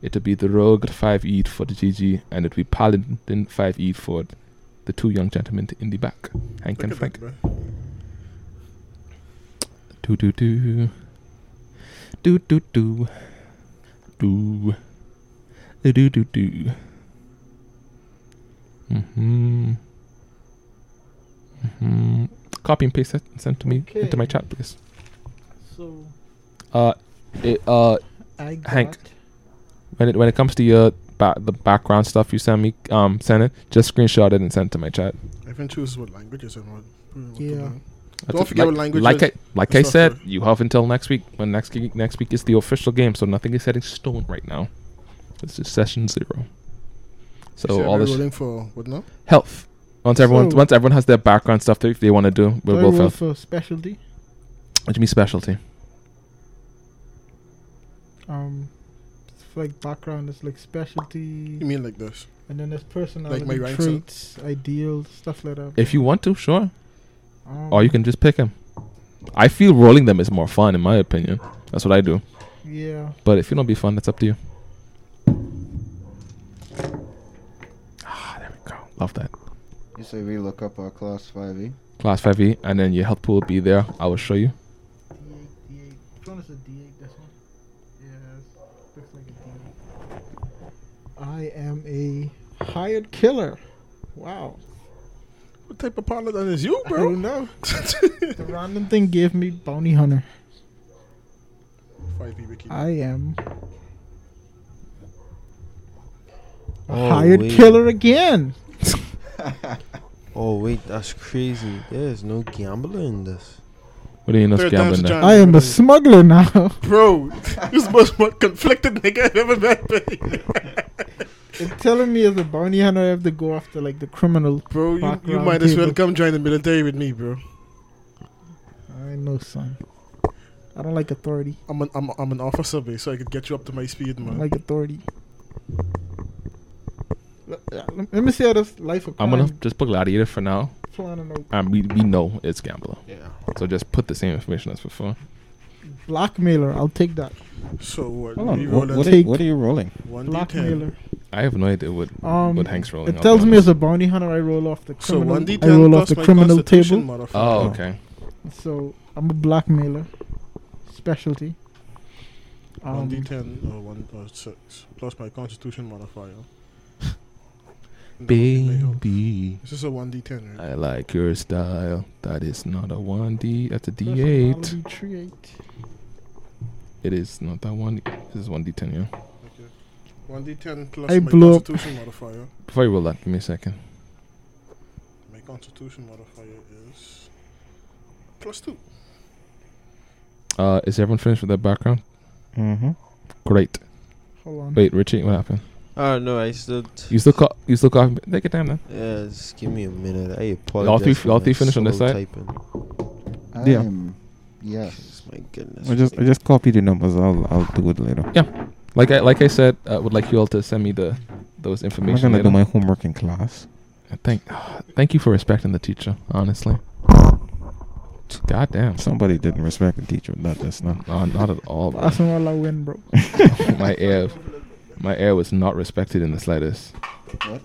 Speaker 1: It'll be the rogue five e for the GG, and it'll be paladin five e for the two young gentlemen in the back, Hank
Speaker 3: Look
Speaker 1: and
Speaker 3: at that,
Speaker 1: Frank.
Speaker 3: bro.
Speaker 1: Do do do. Do do do. Do. Do do do do. Mhm. Mhm. Copy and paste it and send to me into my
Speaker 4: Okay.
Speaker 1: chat, please.
Speaker 4: So
Speaker 1: Uh, it, uh,
Speaker 4: I got
Speaker 1: Hank. when it when it comes to your ba- the background stuff you send me, um, send it. Just screenshot it and send it to my chat.
Speaker 3: I can choose what languages and what. what to
Speaker 4: Yeah.
Speaker 3: learn.
Speaker 1: That's
Speaker 3: Don't
Speaker 1: it.
Speaker 3: forget
Speaker 1: like,
Speaker 3: what language
Speaker 1: Like
Speaker 3: is-
Speaker 1: I like
Speaker 3: the
Speaker 1: I said,
Speaker 3: software.
Speaker 1: you have until next week. When next ge- next week is the official game, so nothing is set in stone right now. This is session zero.
Speaker 3: You
Speaker 1: So
Speaker 3: said
Speaker 1: all
Speaker 3: we're
Speaker 1: this
Speaker 3: rolling for what now?
Speaker 1: health. Once everyone
Speaker 4: So-
Speaker 1: once everyone has their background stuff they, they want to do,
Speaker 4: Do
Speaker 1: we'll
Speaker 4: I
Speaker 1: roll
Speaker 4: roll
Speaker 1: for health.
Speaker 4: for specialty.
Speaker 1: Which means specialty.
Speaker 4: Um, it's like background is like specialty,
Speaker 3: You mean like this?
Speaker 4: and then there's personality
Speaker 3: rank, so-
Speaker 4: traits, ideals, stuff like that.
Speaker 1: If you want to, sure.
Speaker 4: Um,
Speaker 1: Or you can just pick him. I feel rolling them is more fun in my opinion. That's what I do.
Speaker 4: Yeah.
Speaker 1: But if you don't be fun, that's up to you. Ah, there we go. Love that.
Speaker 6: You say we look up our class E? 5e.
Speaker 1: Class 5e, and then your health pool will be there. I will show you.
Speaker 4: D8, D8. Which one is a D8? This one? Yeah, it looks like a D8. I am a hired killer. Wow.
Speaker 3: What type of paladin is you,
Speaker 4: I
Speaker 3: bro?
Speaker 4: don't know. the random thing gave me bounty hunter.
Speaker 3: Five E Wiki.
Speaker 4: I am a
Speaker 2: Oh,
Speaker 4: hired
Speaker 2: wait.
Speaker 4: killer again.
Speaker 2: Oh wait, that's crazy. There's no gambler in this.
Speaker 1: What do you know?
Speaker 3: Third
Speaker 1: Scam
Speaker 3: time's a
Speaker 1: in there?
Speaker 3: charm,
Speaker 4: I am
Speaker 3: bro.
Speaker 4: a smuggler now.
Speaker 3: bro. This most most conflicted nigga I've ever met, man.
Speaker 4: It's telling me as a bounty hunter I have to go after like the criminal.
Speaker 3: bro. You, you
Speaker 4: Background
Speaker 3: might as well
Speaker 4: people.
Speaker 3: come join the military with me, bro.
Speaker 4: I know, son. I don't like authority.
Speaker 3: I'm an I'm, I'm an officer, babe, so I could get you up to my speed, man.
Speaker 4: like authority. Let, let me see how this life of
Speaker 1: I'm
Speaker 4: crime
Speaker 1: gonna just put gladiator for now.
Speaker 4: planning out.
Speaker 1: Um, we, we know it's gambler,
Speaker 2: Yeah.
Speaker 1: so just put the same information as before.
Speaker 4: Blackmailer, I'll take that.
Speaker 3: so what?
Speaker 5: Hold
Speaker 3: we
Speaker 5: on.
Speaker 3: roll
Speaker 5: What,
Speaker 3: a
Speaker 5: what,
Speaker 4: it-
Speaker 5: are,
Speaker 4: Take-
Speaker 5: what are you rolling?
Speaker 3: one D10.
Speaker 4: Blackmailer.
Speaker 1: I have no idea what
Speaker 4: Um,
Speaker 1: what Hank's rolling.
Speaker 4: it
Speaker 1: I'll
Speaker 4: tells
Speaker 1: be
Speaker 4: me as
Speaker 1: honest.
Speaker 4: a bounty hunter, I roll off the
Speaker 3: So
Speaker 4: criminal.
Speaker 3: one D10
Speaker 4: I roll off
Speaker 3: plus
Speaker 4: the
Speaker 3: my
Speaker 4: criminal
Speaker 3: constitution,
Speaker 4: table.
Speaker 3: motherfucker.
Speaker 1: Oh, okay.
Speaker 4: So I'm a blackmailer. Specialty.
Speaker 3: One
Speaker 4: Um,
Speaker 3: oh, D10 or one or six plus my constitution modifier.
Speaker 1: baby.
Speaker 3: This is a 1d10, right?
Speaker 1: I like your style. That is not a 1D. That's a
Speaker 4: Personality
Speaker 1: D8.
Speaker 4: trait.
Speaker 1: It is not that one. This is 1D10, yeah.
Speaker 3: 1d10 plus
Speaker 4: I
Speaker 3: my
Speaker 4: blew up.
Speaker 3: constitution modifier.
Speaker 1: Before you roll that, give me a second.
Speaker 3: My constitution modifier is plus 2.
Speaker 1: Uh, is everyone finished with their background?
Speaker 5: Mm-hmm.
Speaker 1: Great.
Speaker 4: Hold on.
Speaker 1: Wait, Richie, what happened?
Speaker 2: Oh no, I still.
Speaker 1: You still caught. You still caught. Take your time, man.
Speaker 2: Yeah, just give me a minute. I apologize.
Speaker 1: Y'all three-
Speaker 2: for
Speaker 1: y'all
Speaker 2: my
Speaker 1: three finish on this
Speaker 2: slow
Speaker 1: side?
Speaker 2: Typing.
Speaker 5: Yeah.
Speaker 6: I'm- Yes.
Speaker 2: Jesus, my goodness.
Speaker 5: I just I just copy the numbers. I'll I'll do it later.
Speaker 1: Like I like I said, I would like you all to send me the those
Speaker 5: I'm not
Speaker 1: information.
Speaker 5: gonna do
Speaker 1: later.
Speaker 5: my homework in class.
Speaker 1: Thank, thank you for respecting the teacher. Honestly, goddamn,
Speaker 5: Somebody didn't respect the teacher. Not this now.
Speaker 1: no, not at all. bro.
Speaker 4: That's all I win, bro.
Speaker 1: my air, my air was not respected in the slightest.
Speaker 6: What?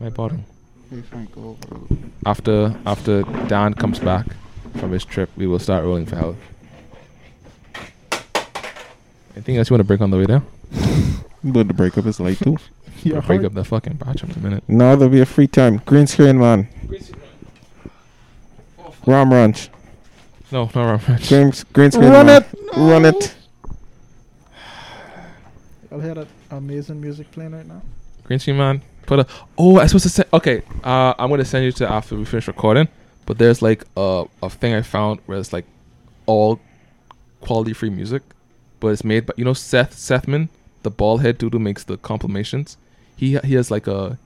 Speaker 1: My bottom.
Speaker 6: Hey, Frank, go over.
Speaker 1: After after Dan comes back from his trip, we will start rolling for health. Anything else you want to break on the way there?
Speaker 5: But the breakup is late too.
Speaker 4: Yeah,
Speaker 1: break up the fucking batch in a minute.
Speaker 5: No, there'll be a free time. Green screen man. Ram ranch.
Speaker 1: No, no, wrong.
Speaker 5: Green, green screen
Speaker 4: Run
Speaker 5: man.
Speaker 4: it!
Speaker 5: Run it.
Speaker 4: I'll hear that amazing music playing right now.
Speaker 1: Green screen man, put a. Oh, I supposed to send. Okay, uh, I'm gonna send you to after we finish recording. But there's like a a thing I found where it's like all quality free music, but it's made by you know Seth Sethman, the bald head dude who makes the compilations. He he has like a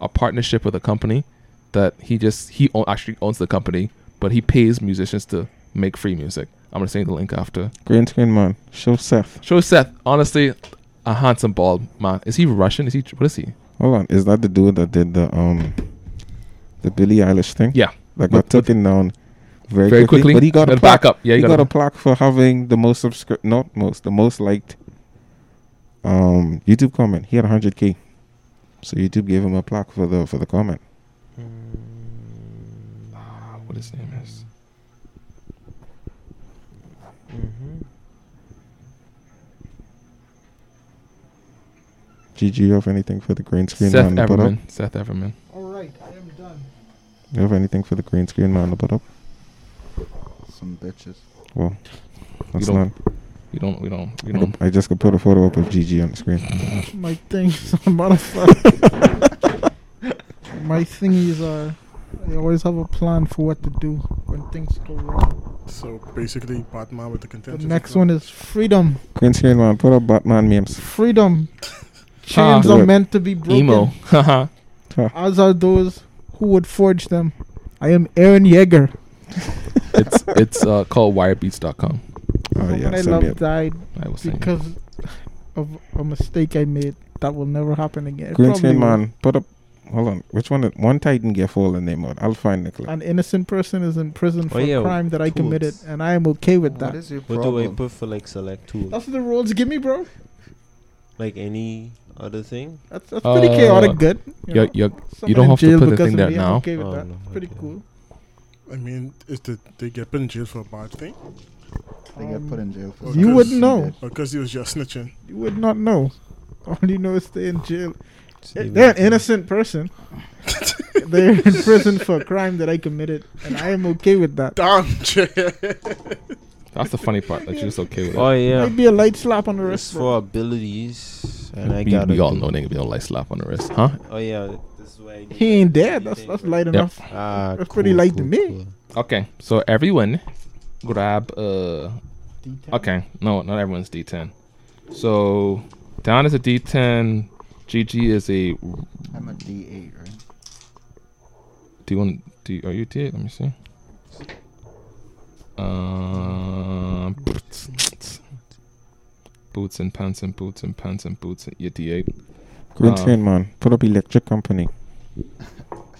Speaker 1: a partnership with a company that he just he own, actually owns the company, but he pays musicians to make free music. I'm gonna send you the link after.
Speaker 5: Green screen man. Show Seth.
Speaker 1: Show Seth, honestly, a handsome bald man. Is he Russian? Is he what is he?
Speaker 5: Hold on. Is that the dude that did the um the Billie Eilish thing?
Speaker 1: Yeah.
Speaker 5: That got
Speaker 1: But- but-
Speaker 5: taken down very,
Speaker 1: very quickly.
Speaker 5: quickly. But he got a
Speaker 1: Then
Speaker 5: plaque.
Speaker 1: back up. Yeah,
Speaker 5: he
Speaker 1: you
Speaker 5: got,
Speaker 1: gotta-
Speaker 5: a plaque for having the most subscribe, not most, the most liked um YouTube comment. He had 100k, so YouTube gave him a plaque for the for the comment.
Speaker 1: Ah, what his name is.
Speaker 5: GG, you have anything for the green screen
Speaker 1: Seth
Speaker 5: man to put up?
Speaker 1: Everman. Seth Everman.
Speaker 4: All right, I am done.
Speaker 5: You have anything for the green screen man to put up?
Speaker 6: Some bitches.
Speaker 5: Well, that's
Speaker 1: don't-
Speaker 5: not.
Speaker 1: We don't. We don't. We
Speaker 5: I
Speaker 1: don't.
Speaker 5: could- I just could put a photo up of GG on the screen.
Speaker 4: My things are modified. My thingies are. I always have a plan for what to do when things go wrong.
Speaker 3: So basically, Batman with the
Speaker 4: The
Speaker 3: contention.
Speaker 4: next one is freedom.
Speaker 5: Green screen man, put up Batman memes.
Speaker 4: Freedom. Chains
Speaker 5: Ah.
Speaker 4: are meant to be broken.
Speaker 1: Emo. Haha.
Speaker 4: As are those who would forge them. I am Aaron Yeager.
Speaker 1: it's it's uh, called wirebeats.com.
Speaker 5: Oh
Speaker 4: Someone
Speaker 5: yeah,
Speaker 4: I
Speaker 5: send me
Speaker 4: love
Speaker 5: it.
Speaker 4: died
Speaker 1: I was saying.
Speaker 4: because of a mistake I made that will never happen again. It
Speaker 5: Green
Speaker 4: probably
Speaker 5: screen
Speaker 4: will.
Speaker 5: man, put up. Hold on, which one? is- One Titan get full and name out. I'll find the clip.
Speaker 4: An innocent person is in prison
Speaker 1: Oh,
Speaker 4: for
Speaker 2: yeah,
Speaker 4: a crime that I
Speaker 2: tools.
Speaker 4: committed, and I am okay with
Speaker 6: What
Speaker 4: that.
Speaker 6: is your
Speaker 2: What do I
Speaker 6: problem?
Speaker 2: put for like select tool?
Speaker 4: That's the rules. Give me, bro.
Speaker 2: Like any other thing?
Speaker 4: That's, that's pretty
Speaker 1: Uh,
Speaker 4: chaotic. Good.
Speaker 1: You,
Speaker 4: know?
Speaker 1: you,
Speaker 4: Someone
Speaker 1: you don't
Speaker 4: in
Speaker 1: have to
Speaker 4: jail
Speaker 1: put the
Speaker 4: because
Speaker 1: thing
Speaker 4: of
Speaker 1: there
Speaker 4: me, I'm
Speaker 1: now.
Speaker 4: okay with
Speaker 2: Oh,
Speaker 4: that.
Speaker 2: no,
Speaker 4: Pretty
Speaker 2: okay.
Speaker 4: cool.
Speaker 3: I mean, is the, they get put in jail for a bad thing?
Speaker 6: They get put in jail for
Speaker 3: You
Speaker 6: something
Speaker 3: wouldn't
Speaker 6: they
Speaker 4: know.
Speaker 6: did.
Speaker 3: Because he was just snitching.
Speaker 4: You would not know. All you know is they in jail.
Speaker 2: It's
Speaker 4: Eh,
Speaker 2: even
Speaker 4: They're an
Speaker 2: thing.
Speaker 4: innocent person. They're in prison for a crime that I committed, and I am okay with that.
Speaker 3: Damn, Jay.
Speaker 1: That's the funny part. That you're just okay with
Speaker 2: Oh
Speaker 1: it.
Speaker 2: yeah.
Speaker 4: Might be a light slap on the
Speaker 2: It's
Speaker 4: wrist.
Speaker 2: for abilities, and I
Speaker 1: we,
Speaker 2: got.
Speaker 1: we all know they can be on light slap on the wrist, huh?
Speaker 2: Oh yeah, this is why I did
Speaker 4: He ain't
Speaker 2: that
Speaker 4: dead.
Speaker 2: ability
Speaker 4: That's
Speaker 2: thing,
Speaker 4: that's
Speaker 2: right?
Speaker 4: light
Speaker 1: Yep.
Speaker 4: enough.
Speaker 2: Ah,
Speaker 4: That's pretty light to me.
Speaker 1: Okay, so everyone, grab uh. Okay, no, not everyone's D10. So, Dan is a D10. GG is a.
Speaker 6: I'm a D8, right?
Speaker 1: Do you want? Do you, are you a D8? Let me see. Um, boots and pants and boots and pants and boots. And, yeah, D8.
Speaker 5: Green
Speaker 1: Uh,
Speaker 5: screen man, put up Electric Company.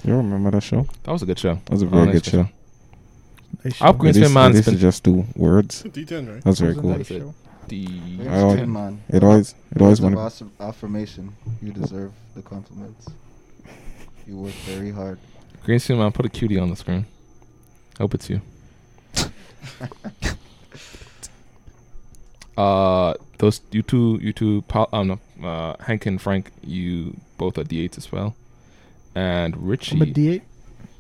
Speaker 5: You remember that show?
Speaker 1: That was a good show.
Speaker 5: That was a
Speaker 1: Oh,
Speaker 5: very
Speaker 1: nice
Speaker 5: good show.
Speaker 1: Up Green
Speaker 5: They
Speaker 1: Screen
Speaker 5: used-
Speaker 1: Man has
Speaker 5: they used to
Speaker 1: been
Speaker 5: just do words.
Speaker 3: D10, right?
Speaker 5: That was very
Speaker 4: Wasn't
Speaker 5: cool.
Speaker 4: that
Speaker 1: Is it?
Speaker 4: show?
Speaker 1: D.
Speaker 5: I
Speaker 4: Oh.
Speaker 6: You're
Speaker 5: always-
Speaker 6: a good man.
Speaker 5: It always, it always
Speaker 6: Words of
Speaker 5: wanted.
Speaker 6: ass- affirmation. You deserve the compliments. You work very hard.
Speaker 1: Green Screen Man, put a cutie on the screen. Hope it's you. uh, those you two, you two, Paul, um, no, uh, Hank and Frank, you both are D8s as well. and
Speaker 4: I'm a
Speaker 1: Richie.
Speaker 4: D8.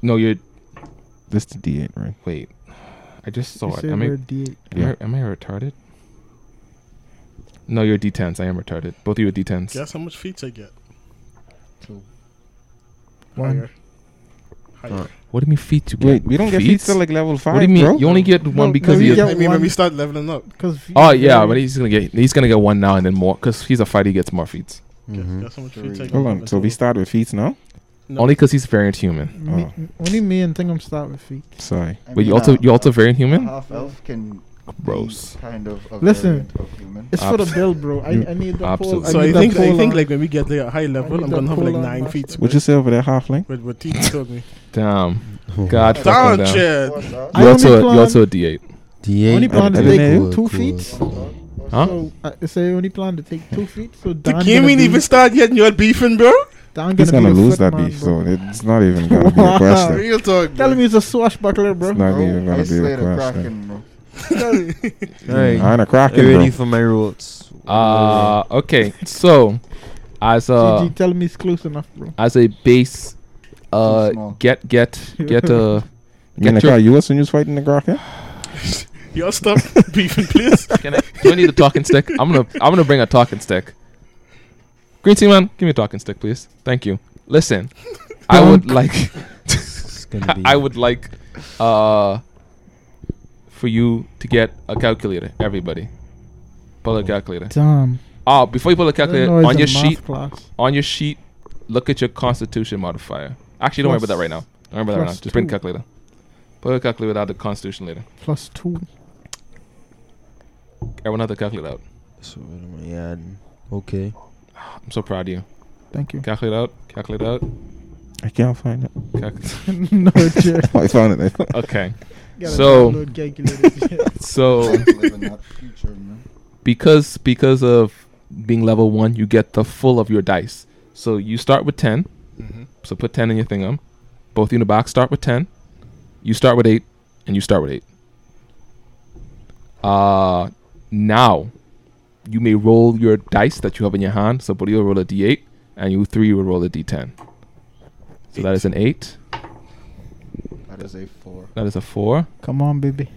Speaker 1: no, you're.
Speaker 5: This the D8, right?
Speaker 1: Wait, I just
Speaker 4: You
Speaker 1: saw it.
Speaker 4: said
Speaker 1: Am I,
Speaker 4: we're a
Speaker 1: am,
Speaker 4: D8.
Speaker 5: Yeah.
Speaker 1: I, am I retarded? No, you're D10s. I am retarded. Both of you are D10s.
Speaker 3: Guess how much feet I get?
Speaker 6: Two.
Speaker 4: One.
Speaker 3: Higher. Higher.
Speaker 2: Alright.
Speaker 1: What do you mean feet? You get?
Speaker 5: Wait, we don't get feats
Speaker 1: Feats?
Speaker 5: till like level five.
Speaker 1: What do you mean?
Speaker 5: Bro?
Speaker 1: You only get one
Speaker 4: No,
Speaker 1: because
Speaker 4: no,
Speaker 1: he.
Speaker 4: you
Speaker 1: Is,
Speaker 4: get-
Speaker 3: I mean, when
Speaker 4: one.
Speaker 3: we start leveling up,
Speaker 4: Cause
Speaker 1: oh yeah, but he's gonna get. He's gonna get one now and then more because he's a fighter. He gets more feats.
Speaker 3: guess,
Speaker 2: Mm-hmm.
Speaker 5: Mhm.
Speaker 3: guess how much feet I
Speaker 6: Three.
Speaker 3: get?
Speaker 5: Hold on. So we start with feats now.
Speaker 1: Only 'cause
Speaker 3: No.
Speaker 1: Only because he's variant human.
Speaker 4: Me, Only me and Thingum start with feet.
Speaker 5: Sorry.
Speaker 6: I
Speaker 1: But
Speaker 6: mean,
Speaker 1: you also
Speaker 6: uh,
Speaker 1: you also variant
Speaker 6: a
Speaker 1: human.
Speaker 6: half elf can
Speaker 1: Gross.
Speaker 6: be kind of a
Speaker 4: Listen.
Speaker 6: variant of human.
Speaker 4: It's for the build, bro. I, I need the uh,
Speaker 1: Absolute.
Speaker 4: pole.
Speaker 3: So I
Speaker 4: need that
Speaker 3: think I
Speaker 4: pole
Speaker 3: think
Speaker 4: on.
Speaker 3: like when we get there at high level,
Speaker 4: need
Speaker 3: I'm
Speaker 4: that
Speaker 3: gonna have like
Speaker 4: polar
Speaker 3: nine
Speaker 4: master.
Speaker 3: feet.
Speaker 5: Would you say over there, halfling?
Speaker 3: With what teeth told me.
Speaker 1: Damn. God
Speaker 3: Down,
Speaker 1: fucking damn. You
Speaker 3: Chad.
Speaker 6: What's up?
Speaker 4: I only
Speaker 1: also you
Speaker 4: plan-
Speaker 1: also a D8.
Speaker 2: D8.
Speaker 4: Only plan to
Speaker 5: I don't
Speaker 4: take
Speaker 5: know.
Speaker 4: two feet.
Speaker 6: What's
Speaker 1: Huh?
Speaker 6: up?
Speaker 4: So uh, it's the only plan to take two feet. So
Speaker 3: The
Speaker 4: Don
Speaker 3: game
Speaker 4: gonna
Speaker 3: ain't
Speaker 4: be,
Speaker 3: even started yet, and you're beefing, bro.
Speaker 4: Don
Speaker 5: He's
Speaker 4: gonna
Speaker 5: gonna
Speaker 4: be the
Speaker 5: lose that
Speaker 4: footman,
Speaker 5: beef, so
Speaker 4: bro.
Speaker 5: it's not even gonna be a
Speaker 4: Wow.
Speaker 5: question.
Speaker 3: Real talk,
Speaker 4: Tell
Speaker 3: bro.
Speaker 4: me he's a swashbuckler,
Speaker 5: It's
Speaker 4: bro.
Speaker 5: not
Speaker 6: Bro,
Speaker 5: even
Speaker 6: I
Speaker 5: gonna be
Speaker 6: slayed
Speaker 5: a
Speaker 6: a
Speaker 5: question.
Speaker 6: kraken, bro.
Speaker 2: Alright.
Speaker 5: I'm a
Speaker 2: You
Speaker 5: kraken,
Speaker 2: ready
Speaker 5: bro.
Speaker 2: for my rules?
Speaker 1: Uh, okay. So, as a
Speaker 4: GG, tell me he's close enough, bro.
Speaker 1: as a base, uh,
Speaker 6: Too small.
Speaker 1: get get get a.
Speaker 5: You
Speaker 1: Get your-
Speaker 5: mean you was when you was fighting the kraken?
Speaker 3: Y'all stop beefing, please.
Speaker 1: Can I? Do I need a talking stick? I'm gonna I'm gonna bring a talking stick. Green team man, give me a talking stick, please. Thank you. Listen, I would like
Speaker 2: It's gonna be
Speaker 1: I would like uh for you to get a calculator, everybody. Pull a calculator.
Speaker 4: Damn.
Speaker 1: Oh, before you pull a calculator, on your sheet,
Speaker 4: Class.
Speaker 1: on your sheet, look at your constitution modifier. Actually, don't worry about that right now. Don't worry about that right now.
Speaker 4: plus
Speaker 1: Just bring the
Speaker 4: two.
Speaker 1: calculator. Pull a calculator out the constitution later.
Speaker 4: Plus two.
Speaker 1: Everyone have the calculator out.
Speaker 2: So what am I adding? Okay.
Speaker 1: I'm so proud of you.
Speaker 4: Thank you.
Speaker 1: Calculate out. Calculate out.
Speaker 5: I can't find it.
Speaker 1: Calculate.
Speaker 4: no, Jay.
Speaker 5: I found it.
Speaker 1: Okay.
Speaker 4: Gotta
Speaker 1: So-
Speaker 4: download calculator.
Speaker 1: So
Speaker 6: Live in that future, man.
Speaker 1: because because of being level one, you get the full of your dice. So you start with ten. So put ten in your thing. Um, both of you in the box. Start with ten. You start with eight, and you start with eight. Uh now you may roll your dice that you have in your hand. So Bodhi will roll a d8, and you three will roll a d10. So that is an eight.
Speaker 6: That is a four.
Speaker 1: That is a four.
Speaker 4: Come on, baby.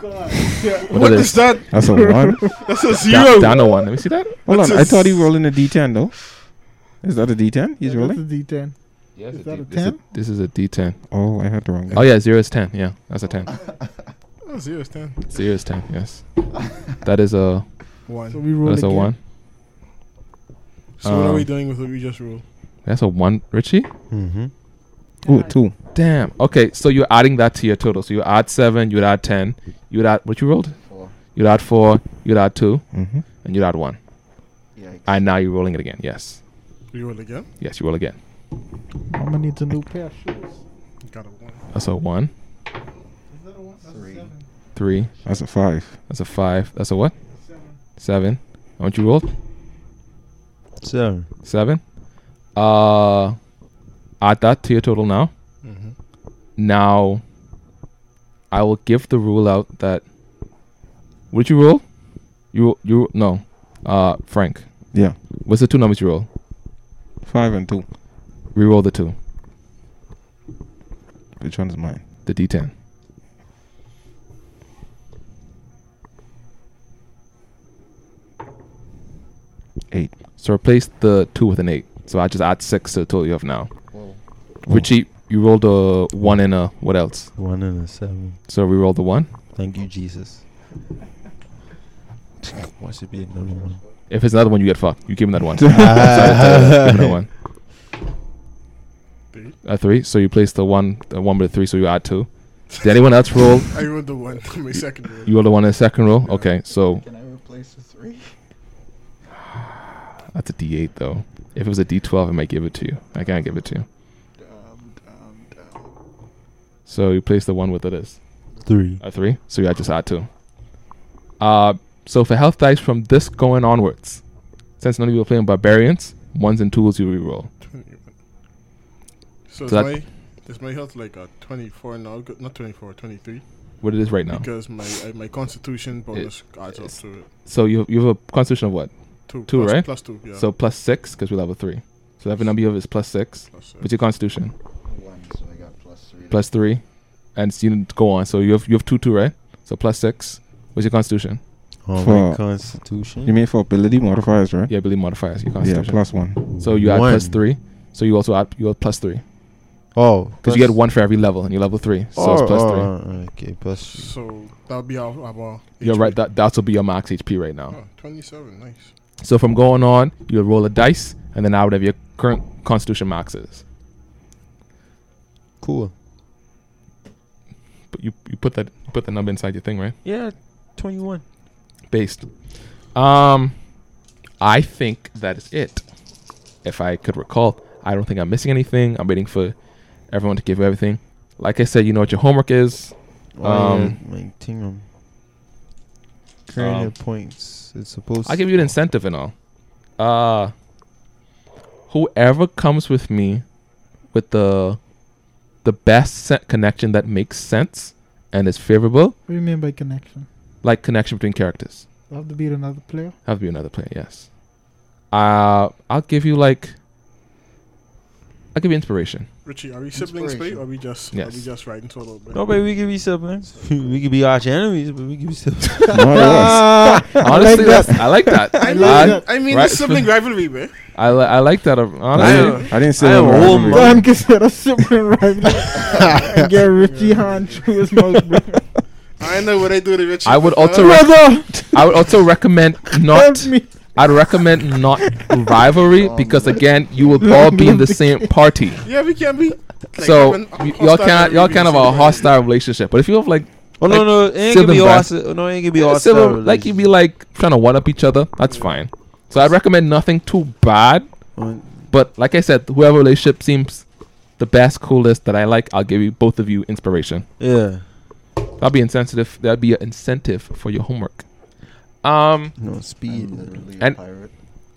Speaker 1: What,
Speaker 3: What
Speaker 1: is
Speaker 3: is that?
Speaker 5: That's a one.
Speaker 3: That's a
Speaker 1: Da-
Speaker 3: zero.
Speaker 1: Dano one. Let me see that.
Speaker 5: Hold
Speaker 3: What's
Speaker 5: on. I
Speaker 3: this?
Speaker 5: thought he rolling a D10 though. Is that a D10? He's
Speaker 4: Yeah,
Speaker 5: rolling.
Speaker 4: That's a D10.
Speaker 1: Yes,
Speaker 4: Is that a
Speaker 1: this, is
Speaker 4: 10?
Speaker 1: this is a D10.
Speaker 5: Oh, I had the wrong.
Speaker 1: Oh yeah, zero is ten. Yeah, that's a ten.
Speaker 3: Oh, zero is ten.
Speaker 1: Zero is ten. Yes, that is a
Speaker 4: So
Speaker 3: One.
Speaker 4: we roll
Speaker 1: that is a
Speaker 4: again.
Speaker 1: one.
Speaker 3: So what are we
Speaker 1: Um,
Speaker 3: doing with what we just rolled?
Speaker 1: That's a one, Richie.
Speaker 2: Mm-hmm.
Speaker 5: Oh, two.
Speaker 1: Damn. Okay, so you're adding that to your total. So you add seven, you would add ten, you would add what you rolled.
Speaker 6: Four.
Speaker 1: You'd add four, you'd add two,
Speaker 5: Mm-hmm.
Speaker 1: and you'd add one.
Speaker 6: Yikes.
Speaker 1: And now you're rolling it again. Yes,
Speaker 3: We roll again.
Speaker 1: yes, you roll again.
Speaker 4: Mama needs a new pair of shoes.
Speaker 3: Got a one.
Speaker 1: That's a one,
Speaker 6: Three.
Speaker 1: three.
Speaker 5: That's a five.
Speaker 1: That's a five. That's a what? Seven. How much you rolled?
Speaker 2: So
Speaker 1: Seven. Uh, add that to your total now.
Speaker 3: Mm-hmm.
Speaker 1: Now, I will give the rule out that. Would you roll? You you no, uh, Frank.
Speaker 5: Yeah.
Speaker 1: What's the two numbers you roll?
Speaker 5: Five and two.
Speaker 1: Reroll the two,
Speaker 5: Which one's mine?
Speaker 1: the D10.
Speaker 5: Eight.
Speaker 1: So replace the two with an eight. So I just add six to the total you have now.
Speaker 6: Whoa.
Speaker 1: Richie, you rolled a one and a what else?
Speaker 2: one and a seven.
Speaker 1: So we rolled the one.
Speaker 2: Thank you, Jesus. Why should be another one?
Speaker 1: If it's another one, you get fucked. You give him that one. So, uh, give him that one.
Speaker 3: Three.
Speaker 1: A three. So you place the one, the one with the three. So you add two. Did anyone else roll?
Speaker 3: I rolled the one. My second roll.
Speaker 1: You rolled the one in the second roll. Okay, so
Speaker 6: Can I replace the three?
Speaker 1: That's a D8 though. If it was a D12, I might give it to you. I can't give it to you.
Speaker 6: Damn, damn, damn.
Speaker 1: So you place the one with it is
Speaker 2: Three.
Speaker 1: a three. So you just add two. Uh, so for health dice from this going onwards, since none of you are playing barbarians, ones and twos you reroll.
Speaker 3: 21. So,
Speaker 1: So that-
Speaker 3: is, my, is my health like a 24 now? Go- Not 24, 23.
Speaker 1: What it is right now.
Speaker 3: Because my I, my constitution bonus adds up
Speaker 1: it's-
Speaker 3: to it.
Speaker 1: So you you have a constitution of what?
Speaker 3: Two,
Speaker 1: two,
Speaker 3: plus-
Speaker 1: right?
Speaker 3: Plus two, yeah.
Speaker 1: So plus six because we level three. So every number you have is plus six.
Speaker 3: Plus uh, six.
Speaker 1: What's your constitution?
Speaker 6: One, so I got plus three.
Speaker 1: Plus three, and so you didn't go on. So you have you have two two right? So plus six. What's your constitution?
Speaker 2: On
Speaker 5: For-
Speaker 2: Oh, my constitution.
Speaker 5: You mean for ability modifiers, right?
Speaker 1: Yeah, I believe modifiers. Your
Speaker 5: Yeah,
Speaker 1: constitution.
Speaker 5: plus one.
Speaker 1: so you add plus
Speaker 2: One.
Speaker 1: three. So you also add you add plus three
Speaker 2: oh,
Speaker 1: because you get one for every level, and you're level three, so it's plus three.
Speaker 2: three. Okay, plus three.
Speaker 3: So that would be our, our
Speaker 1: You're right. That that'll be your max HP right now.
Speaker 3: Oh, 27, nice.
Speaker 1: So from going on, you'll roll a dice, and then add whatever your current Constitution max is.
Speaker 2: Cool.
Speaker 1: But you you put that you put the number inside your thing, right?
Speaker 2: Yeah, twenty-one.
Speaker 1: Based. Um, I think that is it. If I could recall, I don't think I'm missing anything. I'm waiting for everyone to give everything. Like I said, you know what your homework is. Um,
Speaker 2: my tingram.
Speaker 1: Um,
Speaker 2: Current points. It's supposed.
Speaker 1: I'll give you an incentive and all. Uh whoever comes with me with the the best se- connection that makes sense and is favorable,
Speaker 4: What do you mean by connection?
Speaker 1: like connection between characters.
Speaker 4: I have to beat another player.
Speaker 1: Have to be another player, yes. Uh I'll give you like I'll give you inspiration.
Speaker 3: Richie, are we siblings, play,
Speaker 6: Inspiration.
Speaker 3: or are we just
Speaker 1: Yes.
Speaker 3: are we just riding solo? Bro?
Speaker 2: No, but we could be siblings. we could be arch enemies, but we could be siblings.
Speaker 5: Not us.
Speaker 1: Honestly, that's- I like that. I
Speaker 3: I mean,
Speaker 1: like that.
Speaker 3: I mean
Speaker 1: Right.
Speaker 3: the sibling rivalry, man.
Speaker 1: I, li- I like that. uh,
Speaker 5: I,
Speaker 1: Honestly,
Speaker 5: didn't, I didn't say
Speaker 2: I
Speaker 5: that.
Speaker 2: am
Speaker 5: word.
Speaker 2: old, man.
Speaker 4: Don consider a sibling rival. and get Richie Han through his mouth, bro.
Speaker 3: I know what I do to Richie.
Speaker 1: I would
Speaker 3: but, uh,
Speaker 1: also rec- I would also recommend not
Speaker 4: Help me.
Speaker 1: I'd recommend not rivalry
Speaker 6: Oh,
Speaker 1: because
Speaker 6: man.
Speaker 1: again, you will all be in the same party.
Speaker 3: Yeah, we can be. Like,
Speaker 1: so
Speaker 3: having a
Speaker 1: y-
Speaker 3: hostile
Speaker 1: y'all can't y'all
Speaker 3: rivalry
Speaker 1: kind of
Speaker 3: with
Speaker 1: a
Speaker 3: somebody.
Speaker 1: hostile relationship. But if you have like
Speaker 2: Oh no,
Speaker 1: Like,
Speaker 2: no, it ain't gonna be
Speaker 1: sibling
Speaker 2: arch. No, it ain't gonna be arch.
Speaker 1: civil, like you be like trying to one up each other, that's fine. So I'd recommend nothing too bad. But like I said, whoever relationship seems the best, coolest that I like, I'll give you both of you inspiration.
Speaker 2: Yeah.
Speaker 1: That'll be insensitive. That'll be an incentive for your homework. Um,
Speaker 2: No speed.
Speaker 6: I'm literally
Speaker 1: And-
Speaker 6: a pirate.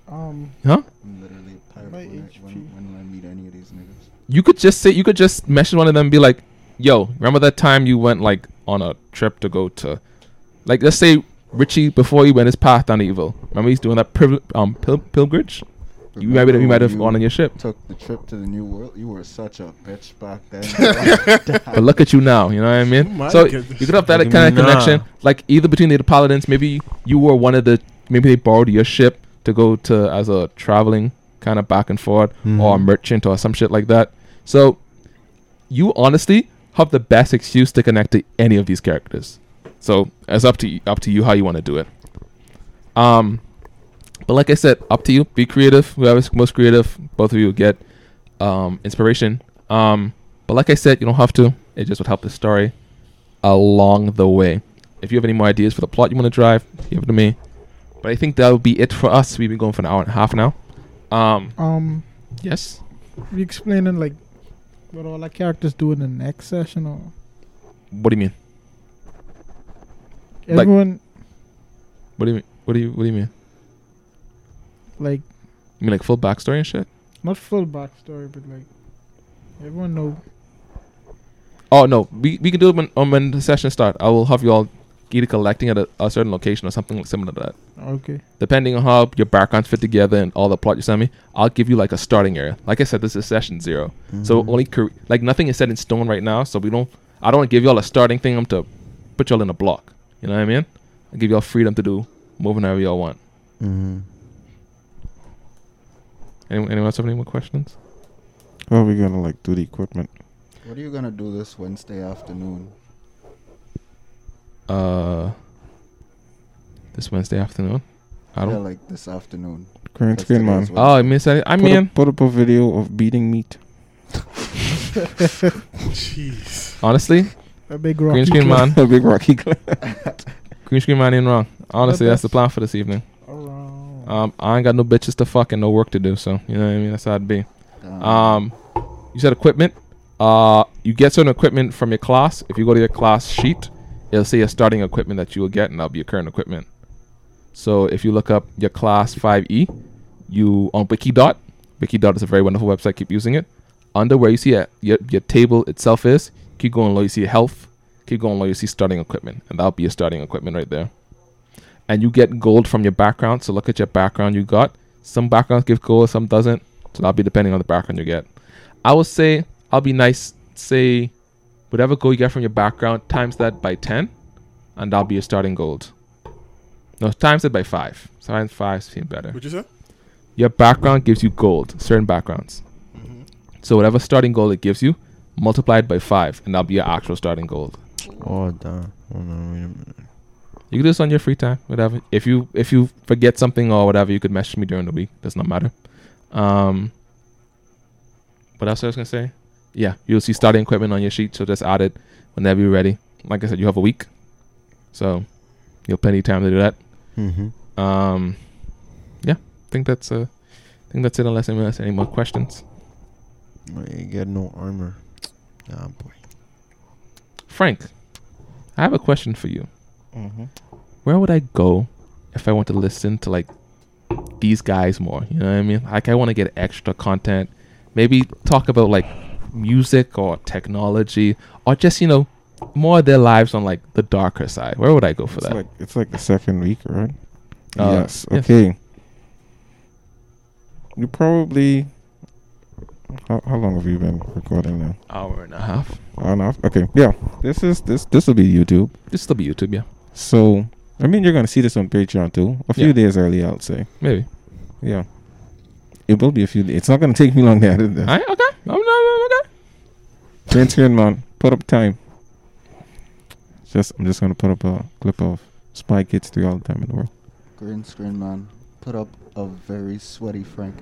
Speaker 4: Um,
Speaker 6: I'm literally a pirate
Speaker 4: My
Speaker 6: when, I-
Speaker 4: HP.
Speaker 6: when, when I meet any of these niggas.
Speaker 1: you could just say you could just message one of them and be like yo remember that time you went like on a trip to go to like let's say richie before he went his path on evil remember he's doing that priv- um pil- pilgrimage you might
Speaker 6: Remember
Speaker 1: have, you might have
Speaker 6: when
Speaker 1: gone on your ship
Speaker 6: Took the trip to the new world. You were such a bitch back then.
Speaker 1: but look at you now you know what i mean
Speaker 3: My
Speaker 1: so
Speaker 3: goodness.
Speaker 1: you could have that
Speaker 2: Look at
Speaker 1: kind of
Speaker 2: me now.
Speaker 1: connection like either between the paladins maybe you were one of the maybe they borrowed your ship to go to as a traveling kind of back and forth or a
Speaker 2: Mm-hmm.
Speaker 1: merchant or some shit like that. So you honestly have the best excuse to connect to any of these characters. So it's up to y- up to you how you want to do it. Um, but like I said, up to you. Be creative. Whoever's most creative, both of you get um, inspiration. Um, but like I said, you don't have to. It just would help the story along the way. If you have any more ideas for the plot you want to drive, give it to me. But I think that would be it for us. We've been going for an hour and a half now. Um,
Speaker 4: um,
Speaker 1: yes.
Speaker 4: we explaining like what all our characters do in the next session, or
Speaker 1: What do you mean? Like-
Speaker 4: everyone
Speaker 1: What do you mean? What do you What do you mean?
Speaker 4: like
Speaker 1: You mean like full backstory and shit?
Speaker 4: not full backstory, but like everyone know
Speaker 1: Oh no, we we can do it when um, when the session start. I will have you all either collecting at a, a certain location or something similar to that.
Speaker 4: Okay.
Speaker 1: Depending on how your backgrounds fit together and all the plot you send me, I'll give you like a starting area. Like I said, this is session 0 so
Speaker 6: Mm-hmm.
Speaker 5: Mm-hmm.
Speaker 1: only cur- like nothing is set in stone right now. So we don't. I don't give y'all a starting thing. I'm to put y'all in a block. You know what I mean? I give y'all freedom to do moving however y'all want.
Speaker 2: Mm-hmm.
Speaker 1: Anyone, anyone else have any more questions?
Speaker 5: How are we gonna like do the equipment?
Speaker 6: what are you gonna do this Wednesday afternoon?
Speaker 1: Uh, this Wednesday afternoon. I
Speaker 6: Yeah,
Speaker 1: don't.
Speaker 6: like this afternoon.
Speaker 5: Current
Speaker 6: That's
Speaker 5: screen, man.
Speaker 6: today's
Speaker 1: Oh, I miss. I, I
Speaker 5: put,
Speaker 1: mean,
Speaker 5: up, put up a video of beating meat.
Speaker 3: Jeez.
Speaker 1: honestly,
Speaker 4: A big rock.
Speaker 1: green screen man,
Speaker 5: a big rocky clip.
Speaker 1: green screen man ain't wrong. Honestly, that's the
Speaker 4: best.
Speaker 1: plan for this evening.
Speaker 4: Around.
Speaker 1: Um, I ain't got no bitches to fuck and no work to do, so you know what I mean. That's how it be.
Speaker 6: Damn.
Speaker 1: Um, you said equipment. Uh, you get certain equipment from your class. If you go to your class sheet, it'll say your starting equipment that you will get, and that'll be your current equipment. So if you look up your class 5e, you on Wikidot. Wikidot is a very wonderful website. Keep using it. Under where you see it, your, your table itself is, keep going low. You see health. Keep going low. You see starting equipment, and that'll be your starting equipment right there. And you get gold from your background. So look at your background you got. Some backgrounds give gold, some doesn't. So that'll be depending on the background you get. I would say I'll be nice. Say whatever goal you get from your background, times that by ten, and that'll be your starting gold. No, times it by five. Sometimes five seem better.
Speaker 3: Would you say?
Speaker 1: Your background gives you gold. Certain backgrounds.
Speaker 3: Mm-hmm.
Speaker 1: So whatever starting gold it gives you, multiply it by five, and that'll be your actual starting gold.
Speaker 2: Oh, damn. Hold on, wait a minute.
Speaker 1: You can do this on your free time, whatever. If you if you forget something or whatever, you could message me during the week. Does not matter. Um, what else I was gonna say? Yeah, you'll see starting equipment on your sheet, so just add it whenever you're ready. Like I said, you have a week, so you'll have plenty of time to do that.
Speaker 2: Mm-hmm.
Speaker 1: Um, yeah, I think that's uh, I think that's it. Unless anyone has any more questions,
Speaker 2: You get no armor. Ah, boy.
Speaker 1: Frank, I have a question for you.
Speaker 5: Mm-hmm.
Speaker 1: where would I go if I want to listen to like these guys more? You know what I mean? Like I want to get extra content, maybe talk about like music or technology or just you know more of their lives on like the darker side. Where would I go for
Speaker 5: It's
Speaker 1: that?
Speaker 5: like it's like the second week, right?
Speaker 1: Uh,
Speaker 5: yes.
Speaker 1: yes.
Speaker 5: Okay. You probably. How, how long have you been recording now?
Speaker 1: Hour and a half.
Speaker 5: Hour and a half. Okay. Yeah. This is this this will be YouTube.
Speaker 1: This will be YouTube, yeah,
Speaker 5: So I mean, you're gonna see this on Patreon too. A few
Speaker 1: Yeah.
Speaker 5: days early, I'll say.
Speaker 1: maybe.
Speaker 5: Yeah. It will be a few days. It's not gonna take me long to edit this.
Speaker 1: All right, okay. I'm not, I'm okay.
Speaker 5: Prince Green man, put up time. Just I'm just gonna put up a clip of Spy Kids 3 all the time in the world.
Speaker 6: Green screen man. Put up a very sweaty Frank.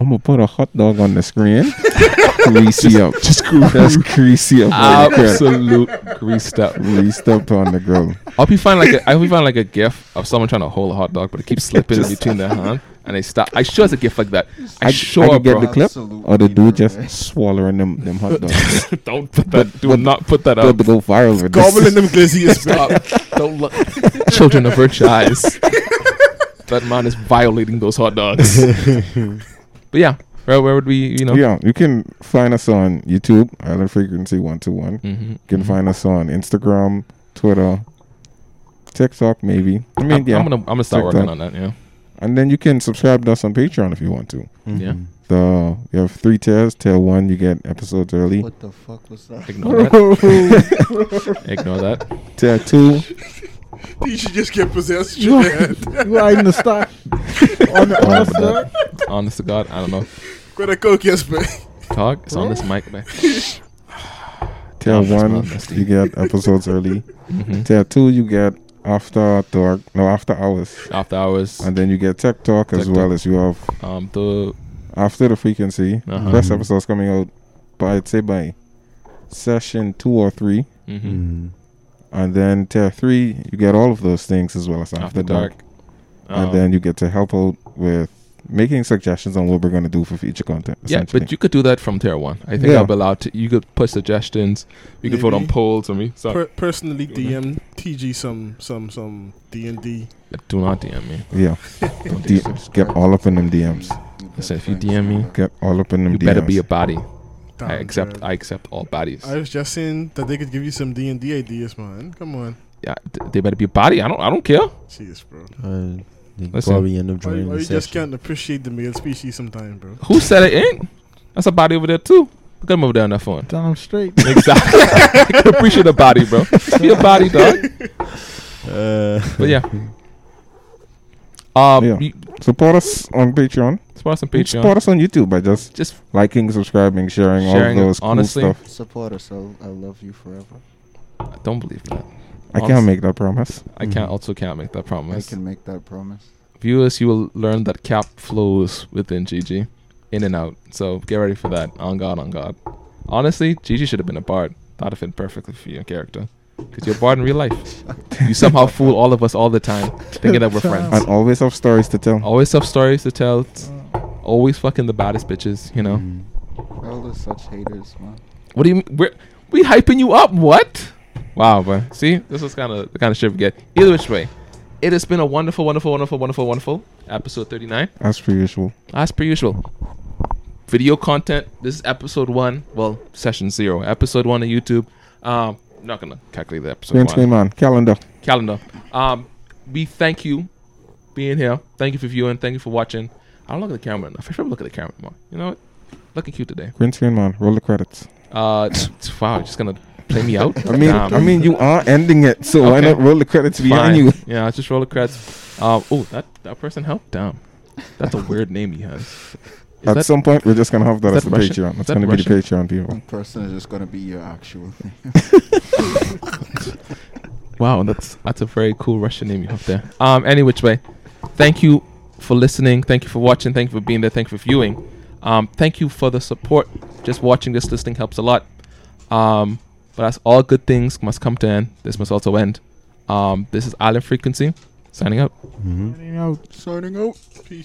Speaker 5: I'm gonna put a hot dog on the screen. greasy up. Just That's greasy up on the grill.
Speaker 1: Absolute greased up.
Speaker 5: Greased up on the grill.
Speaker 1: I'll be finding like a, I'll be finding like a gif of someone trying to hold a hot dog, but it keeps slipping in between their hand, and they stop. I sure as a gif like that. I,
Speaker 5: I-
Speaker 1: sure,
Speaker 5: I could get
Speaker 1: bro.
Speaker 5: the clip
Speaker 6: Absolute
Speaker 5: Or the dude
Speaker 6: leader,
Speaker 5: just
Speaker 6: eh?
Speaker 5: swallowing them them hot dogs.
Speaker 1: don't put that. do
Speaker 5: but-
Speaker 1: not put that
Speaker 5: They'll
Speaker 1: up.
Speaker 5: go viral with
Speaker 3: Gobbling
Speaker 5: this.
Speaker 3: them glizzy is bad.
Speaker 1: Stop. don't look. Children of virtue eyes. that man is violating those hot dogs. but yeah, where, where would we? You know.
Speaker 5: Yeah, you can find us on YouTube, Island Frequency One Two One.
Speaker 1: Mhm.
Speaker 5: You can find us on Instagram, Twitter, TikTok, maybe. I mean,
Speaker 1: I'm,
Speaker 5: yeah.
Speaker 1: Mm-hmm. I'm gonna I'm gonna start
Speaker 5: Check
Speaker 1: working
Speaker 5: that.
Speaker 1: on that. Yeah.
Speaker 5: and then you can subscribe to us on Patreon if you want to.
Speaker 1: Yeah.
Speaker 2: Mhm.
Speaker 5: The you have three tiers. Tier one, you get episodes early.
Speaker 6: What the fuck was that?
Speaker 1: Ignore that. Ignore that.
Speaker 5: Tier two,
Speaker 3: You should just get possessed.
Speaker 4: You are- you are in the stock on the
Speaker 5: Oh,
Speaker 4: on
Speaker 5: but
Speaker 4: the-
Speaker 1: Honest to God, I don't know.
Speaker 3: Grab a coke, yes, man.
Speaker 1: Dog, it's on this mic, man.
Speaker 5: tier
Speaker 1: Oh, that's
Speaker 5: one,
Speaker 1: not nasty.
Speaker 5: you get episodes early.
Speaker 1: Mhm.
Speaker 5: Tier two, you get after dark, no after hours,
Speaker 1: After hours,
Speaker 5: and then you get tech talk as
Speaker 1: Tech
Speaker 5: well
Speaker 1: Talk.
Speaker 5: as you have
Speaker 1: um, the
Speaker 5: after the frequency.
Speaker 1: Uh-huh.
Speaker 5: Best episodes coming out by I'd say by session two or three.
Speaker 1: mhm.
Speaker 5: Mm.
Speaker 2: Mm-hmm.
Speaker 5: And then tier three, you get all of those things as well as after,
Speaker 1: after
Speaker 5: dark.
Speaker 1: dark, Oh.
Speaker 5: and then you get to help out with making suggestions on what we're going to do for future content.
Speaker 1: Yeah,
Speaker 5: essentially.
Speaker 1: but you could do that from tier one. I think
Speaker 5: Yeah.
Speaker 1: I'll be allowed to. You could put suggestions. You could vote on
Speaker 3: Maybe.
Speaker 1: polls for me. So
Speaker 3: Per- personally, DM TG some some some D and D.
Speaker 1: do not DM me.
Speaker 5: yeah,
Speaker 1: Don't
Speaker 5: D-
Speaker 1: DM me.
Speaker 5: get all up in them DMs.
Speaker 1: Listen, if you DM me,
Speaker 5: Get all up in them
Speaker 1: You
Speaker 5: DMs.
Speaker 1: better be a body. I
Speaker 3: Damn,
Speaker 1: accept.
Speaker 3: bruh.
Speaker 1: I accept all bodies.
Speaker 3: I was just saying that they could give you some D and D ideas, man. Come on,
Speaker 1: yeah, th- they better be a body. I don't. I don't care.
Speaker 3: jeez, bro.
Speaker 2: Uh, they
Speaker 1: Listen.
Speaker 2: probably end up
Speaker 3: Why,
Speaker 2: joining
Speaker 3: why
Speaker 2: the
Speaker 3: you just
Speaker 2: session.
Speaker 3: can't appreciate the male species sometime, bro?
Speaker 1: Who said it ain't? That's a body over there too. Look at him over there on that phone.
Speaker 4: Damn straight.
Speaker 1: Exactly. I can appreciate a body, bro. Be a body, dog.
Speaker 2: Uh,
Speaker 1: But yeah. Um,
Speaker 5: Yeah.
Speaker 1: you,
Speaker 5: Support us on Patreon.
Speaker 1: support us on
Speaker 5: And
Speaker 1: Patreon.
Speaker 5: Support us on YouTube by just
Speaker 1: Just
Speaker 5: liking, subscribing, sharing,
Speaker 1: Sharing,
Speaker 5: all of those
Speaker 1: honestly.
Speaker 5: cool stuff.
Speaker 6: Support us. I'll, I love you forever.
Speaker 1: I don't believe that.
Speaker 5: I can't
Speaker 1: Honestly.
Speaker 5: make that promise.
Speaker 1: I can't. Also, can't make that promise.
Speaker 6: I can make that promise.
Speaker 1: Viewers, you will learn that cap flows within GG, in and out. So get ready for that. On God, on God. Honestly, GG should have been a bard. That'd have fit perfectly for your character, because you're a bard in real life. You somehow fool all of us all the time, thinking that we're
Speaker 5: And
Speaker 1: friends.
Speaker 5: always have stories to tell.
Speaker 1: Always have stories to tell.
Speaker 4: Uh,
Speaker 1: Always fucking the baddest bitches. You know.
Speaker 2: Mm.
Speaker 6: All the such haters, man.
Speaker 1: What do you mean? We're we hyping you up? What? Wow, bro. See, this is kind of the kind of shit we get. Either which way, it has been a wonderful, wonderful, wonderful, wonderful, wonderful episode thirty-nine.
Speaker 5: As per usual.
Speaker 1: As per usual, video content. This is episode one. Well, session zero. Episode one on YouTube. Um, not gonna calculate the episode
Speaker 5: Green
Speaker 1: one
Speaker 5: screen man, calendar.
Speaker 1: calendar. Um, we thank you being here. Thank you for viewing. Thank you for watching. I don't look at the camera enough. I should look at the camera more. You know what? Looking cute today.
Speaker 5: Green screen, man. Roll the credits.
Speaker 1: Uh, t- t- wow, you're just gonna play me out.
Speaker 5: I mean,
Speaker 1: Damn.
Speaker 5: I mean, you are ending it, so why
Speaker 1: Okay.
Speaker 5: not roll the credits behind
Speaker 1: Fine.
Speaker 5: you?
Speaker 1: Yeah, it's just roll the credits. Um, oh, that that person helped. Damn, that's a weird name he has. Is
Speaker 5: At
Speaker 1: that-
Speaker 5: some point, we're just gonna have that
Speaker 1: is
Speaker 5: as
Speaker 1: that
Speaker 5: the
Speaker 1: Russian?
Speaker 5: Patreon.
Speaker 1: Is
Speaker 5: It's
Speaker 1: that
Speaker 5: gonna be the Patreon people.
Speaker 6: One person is just gonna be your actual thing.
Speaker 1: Wow, that's that's a very cool Russian name you have there. Um, any which way, thank you for listening. Thank you for watching. Thank you for being there. Thank you for viewing. Um, thank you for the support. Just watching this listening helps a lot. Um, but as all good things must come to an end, this must also end. Um, this is Island Frequency signing out.
Speaker 2: Mm-hmm.
Speaker 4: Signing out.
Speaker 3: Signing out. Peace.